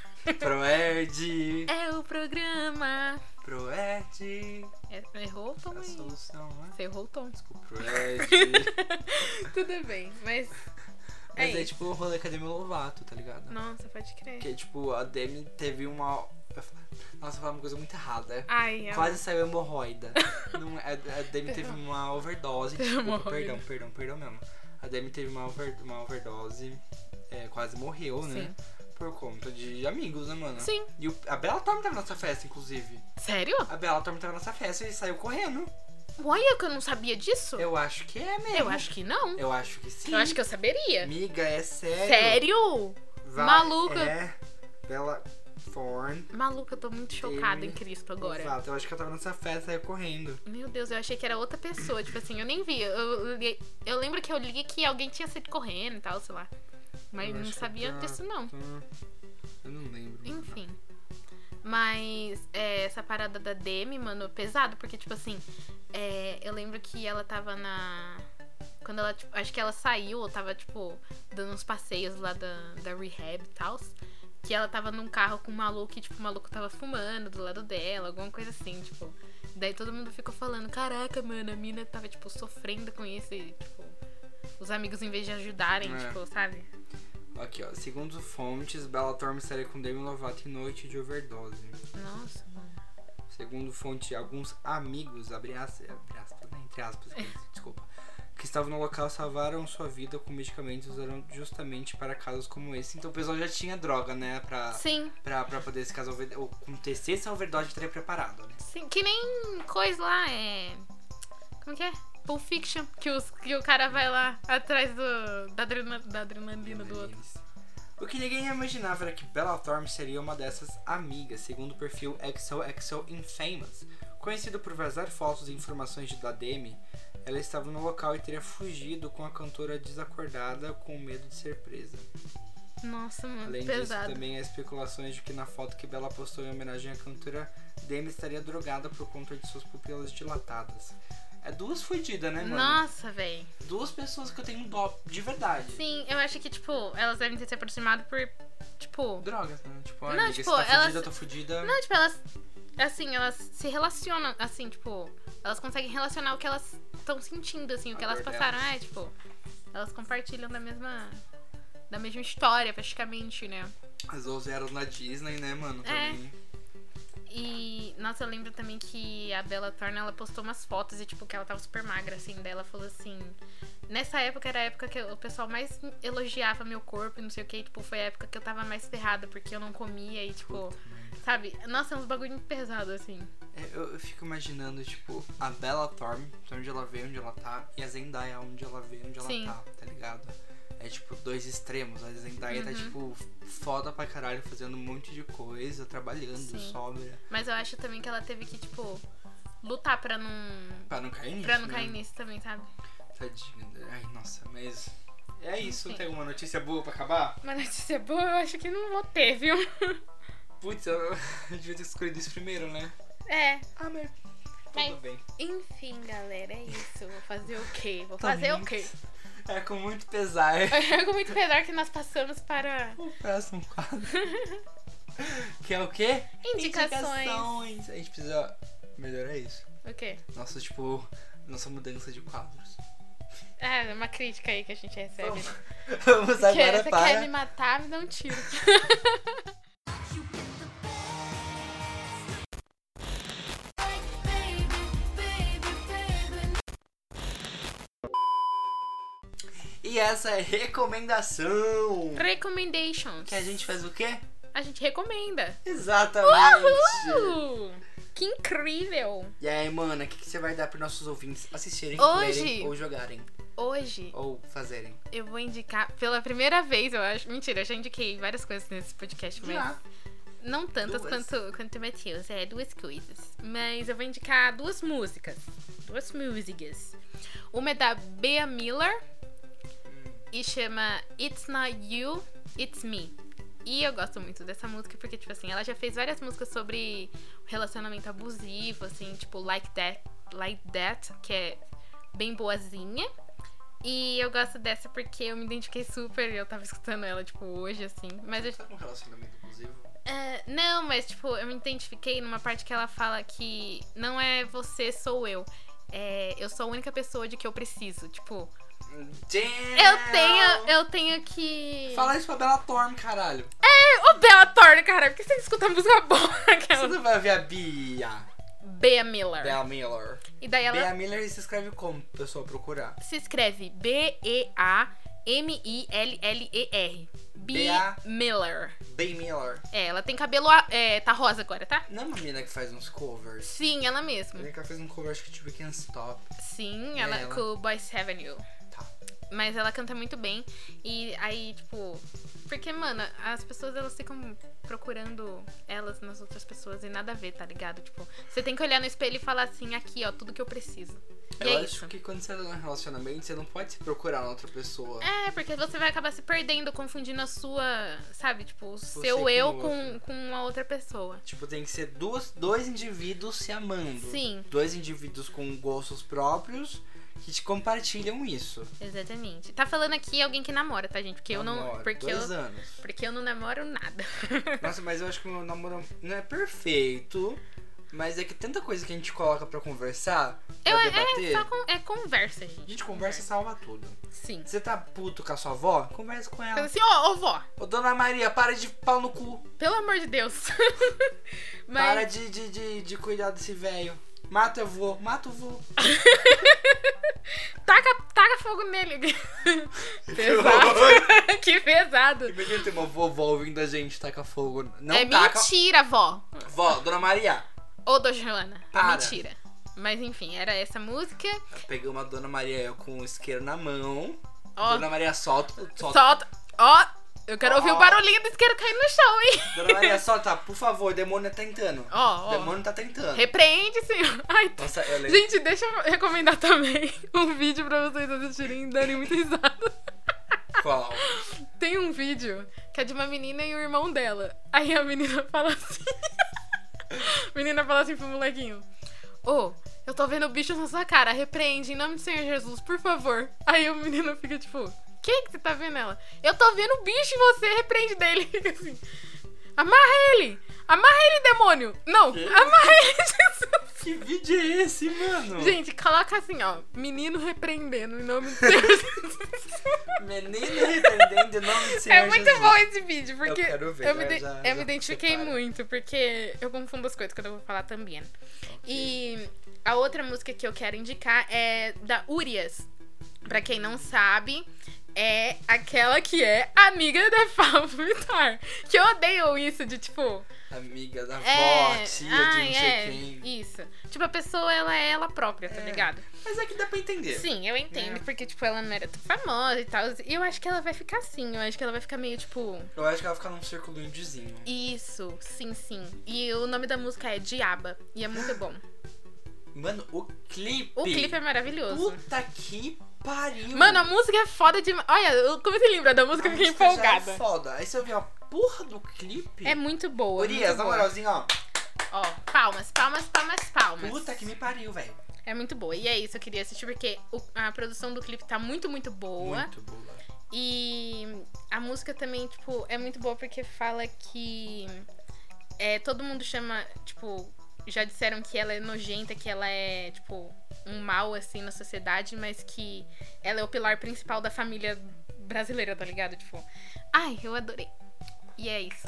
Speaker 1: Proerd,
Speaker 2: É o programa.
Speaker 1: Proerd,
Speaker 2: É, errou o tom
Speaker 1: a
Speaker 2: aí.
Speaker 1: solução, né?
Speaker 2: Você errou o tom.
Speaker 1: Desculpa, Proerd.
Speaker 2: Tudo bem, mas.
Speaker 1: Mas
Speaker 2: É tipo-
Speaker 1: é,
Speaker 2: isso.
Speaker 1: tipo o rolê com a Demi Lovato, tá ligado?
Speaker 2: Nossa, pode crer.
Speaker 1: Porque, tipo, a Demi teve uma. Nossa, eu falei uma coisa muito errada. é.
Speaker 2: Ai, ela-
Speaker 1: Quase saiu hemorroida. Não, a, a Demi teve uma overdose.
Speaker 2: Teve
Speaker 1: Desculpa,
Speaker 2: hemorroida.
Speaker 1: perdão, perdão, perdão mesmo. A Demi teve uma, over- uma overdose. é, quase morreu, né? Por conta de amigos, né, mano?
Speaker 2: um- Sim. Sim.
Speaker 1: E o- a Bela Thorne tava nessa festa, inclusive.
Speaker 2: Sério?
Speaker 1: A Bela Thorne tava nessa festa e saiu correndo.
Speaker 2: Olha que eu não sabia disso.
Speaker 1: Eu acho que é mesmo.
Speaker 2: Eu acho que não.
Speaker 1: Eu acho que sim.
Speaker 2: Eu acho que eu saberia.
Speaker 1: Amiga, é sério.
Speaker 2: Sério?
Speaker 1: Vai,
Speaker 2: Maluca.
Speaker 1: É. Bela Thorne.
Speaker 2: Maluca, eu tô muito chocada em Cristo agora.
Speaker 1: Exato, eu acho que ela tava nessa festa aí correndo.
Speaker 2: Meu Deus, eu achei que era outra pessoa. Tipo assim, eu nem vi. Eu, eu, li- eu lembro que eu li que alguém tinha saído correndo e tal, sei lá. Mas
Speaker 1: Eu
Speaker 2: não
Speaker 1: acho que
Speaker 2: sabia
Speaker 1: tá-
Speaker 2: disso, não.
Speaker 1: Hum, Eu não lembro.
Speaker 2: Enfim. Mas é, essa parada da Demi, mano, pesado, porque, tipo assim, é, eu lembro que ela tava na. Quando ela, tipo, acho que ela saiu, ou tava, tipo, dando uns passeios lá da, da rehab e tal. Que ela tava num carro com um maluco e, tipo, o maluco tava fumando do lado dela, alguma coisa assim, tipo. Daí todo mundo ficou falando, caraca, mano, a mina tava, tipo, sofrendo com isso e, tipo, os amigos em vez de ajudarem,
Speaker 1: É.
Speaker 2: tipo, sabe?
Speaker 1: Aqui, ó. Segundo fontes, Bela Thorne estaria com Demi Lovato em noite de overdose.
Speaker 2: Nossa, mano.
Speaker 1: Segundo fonte, alguns amigos, abre aspas, abre aspas né, entre aspas, que eles- desculpa, que estavam no local salvaram sua vida com medicamentos usaram justamente para casos como esse. Então o pessoal já tinha droga, né, pra,
Speaker 2: Sim,
Speaker 1: pra, pra poder esse caso over- acontecer essa overdose estaria preparado, né?
Speaker 2: Sim, que nem coisa lá, é. Como que é? Pulp Fiction, que, os, que o cara vai lá atrás do, da, adrena- da adrenalina do outro.
Speaker 1: Leonines. O que ninguém imaginava era que Bella Thorne seria uma dessas amigas, segundo o perfil XOXO Infamous. Conhecido por vazar fotos e informações de da Demi, ela estava no local e teria fugido com a cantora desacordada com medo de ser presa.
Speaker 2: Nossa, mano,
Speaker 1: Além disso,
Speaker 2: Hum, pesado.
Speaker 1: também né, há especulações de que na foto que Bella postou em homenagem à cantora, Demi estaria drogada por conta de suas pupilas dilatadas. É duas fudidas, né, mano?
Speaker 2: Nossa, velho.
Speaker 1: Duas pessoas que eu tenho dó, de verdade.
Speaker 2: Sim, eu acho que, tipo, elas devem ter se aproximado por. Tipo.
Speaker 1: Drogas, né? Tipo, ah,
Speaker 2: Não,
Speaker 1: amiga,
Speaker 2: tipo,
Speaker 1: você tá
Speaker 2: elas-
Speaker 1: fudida, eu tô fudida.
Speaker 2: Não, tipo, elas. Assim, elas se relacionam, assim, tipo. Elas conseguem relacionar o que elas estão sentindo, assim, o que
Speaker 1: A
Speaker 2: elas
Speaker 1: dor
Speaker 2: passaram.
Speaker 1: delas.
Speaker 2: É, tipo. Elas compartilham da mesma. Da mesma história, praticamente, né?
Speaker 1: As 11 eras na Disney, né, mano? Pra
Speaker 2: É.
Speaker 1: mim.
Speaker 2: E, nossa, eu lembro também que a Bella Thorne, ela postou umas fotos e, tipo, que ela tava super magra, assim, daí ela falou assim... Nessa época era a época que o pessoal mais elogiava meu corpo e não sei o que, tipo, foi a época que eu tava mais ferrada, porque eu não comia e, tipo, sabe? Nossa, é uns bagulho muito pesado, assim.
Speaker 1: É, Eu, eu fico imaginando, tipo, a Bella Thorne, pra onde ela veio, onde ela tá, e a Zendaya, onde ela veio, onde ela
Speaker 2: Sim.
Speaker 1: tá, tá ligado? É tipo dois extremos. A Zendaya tá,
Speaker 2: Uhum.
Speaker 1: tipo, foda pra caralho, fazendo um monte de coisa, trabalhando,
Speaker 2: Sim.
Speaker 1: sobra.
Speaker 2: Mas eu acho também que ela teve que, tipo, lutar pra não...
Speaker 1: Pra não cair nisso.
Speaker 2: Pra não
Speaker 1: né?
Speaker 2: cair nisso também, sabe?
Speaker 1: Tadinha. Ai, nossa, mas. É isso,
Speaker 2: Enfim.
Speaker 1: tem alguma notícia boa pra acabar?
Speaker 2: Mas notícia boa, eu acho que não vou ter, viu?
Speaker 1: Putz, eu, eu devia ter escolhido isso primeiro, né?
Speaker 2: É,
Speaker 1: Ah, mas. Tudo
Speaker 2: Mas-
Speaker 1: bem.
Speaker 2: enfim, galera, é isso. Vou fazer o quê? Vou
Speaker 1: Tá
Speaker 2: fazer o
Speaker 1: muito-
Speaker 2: quê?
Speaker 1: É com muito pesar.
Speaker 2: É com muito pesar que nós passamos para
Speaker 1: O próximo quadro. que é o quê?
Speaker 2: indicações.
Speaker 1: Indicações. A gente precisa melhorar isso.
Speaker 2: O quê?
Speaker 1: Nossa, tipo, nossa mudança de quadros.
Speaker 2: É, uma crítica aí que a gente recebe.
Speaker 1: Vamos, vamos
Speaker 2: Que
Speaker 1: agora
Speaker 2: você quer me
Speaker 1: para.
Speaker 2: matar, me dá um tiro.
Speaker 1: E essa é recomendação.
Speaker 2: Recommendations.
Speaker 1: Que a gente faz o quê?
Speaker 2: A gente recomenda.
Speaker 1: Exatamente.
Speaker 2: Uh, que incrível!
Speaker 1: E aí, mana, o que, que você vai dar pros nossos ouvintes assistirem,
Speaker 2: Hoje?
Speaker 1: lerem ou jogarem?
Speaker 2: Hoje
Speaker 1: Ou fazerem?
Speaker 2: eu vou indicar pela primeira vez, eu acho. Mentira, eu já indiquei várias coisas nesse podcast, mas.
Speaker 1: Já.
Speaker 2: Não tantas
Speaker 1: Duas.
Speaker 2: quanto, quanto Matheus, é duas coisas. Mas eu vou indicar duas músicas. Duas músicas. Uma é da Bea Miller e chama It's Not You, It's Me. E eu gosto muito dessa música porque, tipo assim, ela já fez várias músicas sobre relacionamento abusivo, assim, tipo Like That, like that que é bem boazinha. E eu gosto dessa porque eu me identifiquei super. Eu tava escutando ela, tipo, hoje, assim. Mas eu
Speaker 1: Tá com relacionamento abusivo?
Speaker 2: é, não, mas tipo, eu me identifiquei numa parte que ela fala que não é você, sou eu. É, eu sou a única pessoa de que eu preciso. Tipo,
Speaker 1: Damn!
Speaker 2: eu tenho, eu tenho que.
Speaker 1: É. Fala isso pra Bela Thorne, caralho.
Speaker 2: Ô, Bela Thorne, cara, por que você não escuta música boa?
Speaker 1: Você
Speaker 2: Aquela.
Speaker 1: não vai ver a Bia.
Speaker 2: Bea Miller.
Speaker 1: Bea Miller.
Speaker 2: E daí ela
Speaker 1: Bea Miller se escreve como? Pessoa procurar.
Speaker 2: se escreve B-E-A-M-I-L-L-E-R. Bea
Speaker 1: Bea-
Speaker 2: Miller.
Speaker 1: Bea Miller.
Speaker 2: É, ela tem cabelo. a- É, tá rosa agora, tá?
Speaker 1: Não é uma mina que faz uns covers?
Speaker 2: Sim, ela mesma.
Speaker 1: A mina que fez um cover, acho que de We Can't Stop.
Speaker 2: Sim,
Speaker 1: É
Speaker 2: ela,
Speaker 1: ela.
Speaker 2: com o Boyce Avenue.
Speaker 1: Tá.
Speaker 2: Mas ela canta muito bem. E aí, tipo. Porque, mano, as pessoas elas ficam procurando elas nas outras pessoas e nada a ver, tá ligado? Tipo, você tem que olhar no espelho e falar assim, aqui, ó, tudo que eu preciso. E
Speaker 1: eu
Speaker 2: é
Speaker 1: acho
Speaker 2: isso.
Speaker 1: que quando você tá num relacionamento, você não pode se procurar na outra pessoa.
Speaker 2: É, porque você vai acabar se perdendo, confundindo a sua, sabe, tipo, o seu
Speaker 1: com
Speaker 2: eu
Speaker 1: o
Speaker 2: com,
Speaker 1: outro.
Speaker 2: com a outra pessoa.
Speaker 1: Tipo, tem que ser duas, dois indivíduos se amando.
Speaker 2: Sim,
Speaker 1: Dois indivíduos com gostos próprios que te compartilham isso.
Speaker 2: exatamente. Tá falando aqui alguém que namora, tá, gente? Porque eu não.
Speaker 1: Namoro,
Speaker 2: Porque
Speaker 1: dois
Speaker 2: eu,
Speaker 1: anos.
Speaker 2: porque eu não namoro nada.
Speaker 1: Nossa, mas eu acho que o meu namoro não é perfeito. Mas é que tanta coisa que a gente coloca pra conversar, pra
Speaker 2: Eu- é,
Speaker 1: debater.
Speaker 2: Só com- é conversa,
Speaker 1: A
Speaker 2: gente.
Speaker 1: gente conversa e salva tudo.
Speaker 2: Sim.
Speaker 1: Você tá puto com a sua avó? Conversa com
Speaker 2: Fala
Speaker 1: ela.
Speaker 2: assim, ó, ô vó,
Speaker 1: Ô, dona Maria, para de pau no cu.
Speaker 2: pelo amor de Deus.
Speaker 1: Para
Speaker 2: Mas
Speaker 1: de, de, de, de cuidar desse velho. Mata eu vou, mata eu vou.
Speaker 2: taca, taca fogo nele. pesado.
Speaker 1: horror.
Speaker 2: que pesado.
Speaker 1: Imagina ter uma vovó ouvindo a gente taca fogo. Não
Speaker 2: é
Speaker 1: taca.
Speaker 2: mentira, vó.
Speaker 1: Vó, dona Maria.
Speaker 2: Ou do Joana. é
Speaker 1: Para.
Speaker 2: Mentira. Mas enfim, era essa música.
Speaker 1: Eu peguei uma dona Maria eu com um isqueiro na mão.
Speaker 2: Ó.
Speaker 1: Dona Maria solta, solta.
Speaker 2: Solta. Ó, eu quero ouvir o
Speaker 1: Ó.
Speaker 2: barulhinho do isqueiro caindo no chão, hein?
Speaker 1: Dona Maria solta, por favor, o demônio tá tentando.
Speaker 2: Ó,
Speaker 1: O
Speaker 2: ó.
Speaker 1: demônio tá tentando.
Speaker 2: Repreende, senhor. Ai, tá.
Speaker 1: Nossa, é eu lembro.
Speaker 2: Gente, deixa eu recomendar também um vídeo pra vocês assistirem e darem muita risada.
Speaker 1: Qual?
Speaker 2: Tem um vídeo que é de uma menina e o irmão dela. Aí a menina fala assim. A menina fala assim pro molequinho. Ô, eu tô vendo bichos na sua cara, repreende, em nome do Senhor Jesus, por favor. Aí o menino fica tipo, quem que você tá vendo ela? Eu tô vendo bicho em você, repreende dele. Fica assim, amarra ele! Amarra ele, demônio! Não,
Speaker 1: Que?
Speaker 2: amarra ele, Jesus!
Speaker 1: Que vídeo é esse, mano?
Speaker 2: Gente, coloca assim, ó, menino repreendendo, em nome do Senhor Jesus.
Speaker 1: Menino arrependendo em nome do Senhor
Speaker 2: É muito
Speaker 1: Jesus.
Speaker 2: bom esse vídeo, porque eu,
Speaker 1: quero ver,
Speaker 2: me,
Speaker 1: já-
Speaker 2: ide-
Speaker 1: já-
Speaker 2: eu
Speaker 1: já
Speaker 2: me identifiquei
Speaker 1: separa.
Speaker 2: muito, porque eu confundo as coisas quando eu vou falar também. né? E a outra música que eu quero indicar é da Urias. Pra quem não sabe, é aquela que é amiga da Fábio Vittar. Que eu odeio isso de tipo.
Speaker 1: Amiga da
Speaker 2: É,
Speaker 1: vó, tia de
Speaker 2: ai,
Speaker 1: não
Speaker 2: é,
Speaker 1: sei quem.
Speaker 2: Isso. Tipo, a pessoa, ela é ela própria, tá
Speaker 1: É.
Speaker 2: ligado?
Speaker 1: Mas é que dá pra entender.
Speaker 2: Sim, eu entendo,
Speaker 1: É.
Speaker 2: porque, tipo, ela não era tão famosa e tal. E eu acho que ela vai ficar assim. Eu acho que ela vai ficar meio tipo.
Speaker 1: Eu acho que ela fica num círculo indiezinho.
Speaker 2: Isso, sim, sim. E o nome da música é Diaba. E é muito bom.
Speaker 1: Mano, o clipe.
Speaker 2: O clipe é maravilhoso.
Speaker 1: Puta que pariu.
Speaker 2: Mano, a música é foda demais. Olha, eu comecei a lembrar da música,
Speaker 1: A
Speaker 2: eu fiquei
Speaker 1: música já
Speaker 2: empolgada.
Speaker 1: É foda. Aí você ouviu a porra do clipe.
Speaker 2: É muito boa.
Speaker 1: Urias,
Speaker 2: muito
Speaker 1: na
Speaker 2: boa.
Speaker 1: moralzinho, ó.
Speaker 2: Ó, palmas, palmas, palmas, palmas.
Speaker 1: Puta que me pariu, velho.
Speaker 2: É muito boa. E é isso, eu queria assistir porque o- a produção do clipe tá muito, muito boa.
Speaker 1: Muito boa.
Speaker 2: E a música também, tipo, é muito boa porque fala que é, todo mundo chama, tipo, já disseram que ela é nojenta, que ela é, tipo, um mal, assim, na sociedade, mas que ela é o pilar principal da família brasileira, tá ligado? Tipo, ai, eu adorei. E é isso.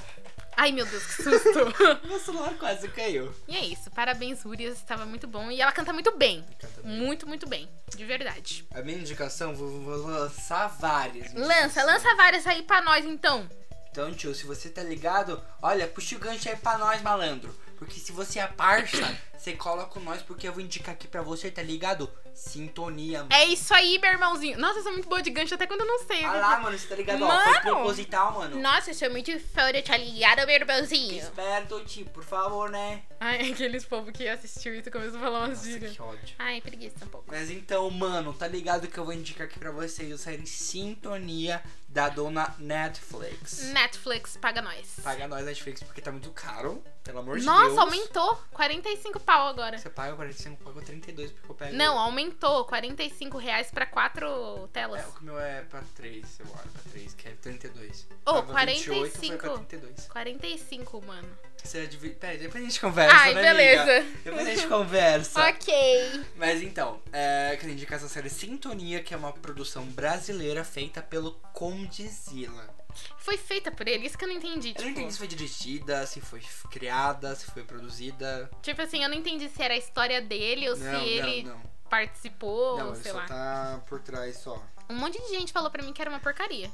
Speaker 2: Ai, meu Deus, que susto!
Speaker 1: Meu celular quase caiu.
Speaker 2: e é isso. Parabéns, Urias, estava muito bom. E ela canta muito bem. Muito, muito bem. De verdade.
Speaker 1: A minha indicação, vou, vou lançar várias.
Speaker 2: Lança,
Speaker 1: indicações.
Speaker 2: lança várias aí pra nós, então.
Speaker 1: Então, tio, se você tá ligado, olha, puxa o gancho aí pra nós, malandro. Porque se você é parça, você cola com nós, porque eu vou indicar aqui pra você, tá ligado? Sintonia, mano.
Speaker 2: É isso aí, meu irmãozinho. Nossa, eu sou muito boa de gancho, até quando eu não sei.
Speaker 1: Ah lá, mano, você tá ligado? Ó,
Speaker 2: Mano!
Speaker 1: foi proposital, mano.
Speaker 2: Nossa, eu sou muito foda, tá ligado, meu irmãozinho?
Speaker 1: Esperto, tio, por favor, né?
Speaker 2: Ai, aqueles povo que assistiu isso começou a falar umas
Speaker 1: Nossa,
Speaker 2: gírias.
Speaker 1: que ódio.
Speaker 2: Ai, preguiça um pouco.
Speaker 1: Mas então, mano, tá ligado que eu vou indicar aqui pra vocês o série Sintonia da dona Netflix.
Speaker 2: Netflix, paga nós.
Speaker 1: Paga nós Netflix porque tá muito caro, pelo amor de
Speaker 2: Nossa,
Speaker 1: Deus.
Speaker 2: aumentou 45 pau agora.
Speaker 1: Você paga 45, pagou 32 porque eu pego.
Speaker 2: Não, aumentou 45 reais pra quatro telas.
Speaker 1: É, o que o meu é pra 3, eu acho, pra 3, que é 32.
Speaker 2: Ô,
Speaker 1: Tava 28, foi
Speaker 2: 45.
Speaker 1: pra 32.
Speaker 2: 45, mano.
Speaker 1: Você divide. Pera, depois a gente conversa,
Speaker 2: Ai,
Speaker 1: né,
Speaker 2: beleza.
Speaker 1: amiga? Depois a gente conversa.
Speaker 2: Ok.
Speaker 1: Mas então, é, queria indicar essa série Sintonia, que é uma produção brasileira feita pelo Condizila.
Speaker 2: Foi feita por ele, isso que eu não entendi.
Speaker 1: Eu
Speaker 2: Tipo,
Speaker 1: não entendi se foi dirigida, se foi criada, se foi produzida.
Speaker 2: tipo assim, eu não entendi se era a história dele ou se
Speaker 1: não,
Speaker 2: ele
Speaker 1: não, não.
Speaker 2: participou,
Speaker 1: não,
Speaker 2: ou
Speaker 1: ele
Speaker 2: sei
Speaker 1: só
Speaker 2: lá.
Speaker 1: tá por trás só.
Speaker 2: Um monte de gente falou pra mim que era uma porcaria.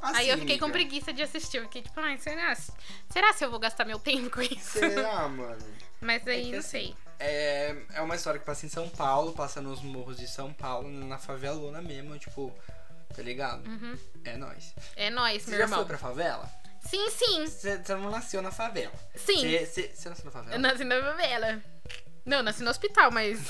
Speaker 1: Assim,
Speaker 2: Aí eu fiquei com
Speaker 1: amiga,
Speaker 2: preguiça de assistir. Eu fiquei tipo, ai, será? Será se eu vou gastar meu tempo com isso?
Speaker 1: Será, mano?
Speaker 2: Mas
Speaker 1: É
Speaker 2: aí
Speaker 1: que
Speaker 2: não
Speaker 1: assim,
Speaker 2: sei.
Speaker 1: É, é uma história que passa em São Paulo, passa nos morros de São Paulo, na favelona mesmo, tipo, tá ligado?
Speaker 2: Uhum.
Speaker 1: É nóis.
Speaker 2: É nóis,
Speaker 1: Você
Speaker 2: meu
Speaker 1: já
Speaker 2: irmão.
Speaker 1: foi pra favela?
Speaker 2: Sim, sim,
Speaker 1: Você você não nasceu na favela.
Speaker 2: sim.
Speaker 1: Você, você, você nasceu na
Speaker 2: Eu
Speaker 1: favela?
Speaker 2: nasci na favela. Não, eu nasci no hospital, mas.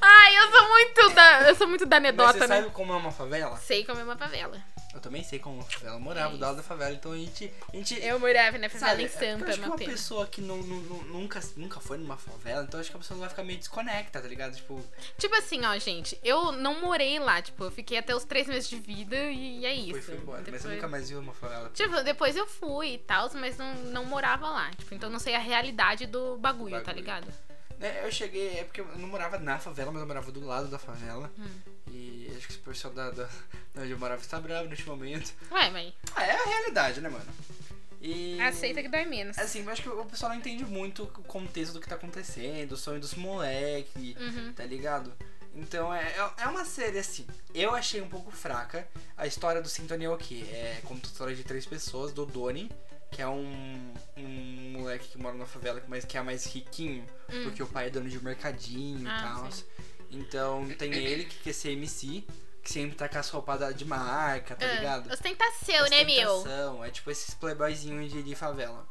Speaker 2: Ai, eu sou muito da. Eu sou muito da
Speaker 1: Ah. Mas você
Speaker 2: anedota, né?
Speaker 1: sabe como é uma favela?
Speaker 2: Sei como é uma favela.
Speaker 1: Eu também sei como é uma favela. Eu morava do lado da favela, então a gente. A gente
Speaker 2: Eu morava na favela
Speaker 1: sabe, é
Speaker 2: em Sampa,
Speaker 1: eu acho que
Speaker 2: uma
Speaker 1: uma
Speaker 2: pena.
Speaker 1: pessoa que não, não- não- nunca, nunca foi numa favela, então acho que a pessoa vai ficar meio desconecta, tá ligado? Tipo,
Speaker 2: Tipo assim, ó, gente, eu não morei lá, tipo, eu fiquei até os três meses de vida e é isso.
Speaker 1: foi, foi embora. Mas eu
Speaker 2: Depois-
Speaker 1: nunca mais vi uma favela.
Speaker 2: Tipo, depois eu fui e tal, mas não, não morava lá. Tipo, então eu não sei a realidade do bagulho, tá
Speaker 1: Bagulho.
Speaker 2: ligado?
Speaker 1: É, eu cheguei, é porque eu não morava na favela, mas eu morava do lado da favela.
Speaker 2: Hum.
Speaker 1: E acho que esse pessoal da, da, da onde eu morava está bravo neste momento.
Speaker 2: Ué, mãe,
Speaker 1: Ah, é a realidade, né, mano? E.
Speaker 2: aceita que dói menos.
Speaker 1: Assim, eu acho que o pessoal não entende muito o contexto do que tá acontecendo, o sonho dos moleque,
Speaker 2: Uhum.
Speaker 1: tá ligado? Então é, é- é uma série assim, eu achei um pouco fraca. A história do Sintonia é o quê? É como história de três pessoas, do Doni, que é um, um moleque que mora na favela, mas que é mais riquinho,
Speaker 2: Hum.
Speaker 1: porque o pai é dono de um mercadinho e
Speaker 2: Ah,
Speaker 1: tal.
Speaker 2: sim.
Speaker 1: Então tem ele que quer ser MC, que sempre tá com as roupadas de marca, tá
Speaker 2: Ah,
Speaker 1: ligado?
Speaker 2: ostentação, né, meu?
Speaker 1: Ostentação, É tipo esses playboyzinhos de, de favela.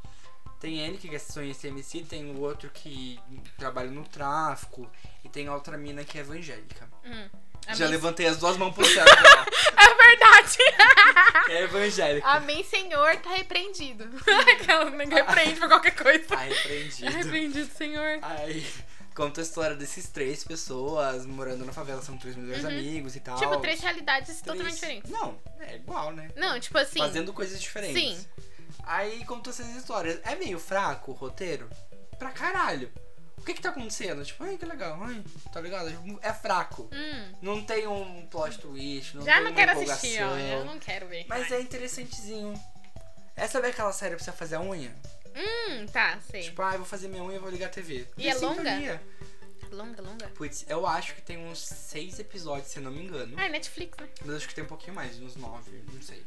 Speaker 1: Tem ele que quer se sonhar em ser MC, tem o outro que trabalha no tráfico, e tem a outra mina que é evangélica.
Speaker 2: Hum.
Speaker 1: Já
Speaker 2: Amém.
Speaker 1: levantei as duas mãos pro céu. né?
Speaker 2: É verdade!
Speaker 1: Que é evangélica.
Speaker 2: Amém, Senhor, tá repreendido. Aquela não repreende por qualquer coisa.
Speaker 1: Ai,
Speaker 2: É
Speaker 1: Ah. Tá repreendido.
Speaker 2: repreendido, Senhor.
Speaker 1: Aí conta a história desses três pessoas morando na favela, são três melhores amigos e tal.
Speaker 2: Uhum. Tipo, três realidades
Speaker 1: Três-
Speaker 2: totalmente diferentes.
Speaker 1: Não, é igual, né?
Speaker 2: Não, tipo assim.
Speaker 1: Fazendo coisas diferentes.
Speaker 2: Sim.
Speaker 1: Aí conta essas histórias. É meio fraco o roteiro? Pra caralho. O que que tá acontecendo? Tipo, ai, que legal, ai, tá ligado? Tipo, É fraco.
Speaker 2: Hum,
Speaker 1: Não tem um plot twist, não
Speaker 2: já
Speaker 1: tem
Speaker 2: não
Speaker 1: uma
Speaker 2: quero
Speaker 1: empolgação.
Speaker 2: assistir, ó. Eu não quero ver.
Speaker 1: Mas é interessantezinho. É saber aquela série pra você fazer a unha?
Speaker 2: Hum, tá, sei.
Speaker 1: Tipo, ah, eu vou fazer minha unha e vou ligar a TV.
Speaker 2: E
Speaker 1: Tem
Speaker 2: é longa?
Speaker 1: sintonia.
Speaker 2: Longa, longa.
Speaker 1: Putz, eu acho que tem uns seis episódios, se eu não me engano.
Speaker 2: Ah, é Netflix, né?
Speaker 1: Mas acho que tem um pouquinho mais, uns 9, não sei.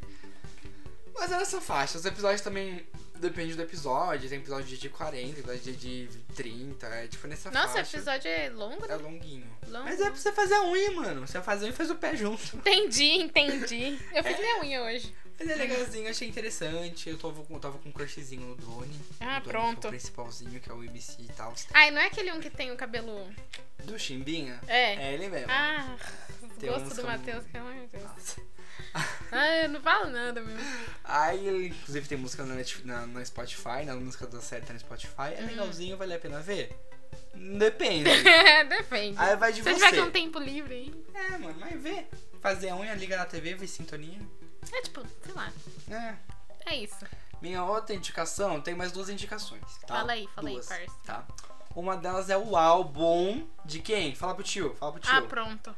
Speaker 1: Mas era essa faixa. Os episódios também depende do episódio. Tem episódio de 40, episódio de 30. É tipo nessa
Speaker 2: Nossa, o
Speaker 1: faixa.
Speaker 2: episódio é longo,
Speaker 1: É
Speaker 2: né?
Speaker 1: longuinho.
Speaker 2: Longo.
Speaker 1: Mas é pra você fazer a unha, mano. Você faz a unha e faz o pé junto.
Speaker 2: Entendi, entendi. Eu fiz minha unha hoje.
Speaker 1: Mas é legalzinho, achei interessante. Eu tava com, tava com um crushzinho no Doni.
Speaker 2: Ah,
Speaker 1: O Doni, que é
Speaker 2: pronto.
Speaker 1: O principalzinho, que é o MC e tal.
Speaker 2: Ai, não é aquele um que tem o cabelo.
Speaker 1: Do Chimbinha?
Speaker 2: É.
Speaker 1: É ele mesmo.
Speaker 2: Ah,
Speaker 1: Tem uma
Speaker 2: gosto
Speaker 1: música
Speaker 2: do Matheus.
Speaker 1: muito-
Speaker 2: que- Ai, meu Deus.
Speaker 1: Nossa.
Speaker 2: Ai, Ah, eu não falo nada, meu.
Speaker 1: Aí, ele, inclusive, tem música na, Netf- na, na Spotify, na música da série tá no Spotify.
Speaker 2: Hum.
Speaker 1: É legalzinho, vale a pena ver? Depende.
Speaker 2: É, Depende.
Speaker 1: Aí vai de
Speaker 2: Se eu
Speaker 1: Ah, você.
Speaker 2: tiver com um tempo livre aí.
Speaker 1: É, mano, mas vê. Fazer a unha, liga na TV, vê sintonia.
Speaker 2: É tipo, sei lá.
Speaker 1: É.
Speaker 2: É isso.
Speaker 1: Minha outra indicação, tem mais duas indicações, tá?
Speaker 2: Fala aí, fala aí,
Speaker 1: duas,
Speaker 2: parça.
Speaker 1: Tá. Uma delas é o álbum de quem? Fala pro tio, fala pro tio.
Speaker 2: Ah, pronto.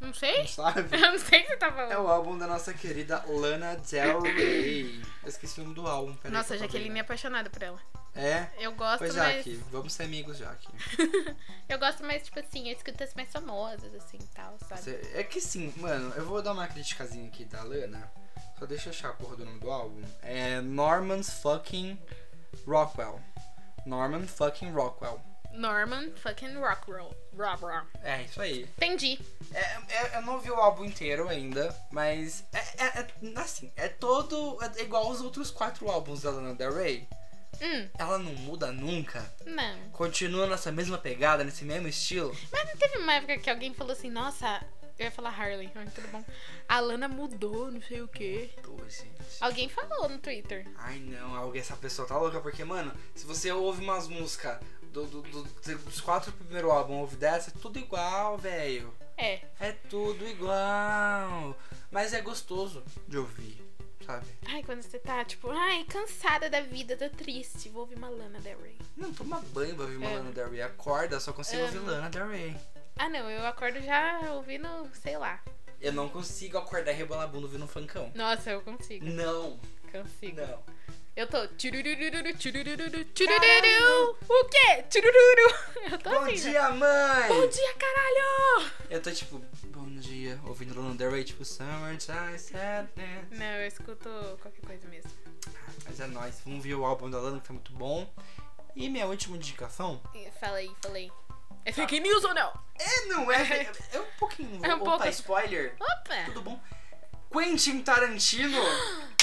Speaker 2: Não sei?
Speaker 1: Não sabe?
Speaker 2: Eu não sei o que você tá falando.
Speaker 1: É o álbum da nossa querida Lana Del Rey. Eu esqueci o nome do álbum. peraí que
Speaker 2: Nossa,
Speaker 1: eu tô
Speaker 2: Jaqueline é apaixonada por ela.
Speaker 1: vendo. É?
Speaker 2: Eu gosto,
Speaker 1: Pois,
Speaker 2: mas.
Speaker 1: Jaque, vamos ser amigos, Jaque.
Speaker 2: Eu gosto mais, tipo assim, eu escuto as mais famosas, assim e tal, sabe?
Speaker 1: Cê- É que sim, mano, eu vou dar uma criticazinha aqui da Lana. Só deixa eu achar a porra do nome do álbum. É Norman's Fucking Rockwell. Norman Fucking Rockwell.
Speaker 2: Norman fucking Rockwell. Rob, rob.
Speaker 1: É, isso aí.
Speaker 2: Entendi.
Speaker 1: É, é- eu não vi o álbum inteiro ainda, mas é, é- é- assim, é todo é igual aos outros quatro álbuns da Lana Del Rey.
Speaker 2: Hum,
Speaker 1: Ela não muda nunca.
Speaker 2: não.
Speaker 1: Continua nessa mesma pegada, nesse mesmo estilo.
Speaker 2: Mas não teve uma época que alguém falou assim, nossa, eu ia falar Harley, mas tudo bom. A Lana mudou, não sei o quê.
Speaker 1: Pô, gente.
Speaker 2: Alguém falém no Twitter.
Speaker 1: Ai não, alguém essa pessoa tá louca, porque, mano, se você ouve umas músicas do- do- do- dos quatro primeiros álbuns, houve dessa, é tudo igual, velho.
Speaker 2: É.
Speaker 1: É tudo igual. Mas é gostoso de ouvir, sabe?
Speaker 2: Ai, quando você tá, tipo, ai, cansada da vida, tô triste, vou ouvir uma Lana Del Rey.
Speaker 1: Não, toma banho pra ouvir uma
Speaker 2: É.
Speaker 1: Lana Del Rey. Acorda, só consigo
Speaker 2: Amo.
Speaker 1: ouvir Lana Del Rey.
Speaker 2: Ah, não, eu acordo já ouvindo, sei lá.
Speaker 1: Eu não consigo acordar e rebolar a bunda ouvindo um funkão.
Speaker 2: Nossa, eu consigo,
Speaker 1: Não,
Speaker 2: consigo.
Speaker 1: não.
Speaker 2: Eu tô. tchururururu, tchurururu, tchurururu. O quê? Tchurururu. Eu tô
Speaker 1: Bom
Speaker 2: assim. né?
Speaker 1: dia, mãe!
Speaker 2: Bom dia, caralho!
Speaker 1: Eu tô tipo, bom dia, ouvindo Lana Del Rey, tipo, né? Summertime Sadness.
Speaker 2: Não, eu escuto qualquer coisa mesmo.
Speaker 1: Mas é nóis, vamos ver o álbum da Lana que foi muito bom. E minha última indicação
Speaker 2: Ih, Fala aí, fala aí. É fake news ou não?
Speaker 1: é, não é? É um pouquinho.
Speaker 2: É um
Speaker 1: opa,
Speaker 2: pouco.
Speaker 1: spoiler.
Speaker 2: Opa!
Speaker 1: Tudo bom? Quentin Tarantino! Ah, um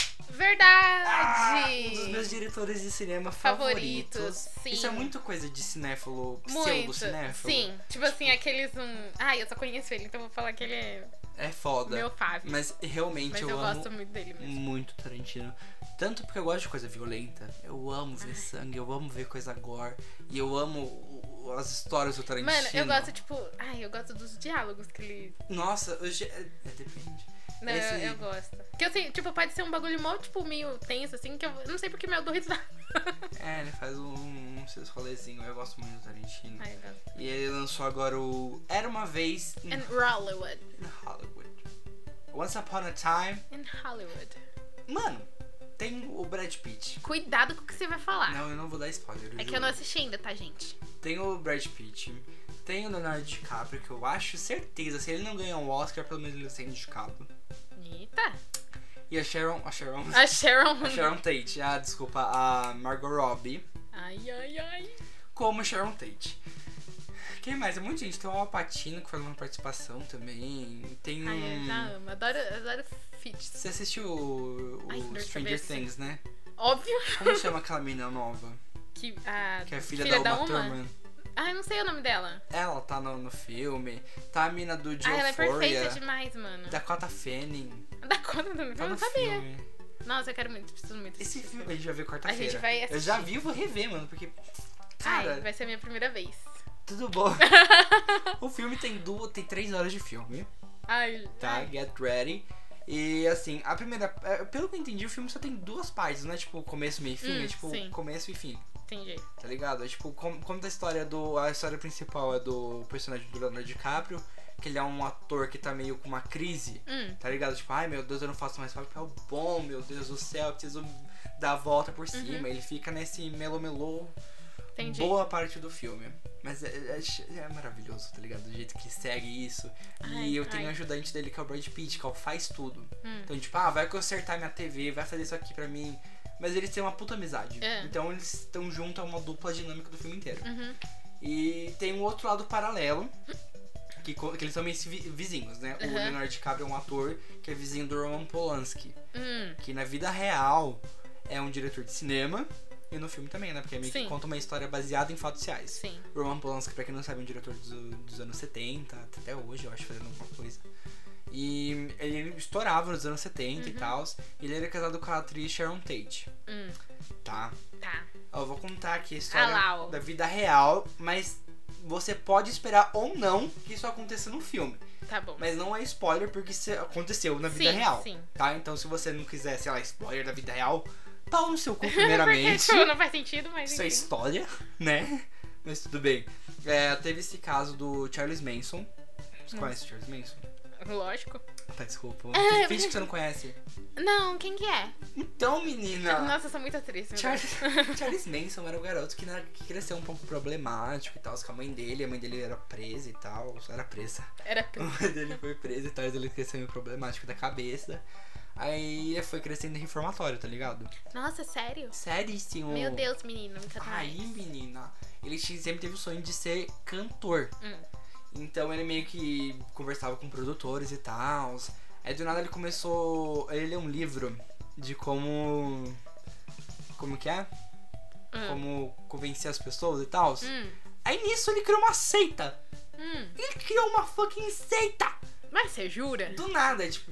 Speaker 1: dos meus
Speaker 2: Verdade!
Speaker 1: diretores de cinema
Speaker 2: Favoritos,
Speaker 1: favoritos.
Speaker 2: sim.
Speaker 1: Isso é muito coisa de cinéfilo,
Speaker 2: Muito.
Speaker 1: pseudo-cinéfilo.
Speaker 2: Sim. Tipo assim, aqueles um. Ah, eu só conheço ele, então vou falar que ele é
Speaker 1: É foda.
Speaker 2: meu Fábio.
Speaker 1: Mas realmente
Speaker 2: Mas
Speaker 1: eu,
Speaker 2: eu
Speaker 1: amo
Speaker 2: gosto muito dele mesmo.
Speaker 1: muito Tarantino. Tanto porque eu gosto de coisa violenta. Eu amo ver sangue, eu amo ver coisa gore. E eu amo o- o- as histórias do Tarantino.
Speaker 2: Mano, eu gosto, tipo. Ai, eu gosto dos diálogos que ele.
Speaker 1: Nossa, hoje. É, é, depende.
Speaker 2: Não,
Speaker 1: Esse-
Speaker 2: eu, eu gosto. Que eu sei, tipo, pode ser um bagulho mó, tipo, meio tenso, assim, que eu eu não sei porque meu doido dá.
Speaker 1: É, ele faz um, um seus rolezinhos. Eu gosto muito do Tarantino.
Speaker 2: Ai, eu gosto.
Speaker 1: E ele lançou agora o Era uma Vez em
Speaker 2: In Hollywood.
Speaker 1: Hollywood. Once Upon a Time.
Speaker 2: In Hollywood.
Speaker 1: Mano, tem o Brad Pitt.
Speaker 2: Cuidado com o que você vai falar.
Speaker 1: Não, eu não vou dar spoiler. eu
Speaker 2: é que
Speaker 1: juro.
Speaker 2: eu não assisti ainda, tá, gente?
Speaker 1: Tem o Brad Pitt. Tem o Leonardo DiCaprio, que eu acho certeza. Se ele não ganhar um Oscar, pelo menos ele sendo indicado.
Speaker 2: Eita.
Speaker 1: E a Sharon. A Sharon.
Speaker 2: A Sharon.
Speaker 1: A Sharon Tate. Ah, desculpa. A Margot Robbie.
Speaker 2: Ai, ai, ai.
Speaker 1: Como Sharon Tate. Quem mais? É muita gente. Tem o Al Pacino, que faz uma participação também. Tem.
Speaker 2: Ai, eu já
Speaker 1: um...
Speaker 2: amo. Adoro, adoro feats.
Speaker 1: Você assistiu o, o
Speaker 2: Ai, que dor de
Speaker 1: Stranger
Speaker 2: cabeça.
Speaker 1: Things, né?
Speaker 2: Óbvio
Speaker 1: Como chama aquela menina nova?
Speaker 2: que a
Speaker 1: Que é filha, da Uma Thurman.
Speaker 2: Ai, não sei o nome dela.
Speaker 1: Ela tá no, no filme. Tá a mina do Joe
Speaker 2: Ai, ela é perfeita
Speaker 1: Euphoria.
Speaker 2: demais, mano. Da,
Speaker 1: Dakota Fanning.
Speaker 2: conta do
Speaker 1: Tá no
Speaker 2: eu não sabia.
Speaker 1: filme.
Speaker 2: Nossa, eu quero muito, preciso muito.
Speaker 1: Esse
Speaker 2: assistir
Speaker 1: filme a gente vai ver
Speaker 2: A
Speaker 1: quarta-feira.
Speaker 2: gente vai assistir.
Speaker 1: Eu já vi e vou rever, mano, porque. Cara,
Speaker 2: Ai, vai ser a minha primeira vez.
Speaker 1: tudo bom. o filme tem duas, tem três horas de filme,
Speaker 2: Ai,
Speaker 1: tá?
Speaker 2: ai.
Speaker 1: Get ready. E assim, a primeira. é, Pelo que eu entendi, o filme só tem duas partes, não é tipo começo, meio e fim,
Speaker 2: Hum,
Speaker 1: é tipo
Speaker 2: sim.
Speaker 1: começo e fim,
Speaker 2: entendi.
Speaker 1: tá ligado? É tipo, com- conta a história do. A história principal é do personagem do Leonardo DiCaprio, que ele é um ator que tá meio com uma crise.
Speaker 2: Hum,
Speaker 1: Tá ligado? Tipo, ai meu Deus, eu não faço mais papel bom, meu Deus do céu, eu preciso dar a volta por
Speaker 2: Uhum.
Speaker 1: cima. Ele fica nesse melomelô
Speaker 2: entendi.
Speaker 1: boa parte do filme. Mas é, é- é maravilhoso, tá ligado? Do jeito que ele segue isso.
Speaker 2: Ai,
Speaker 1: e eu tenho
Speaker 2: ai.
Speaker 1: um ajudante dele que é o Brad Pitt, que é o faz tudo.
Speaker 2: Hum.
Speaker 1: Então, tipo, ah, vai consertar minha TV, vai fazer isso aqui pra mim. Mas eles têm uma puta amizade.
Speaker 2: É.
Speaker 1: Então eles estão juntos, é uma dupla dinâmica do filme inteiro.
Speaker 2: Uhum.
Speaker 1: E tem um outro lado paralelo. Que, co- que eles são meio se vi- vizinhos, né? O
Speaker 2: Uhum.
Speaker 1: Leonardo DiCaprio é um ator que é vizinho do Roman Polanski.
Speaker 2: Hum,
Speaker 1: Que na vida real é um diretor de cinema. E no filme também, né? Porque meio que
Speaker 2: Sim.
Speaker 1: conta uma história baseada em fatos reais.
Speaker 2: sim.
Speaker 1: Roman Polanski, pra quem não sabe, é um diretor dos, dos anos 70, até hoje, eu acho, fazendo alguma coisa. E ele estourava nos anos 70 e tal. E ele era casado com a atriz Sharon Tate,
Speaker 2: Uhum. Hum,
Speaker 1: tá?
Speaker 2: tá.
Speaker 1: Eu vou contar aqui a
Speaker 2: Ah
Speaker 1: história
Speaker 2: lá, ó.
Speaker 1: da vida real, mas você pode esperar ou não que isso aconteça no filme.
Speaker 2: Tá bom.
Speaker 1: Mas não é spoiler, porque isso aconteceu na vida
Speaker 2: Sim,
Speaker 1: real.
Speaker 2: sim.
Speaker 1: Tá? Então se você não quiser, sei lá, spoiler da vida real, pau no seu cu
Speaker 2: Porque,
Speaker 1: primeiramente.
Speaker 2: tipo, não faz sentido, mas
Speaker 1: isso é
Speaker 2: enfim.
Speaker 1: história, né? Mas tudo bem. É, teve esse caso do Charles Manson. Você conhece o Charles Manson?
Speaker 2: Lógico.
Speaker 1: Tá, desculpa.
Speaker 2: É,
Speaker 1: Finge que você não conhece.
Speaker 2: Não, quem que é?
Speaker 1: Então, menina.
Speaker 2: Nossa, eu sou muito atriz. meu
Speaker 1: Charles, Charles Manson era um garoto que, na- que cresceu um pouco problemático e tal, com a mãe dele, a mãe dele era presa e tal, era presa.
Speaker 2: Deus. Era
Speaker 1: A mãe dele foi presa e tal, ele cresceu meio problemático da cabeça. Aí ele foi crescendo em reformatório, tá ligado?
Speaker 2: Nossa, sério?
Speaker 1: Seríssimo.
Speaker 2: Meu Deus, menino, me conta mais.
Speaker 1: Aí, menina, ele ti- sempre teve o sonho de ser cantor.
Speaker 2: Hum.
Speaker 1: Então ele meio que conversava com produtores e tal. Aí do nada ele começou. Ele leu um livro de como. Como que é?
Speaker 2: Hum.
Speaker 1: como convencer as pessoas e tal.
Speaker 2: Hum,
Speaker 1: Aí nisso ele criou uma seita.
Speaker 2: hum.
Speaker 1: Ele criou uma fucking seita!
Speaker 2: Mas você jura?
Speaker 1: Do nada, tipo.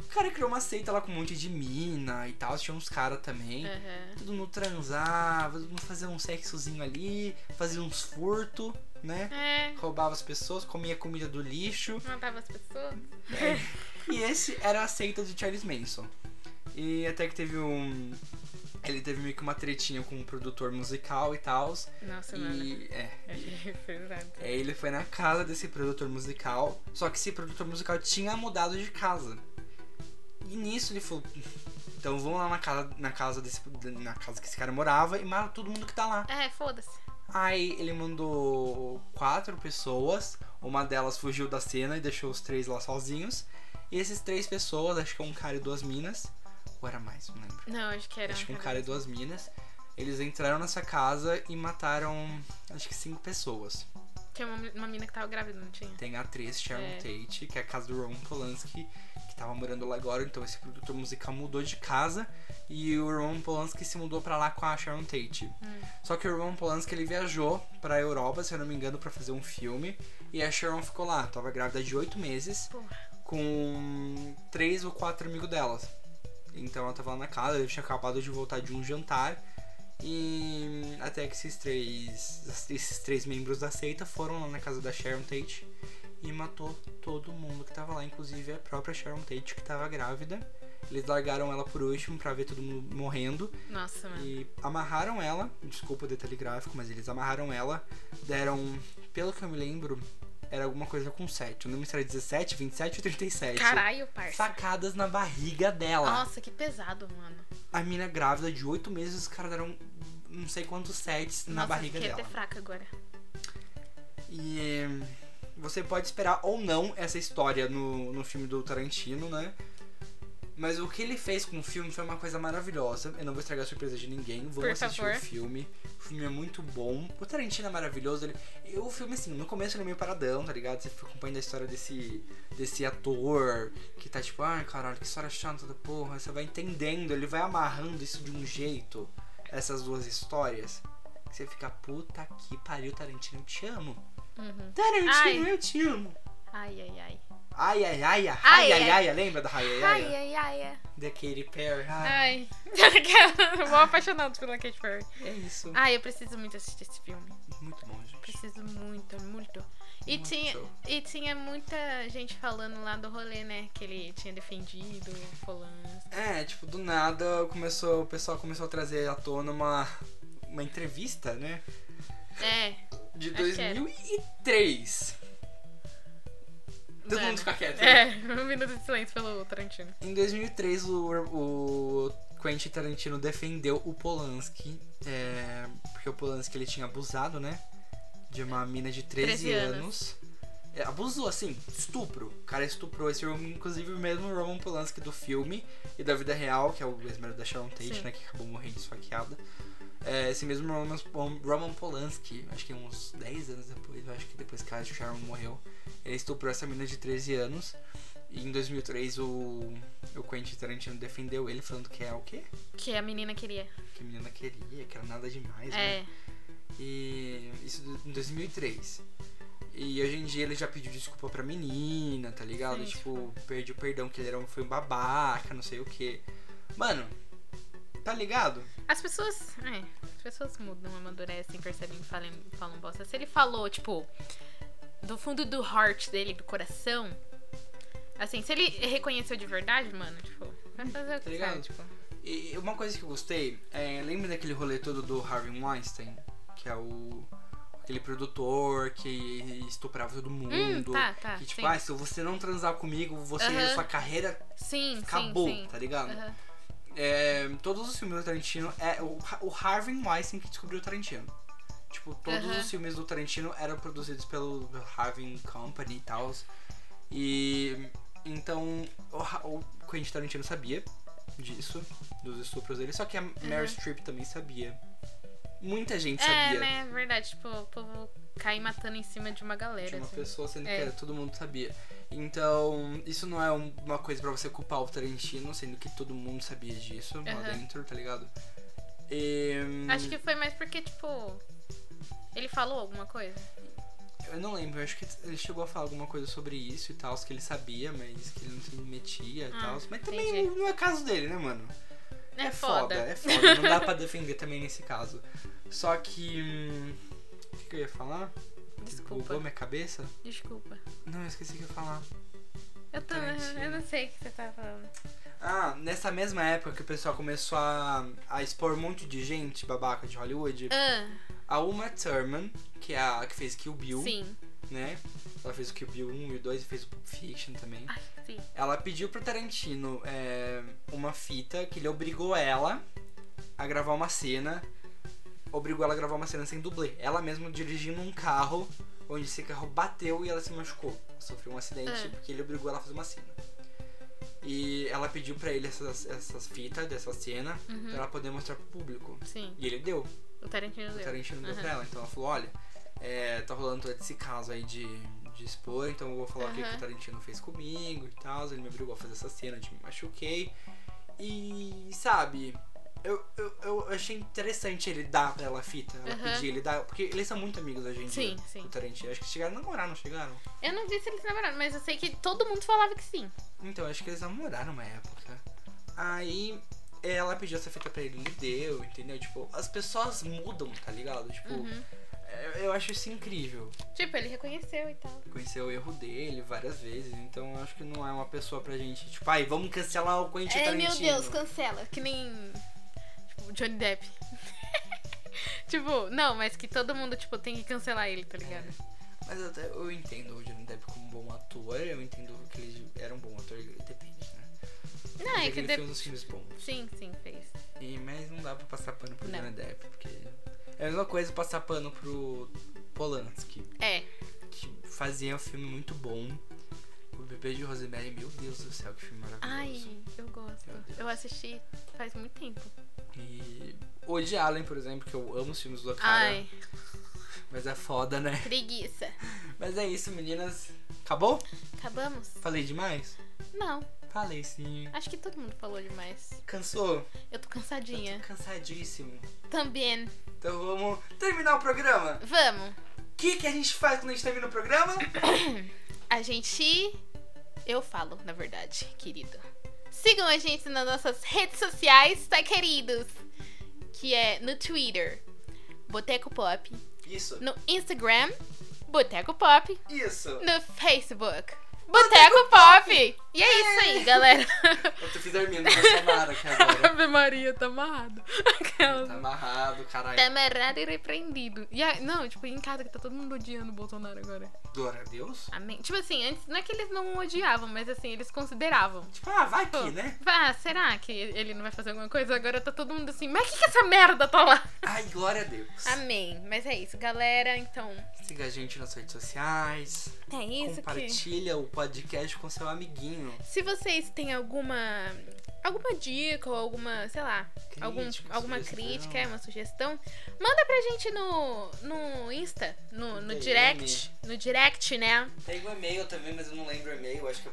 Speaker 1: O cara criou uma seita lá com um monte de mina e tal. Tinha uns caras também.
Speaker 2: Aham.
Speaker 1: Todo mundo transava, todo mundo fazia um sexozinho ali, fazia uns furto, né?
Speaker 2: É,
Speaker 1: Roubava as pessoas, comia comida do lixo.
Speaker 2: matava as pessoas.
Speaker 1: E esse era a seita do Charles Manson. E até que teve um. Ele teve meio que uma tretinha com um produtor musical e tal.
Speaker 2: Nossa, mano.
Speaker 1: E. É.
Speaker 2: Exato.
Speaker 1: É, ele foi na casa desse produtor musical, só que esse produtor musical tinha mudado de casa. E nisso ele falou: então vamos lá na casa, na casa desse na casa que esse cara morava e mata todo mundo que tá lá.
Speaker 2: É, foda-se.
Speaker 1: Aí ele mandou quatro pessoas, uma delas fugiu da cena e deixou os três lá sozinhos. E esses três pessoas, acho que é um cara e duas minas, ou era mais, não lembro.
Speaker 2: Não, acho que era.
Speaker 1: Acho que um cara e duas minas. Eles entraram nessa casa e mataram, acho que cinco pessoas.
Speaker 2: Tinha uma, uma mina que tava grávida, não tinha?
Speaker 1: Tem a atriz Sharon
Speaker 2: É.
Speaker 1: Tate, que é a casa do Ron Polanski, que tava morando lá agora, então esse produtor musical mudou de casa e o Ron Polanski se mudou pra lá com a Sharon Tate.
Speaker 2: Hum.
Speaker 1: Só que o Ron Polanski ele viajou pra Europa, se eu não me engano, pra fazer um filme, e a Sharon ficou lá, tava grávida de oito meses,
Speaker 2: Porra.
Speaker 1: com três ou quatro amigos delas. Então ela tava lá na casa, ele tinha acabado de voltar de um jantar. E até que esses três, esses três membros da seita foram lá na casa da Sharon Tate e matou todo mundo que tava lá, inclusive a própria Sharon Tate que tava grávida. Eles largaram ela por último pra ver todo mundo morrendo
Speaker 2: Nossa, mano.
Speaker 1: e amarraram ela. Desculpa o detalhe gráfico, mas eles amarraram ela. Deram, pelo que eu me lembro, era alguma coisa com 7. O número era 17, 27 ou 37.
Speaker 2: Caralho, parça.
Speaker 1: Facadas na barriga dela.
Speaker 2: Nossa, que pesado, mano.
Speaker 1: A mina grávida de 8 meses, os caras deram não sei quantos sets na
Speaker 2: Nossa,
Speaker 1: barriga
Speaker 2: fiquei
Speaker 1: dela.
Speaker 2: até fraca agora.
Speaker 1: E hum, você pode esperar ou não essa história no, no filme do Tarantino, né? Mas o que ele fez com o filme foi uma coisa maravilhosa. Eu não vou estragar a surpresa de ninguém. Vamos
Speaker 2: Por
Speaker 1: assistir
Speaker 2: favor.
Speaker 1: o filme. O filme é muito bom. O Tarantino é maravilhoso. Ele, e o filme, assim, no começo ele é meio paradão, tá ligado? Você fica acompanhando a história desse, desse ator que tá tipo, ai caralho, que história chata da porra. Você vai entendendo, ele vai amarrando isso de um jeito, essas duas histórias. Que você fica, puta que pariu, Tarantino, eu te amo.
Speaker 2: Uhum.
Speaker 1: Tarantino,
Speaker 2: Ai.
Speaker 1: eu te amo.
Speaker 2: Ai, ai, ai.
Speaker 1: Ai, ai, ai, ai, ai,
Speaker 2: Ai,
Speaker 1: ai,
Speaker 2: ai.
Speaker 1: ai, lembra da ai, ai,
Speaker 2: Ai, é.
Speaker 1: ai?
Speaker 2: ai, ai, ai.
Speaker 1: Da Katy Perry. Ah,
Speaker 2: Ai. Eu vou apaixonado pela Katy Perry.
Speaker 1: é isso.
Speaker 2: Ai, eu preciso muito assistir esse filme.
Speaker 1: Muito bom, gente.
Speaker 2: Preciso muito, muito. E
Speaker 1: Muito.
Speaker 2: tinha, e tinha muita gente falando lá do rolê, né? Que ele tinha defendido o Polanski.
Speaker 1: É, tipo, do nada começou, o pessoal começou a trazer à tona uma, uma entrevista, né?
Speaker 2: É.
Speaker 1: De
Speaker 2: Acho que era.
Speaker 1: 2003. Todo
Speaker 2: mano.
Speaker 1: mundo fica quieto. né?
Speaker 2: É, um minuto de silêncio pelo Tarantino.
Speaker 1: Em 2003, o, o Quentin Tarantino defendeu o Polanski, é, porque o Polanski ele tinha abusado, né? De uma mina de 13,
Speaker 2: 13
Speaker 1: anos.
Speaker 2: anos.
Speaker 1: É, abusou, assim, estupro. O cara estuprou esse homem, inclusive o mesmo Roman Polanski do filme e da vida real, que é o ex-marido da Sharon Tate,
Speaker 2: Sim.
Speaker 1: né? Que acabou morrendo esfaqueada. É, esse mesmo Roman, Roman Polanski, acho que uns 10 anos depois, eu acho que depois que a Sharon morreu, ele estuprou essa menina de 13 anos. E em 2003 o, o Quentin Tarantino defendeu ele, falando que é o quê?
Speaker 2: Que a menina queria.
Speaker 1: Que a menina queria, que era nada demais, né?
Speaker 2: É.
Speaker 1: E isso do- em 2003. E hoje em dia ele já pediu desculpa pra menina, tá ligado?
Speaker 2: Sim,
Speaker 1: tipo, perdeu o perdão, que ele era um, foi um babaca, não sei o quê. Mano, tá ligado?
Speaker 2: As pessoas. É, as pessoas mudam, amadurecem, percebem que falam, falam bosta. Se ele falou, tipo, do fundo do heart dele, do coração. Assim, se ele reconheceu de verdade, mano, tipo, vai fazer o
Speaker 1: Tá
Speaker 2: que
Speaker 1: ligado?
Speaker 2: sabe, tipo.
Speaker 1: E uma coisa que eu gostei, é, lembra daquele rolê todo do Harvey Weinstein? Que é o. aquele produtor que estuprava todo
Speaker 2: Hum,
Speaker 1: mundo.
Speaker 2: tá, tá.
Speaker 1: Que tipo,
Speaker 2: sim.
Speaker 1: ah, se você não transar comigo, você
Speaker 2: Aham.
Speaker 1: sua carreira
Speaker 2: sim,
Speaker 1: acabou,
Speaker 2: sim, sim.
Speaker 1: tá ligado?
Speaker 2: Aham.
Speaker 1: É, todos os filmes do Tarantino é o, o Harvey Weinstein que descobriu o Tarantino. Tipo, todos
Speaker 2: Aham.
Speaker 1: os filmes do Tarantino eram produzidos pelo Harvey Company e tal. E então o, Ra- o Quentin Tarantino sabia disso, dos estupros dele, só que a Meryl Streep também sabia. Muita gente
Speaker 2: É,
Speaker 1: sabia
Speaker 2: né? Verdade, tipo, o povo cai matando em cima de uma galera.
Speaker 1: de uma
Speaker 2: assim.
Speaker 1: pessoa, sendo que
Speaker 2: É.
Speaker 1: era- todo mundo sabia. Então, isso não é um- uma coisa pra você culpar o Tarantino, sendo que todo mundo sabia disso lá
Speaker 2: Aham.
Speaker 1: dentro, tá ligado? E,
Speaker 2: Acho que foi mais porque, tipo. Ele falou alguma coisa?
Speaker 1: Eu não lembro, eu acho que ele chegou a falar alguma coisa sobre isso e tal, que ele sabia, mas que ele não se metia e
Speaker 2: Ah,
Speaker 1: tal. Mas também
Speaker 2: entendi.
Speaker 1: não é caso dele, né, mano?
Speaker 2: É foda.
Speaker 1: é foda. Não dá pra defender também nesse caso. Só que. hum, O que, que eu ia falar? Bugou
Speaker 2: Desculpa.
Speaker 1: minha cabeça?
Speaker 2: Desculpa.
Speaker 1: Não, eu esqueci o que eu ia falar.
Speaker 2: Eu, tô,
Speaker 1: Tarantino.
Speaker 2: eu não sei o que você tá falando.
Speaker 1: Ah, nessa mesma época que o pessoal começou a, a expor um monte de gente babaca de Hollywood,
Speaker 2: Ah,
Speaker 1: a Uma Thurman, que é a que fez Kill Bill,
Speaker 2: sim.
Speaker 1: né? Ela fez o Kill Bill 1 e o 2 e fez o Pulp Fiction também.
Speaker 2: Ai, sim.
Speaker 1: Ela pediu pro Tarantino é, uma fita que ele obrigou ela a gravar uma cena. Obrigou ela a gravar uma cena sem dublê. Ela mesma dirigindo um carro onde esse carro bateu e ela se machucou. Sofreu um acidente
Speaker 2: É.
Speaker 1: porque ele obrigou ela a fazer uma cena. E ela pediu pra ele essas, essas fitas dessa cena pra
Speaker 2: Uhum,
Speaker 1: ela poder mostrar pro público.
Speaker 2: sim.
Speaker 1: E ele deu.
Speaker 2: O Tarantino
Speaker 1: O
Speaker 2: deu.
Speaker 1: Tarantino deu
Speaker 2: Aham.
Speaker 1: pra ela. Então ela falou, olha, é, tá rolando todo esse caso aí de, de expor, então eu vou falar o que que o
Speaker 2: Aham.
Speaker 1: Tarantino fez comigo e tal. Ele me obrigou a fazer essa cena, eu me machuquei. E, sabe, eu, eu, eu achei interessante ele dar pra ela a fita, ela
Speaker 2: Aham.
Speaker 1: pedir, ele dar. Porque eles são muito amigos da gente.
Speaker 2: Sim, sim.
Speaker 1: O Tarantino. Acho que chegaram a namorar, não chegaram?
Speaker 2: Eu não vi se eles namoraram, mas eu sei que todo mundo falava que sim.
Speaker 1: Então, acho que eles namoraram uma época. Aí ela pediu essa fita pra ele, ele deu, entendeu? Tipo, as pessoas mudam, tá ligado? Tipo,
Speaker 2: Uhum.
Speaker 1: eu- eu acho isso incrível.
Speaker 2: Tipo, ele reconheceu e tal.
Speaker 1: conhecer o erro dele várias vezes, então eu acho que não é uma pessoa pra gente, tipo, ai, vamos cancelar o Quentin
Speaker 2: É,
Speaker 1: Tarantino.
Speaker 2: meu Deus, cancela. Que nem. Tipo, Johnny Depp. tipo, não, mas que todo mundo, tipo, tem que cancelar ele, tá ligado?
Speaker 1: Mas eu, até- eu entendo o Johnny Depp como um bom ator, eu entendo que ele era um bom ator, depende, né?
Speaker 2: Não,
Speaker 1: Mas
Speaker 2: é que.
Speaker 1: ele
Speaker 2: De...
Speaker 1: fez uns filmes bons.
Speaker 2: Sim, sim, fez.
Speaker 1: E, mas não dá pra passar pano pro
Speaker 2: Não.
Speaker 1: Johnny Depp, porque... É a mesma coisa passar pano pro Polanski,
Speaker 2: É.
Speaker 1: que fazia um filme muito bom. O Bebê de Rosemary, meu Deus do céu, que filme
Speaker 2: Ai,
Speaker 1: maravilhoso.
Speaker 2: eu gosto.
Speaker 1: Meu Deus.
Speaker 2: Eu assisti faz muito tempo.
Speaker 1: E... Woody Allen, por exemplo, que eu amo os filmes do cara,
Speaker 2: Ai,
Speaker 1: mas é foda, né?
Speaker 2: preguiça.
Speaker 1: Mas é isso, meninas. Acabou?
Speaker 2: Acabamos?
Speaker 1: Falei demais?
Speaker 2: Não,
Speaker 1: Falei sim.
Speaker 2: acho que todo mundo falou demais.
Speaker 1: Cansou?
Speaker 2: Eu tô cansadinha.
Speaker 1: Tô cansadíssimo.
Speaker 2: Também.
Speaker 1: Então vamos terminar o programa.
Speaker 2: Vamos.
Speaker 1: O que, que a gente faz quando a gente termina o programa?
Speaker 2: A gente. Eu falo, na verdade, querido. Sigam a gente nas nossas redes sociais, tá, queridos? Que é no Twitter, Boteco Pop.
Speaker 1: Isso.
Speaker 2: No Instagram, Boteco Pop.
Speaker 1: Isso.
Speaker 2: No Facebook, Boteco Pop. E é isso aí, galera.
Speaker 1: Eu tô fiz Armindo na Samara aqui agora.
Speaker 2: Ave Maria, tá amarrado.
Speaker 1: Tá amarrado,
Speaker 2: Tá
Speaker 1: caralho.
Speaker 2: amarrado e repreendido. E a- não, tipo, em casa que tá todo mundo odiando o Bolsonaro agora.
Speaker 1: Glória a Deus.
Speaker 2: Amém. Tipo assim, antes não é que eles não odiavam, mas assim, eles consideravam.
Speaker 1: Tipo, ah, vai
Speaker 2: Pô,
Speaker 1: aqui, né?
Speaker 2: Ah, será que ele não vai fazer alguma coisa? Agora tá todo mundo assim, mas o que, que essa merda tá lá?
Speaker 1: Ai, glória a Deus.
Speaker 2: Amém. Mas é isso, galera. Então,
Speaker 1: Siga a gente nas redes sociais.
Speaker 2: é isso que.
Speaker 1: compartilha o podcast com seu amiguinho.
Speaker 2: Se vocês têm alguma. alguma dica ou alguma, sei lá,
Speaker 1: Crítica,
Speaker 2: algum, alguma
Speaker 1: sugestão.
Speaker 2: crítica, é uma sugestão, manda pra gente no, no Insta, no, no
Speaker 1: DM.
Speaker 2: direct. No direct, né?
Speaker 1: Tem o e-mail também, mas eu não lembro o e-mail. Acho que é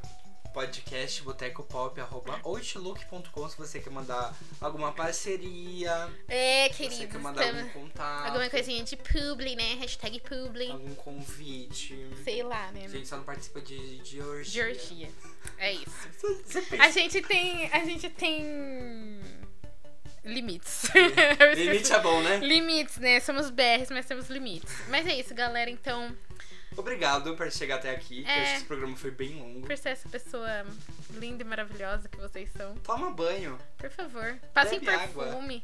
Speaker 1: podcastbotecopop.outlook.com se você quer mandar alguma parceria,
Speaker 2: É,
Speaker 1: se você
Speaker 2: queridos.
Speaker 1: quer mandar
Speaker 2: tamo-
Speaker 1: algum contato,
Speaker 2: Alguma coisinha de publi, né? Hashtag publi.
Speaker 1: algum convite.
Speaker 2: Sei lá, né?
Speaker 1: A gente só não participa de, de orgia.
Speaker 2: Georgia. É isso.
Speaker 1: Você- você pensa-
Speaker 2: A gente tem. A gente tem. Limites. Eu esqueci.
Speaker 1: Limite é bom, né?
Speaker 2: Limites, né? Somos BRs, mas temos limites. Mas é isso, galera. Então,
Speaker 1: Obrigado por chegar até aqui. que Eu
Speaker 2: É.
Speaker 1: acho que esse programa foi bem longo.
Speaker 2: por ser essa pessoa linda e maravilhosa que vocês são,
Speaker 1: Toma banho.
Speaker 2: por favor, passem
Speaker 1: Bebe água.
Speaker 2: perfume.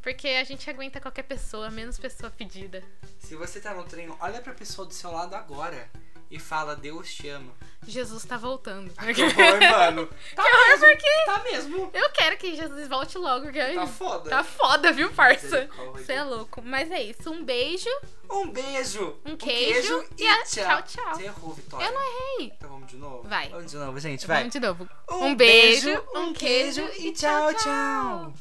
Speaker 2: Porque a gente aguenta qualquer pessoa, menos pessoa pedida.
Speaker 1: Se você tá no trem, olha pra pessoa do seu lado agora e fala, Deus te ama.
Speaker 2: Jesus tá voltando.
Speaker 1: Que horror, mano. Tá mesmo. Tá mesmo.
Speaker 2: Eu quero que Jesus volte logo, porque
Speaker 1: Tá foda.
Speaker 2: tá foda, viu, parça?
Speaker 1: Misericórdia.
Speaker 2: Você é louco. Mas é isso. Um beijo.
Speaker 1: Um beijo.
Speaker 2: Um queijo
Speaker 1: e,
Speaker 2: e a-
Speaker 1: tchau.
Speaker 2: tchau, tchau.
Speaker 1: Você errou, Vitória.
Speaker 2: Eu não errei.
Speaker 1: Então vamos de novo?
Speaker 2: Vai.
Speaker 1: Vamos de novo, gente. Vai.
Speaker 2: Vamos de novo.
Speaker 1: Um
Speaker 2: beijo,
Speaker 1: beijo,
Speaker 2: um queijo e tchau, tchau.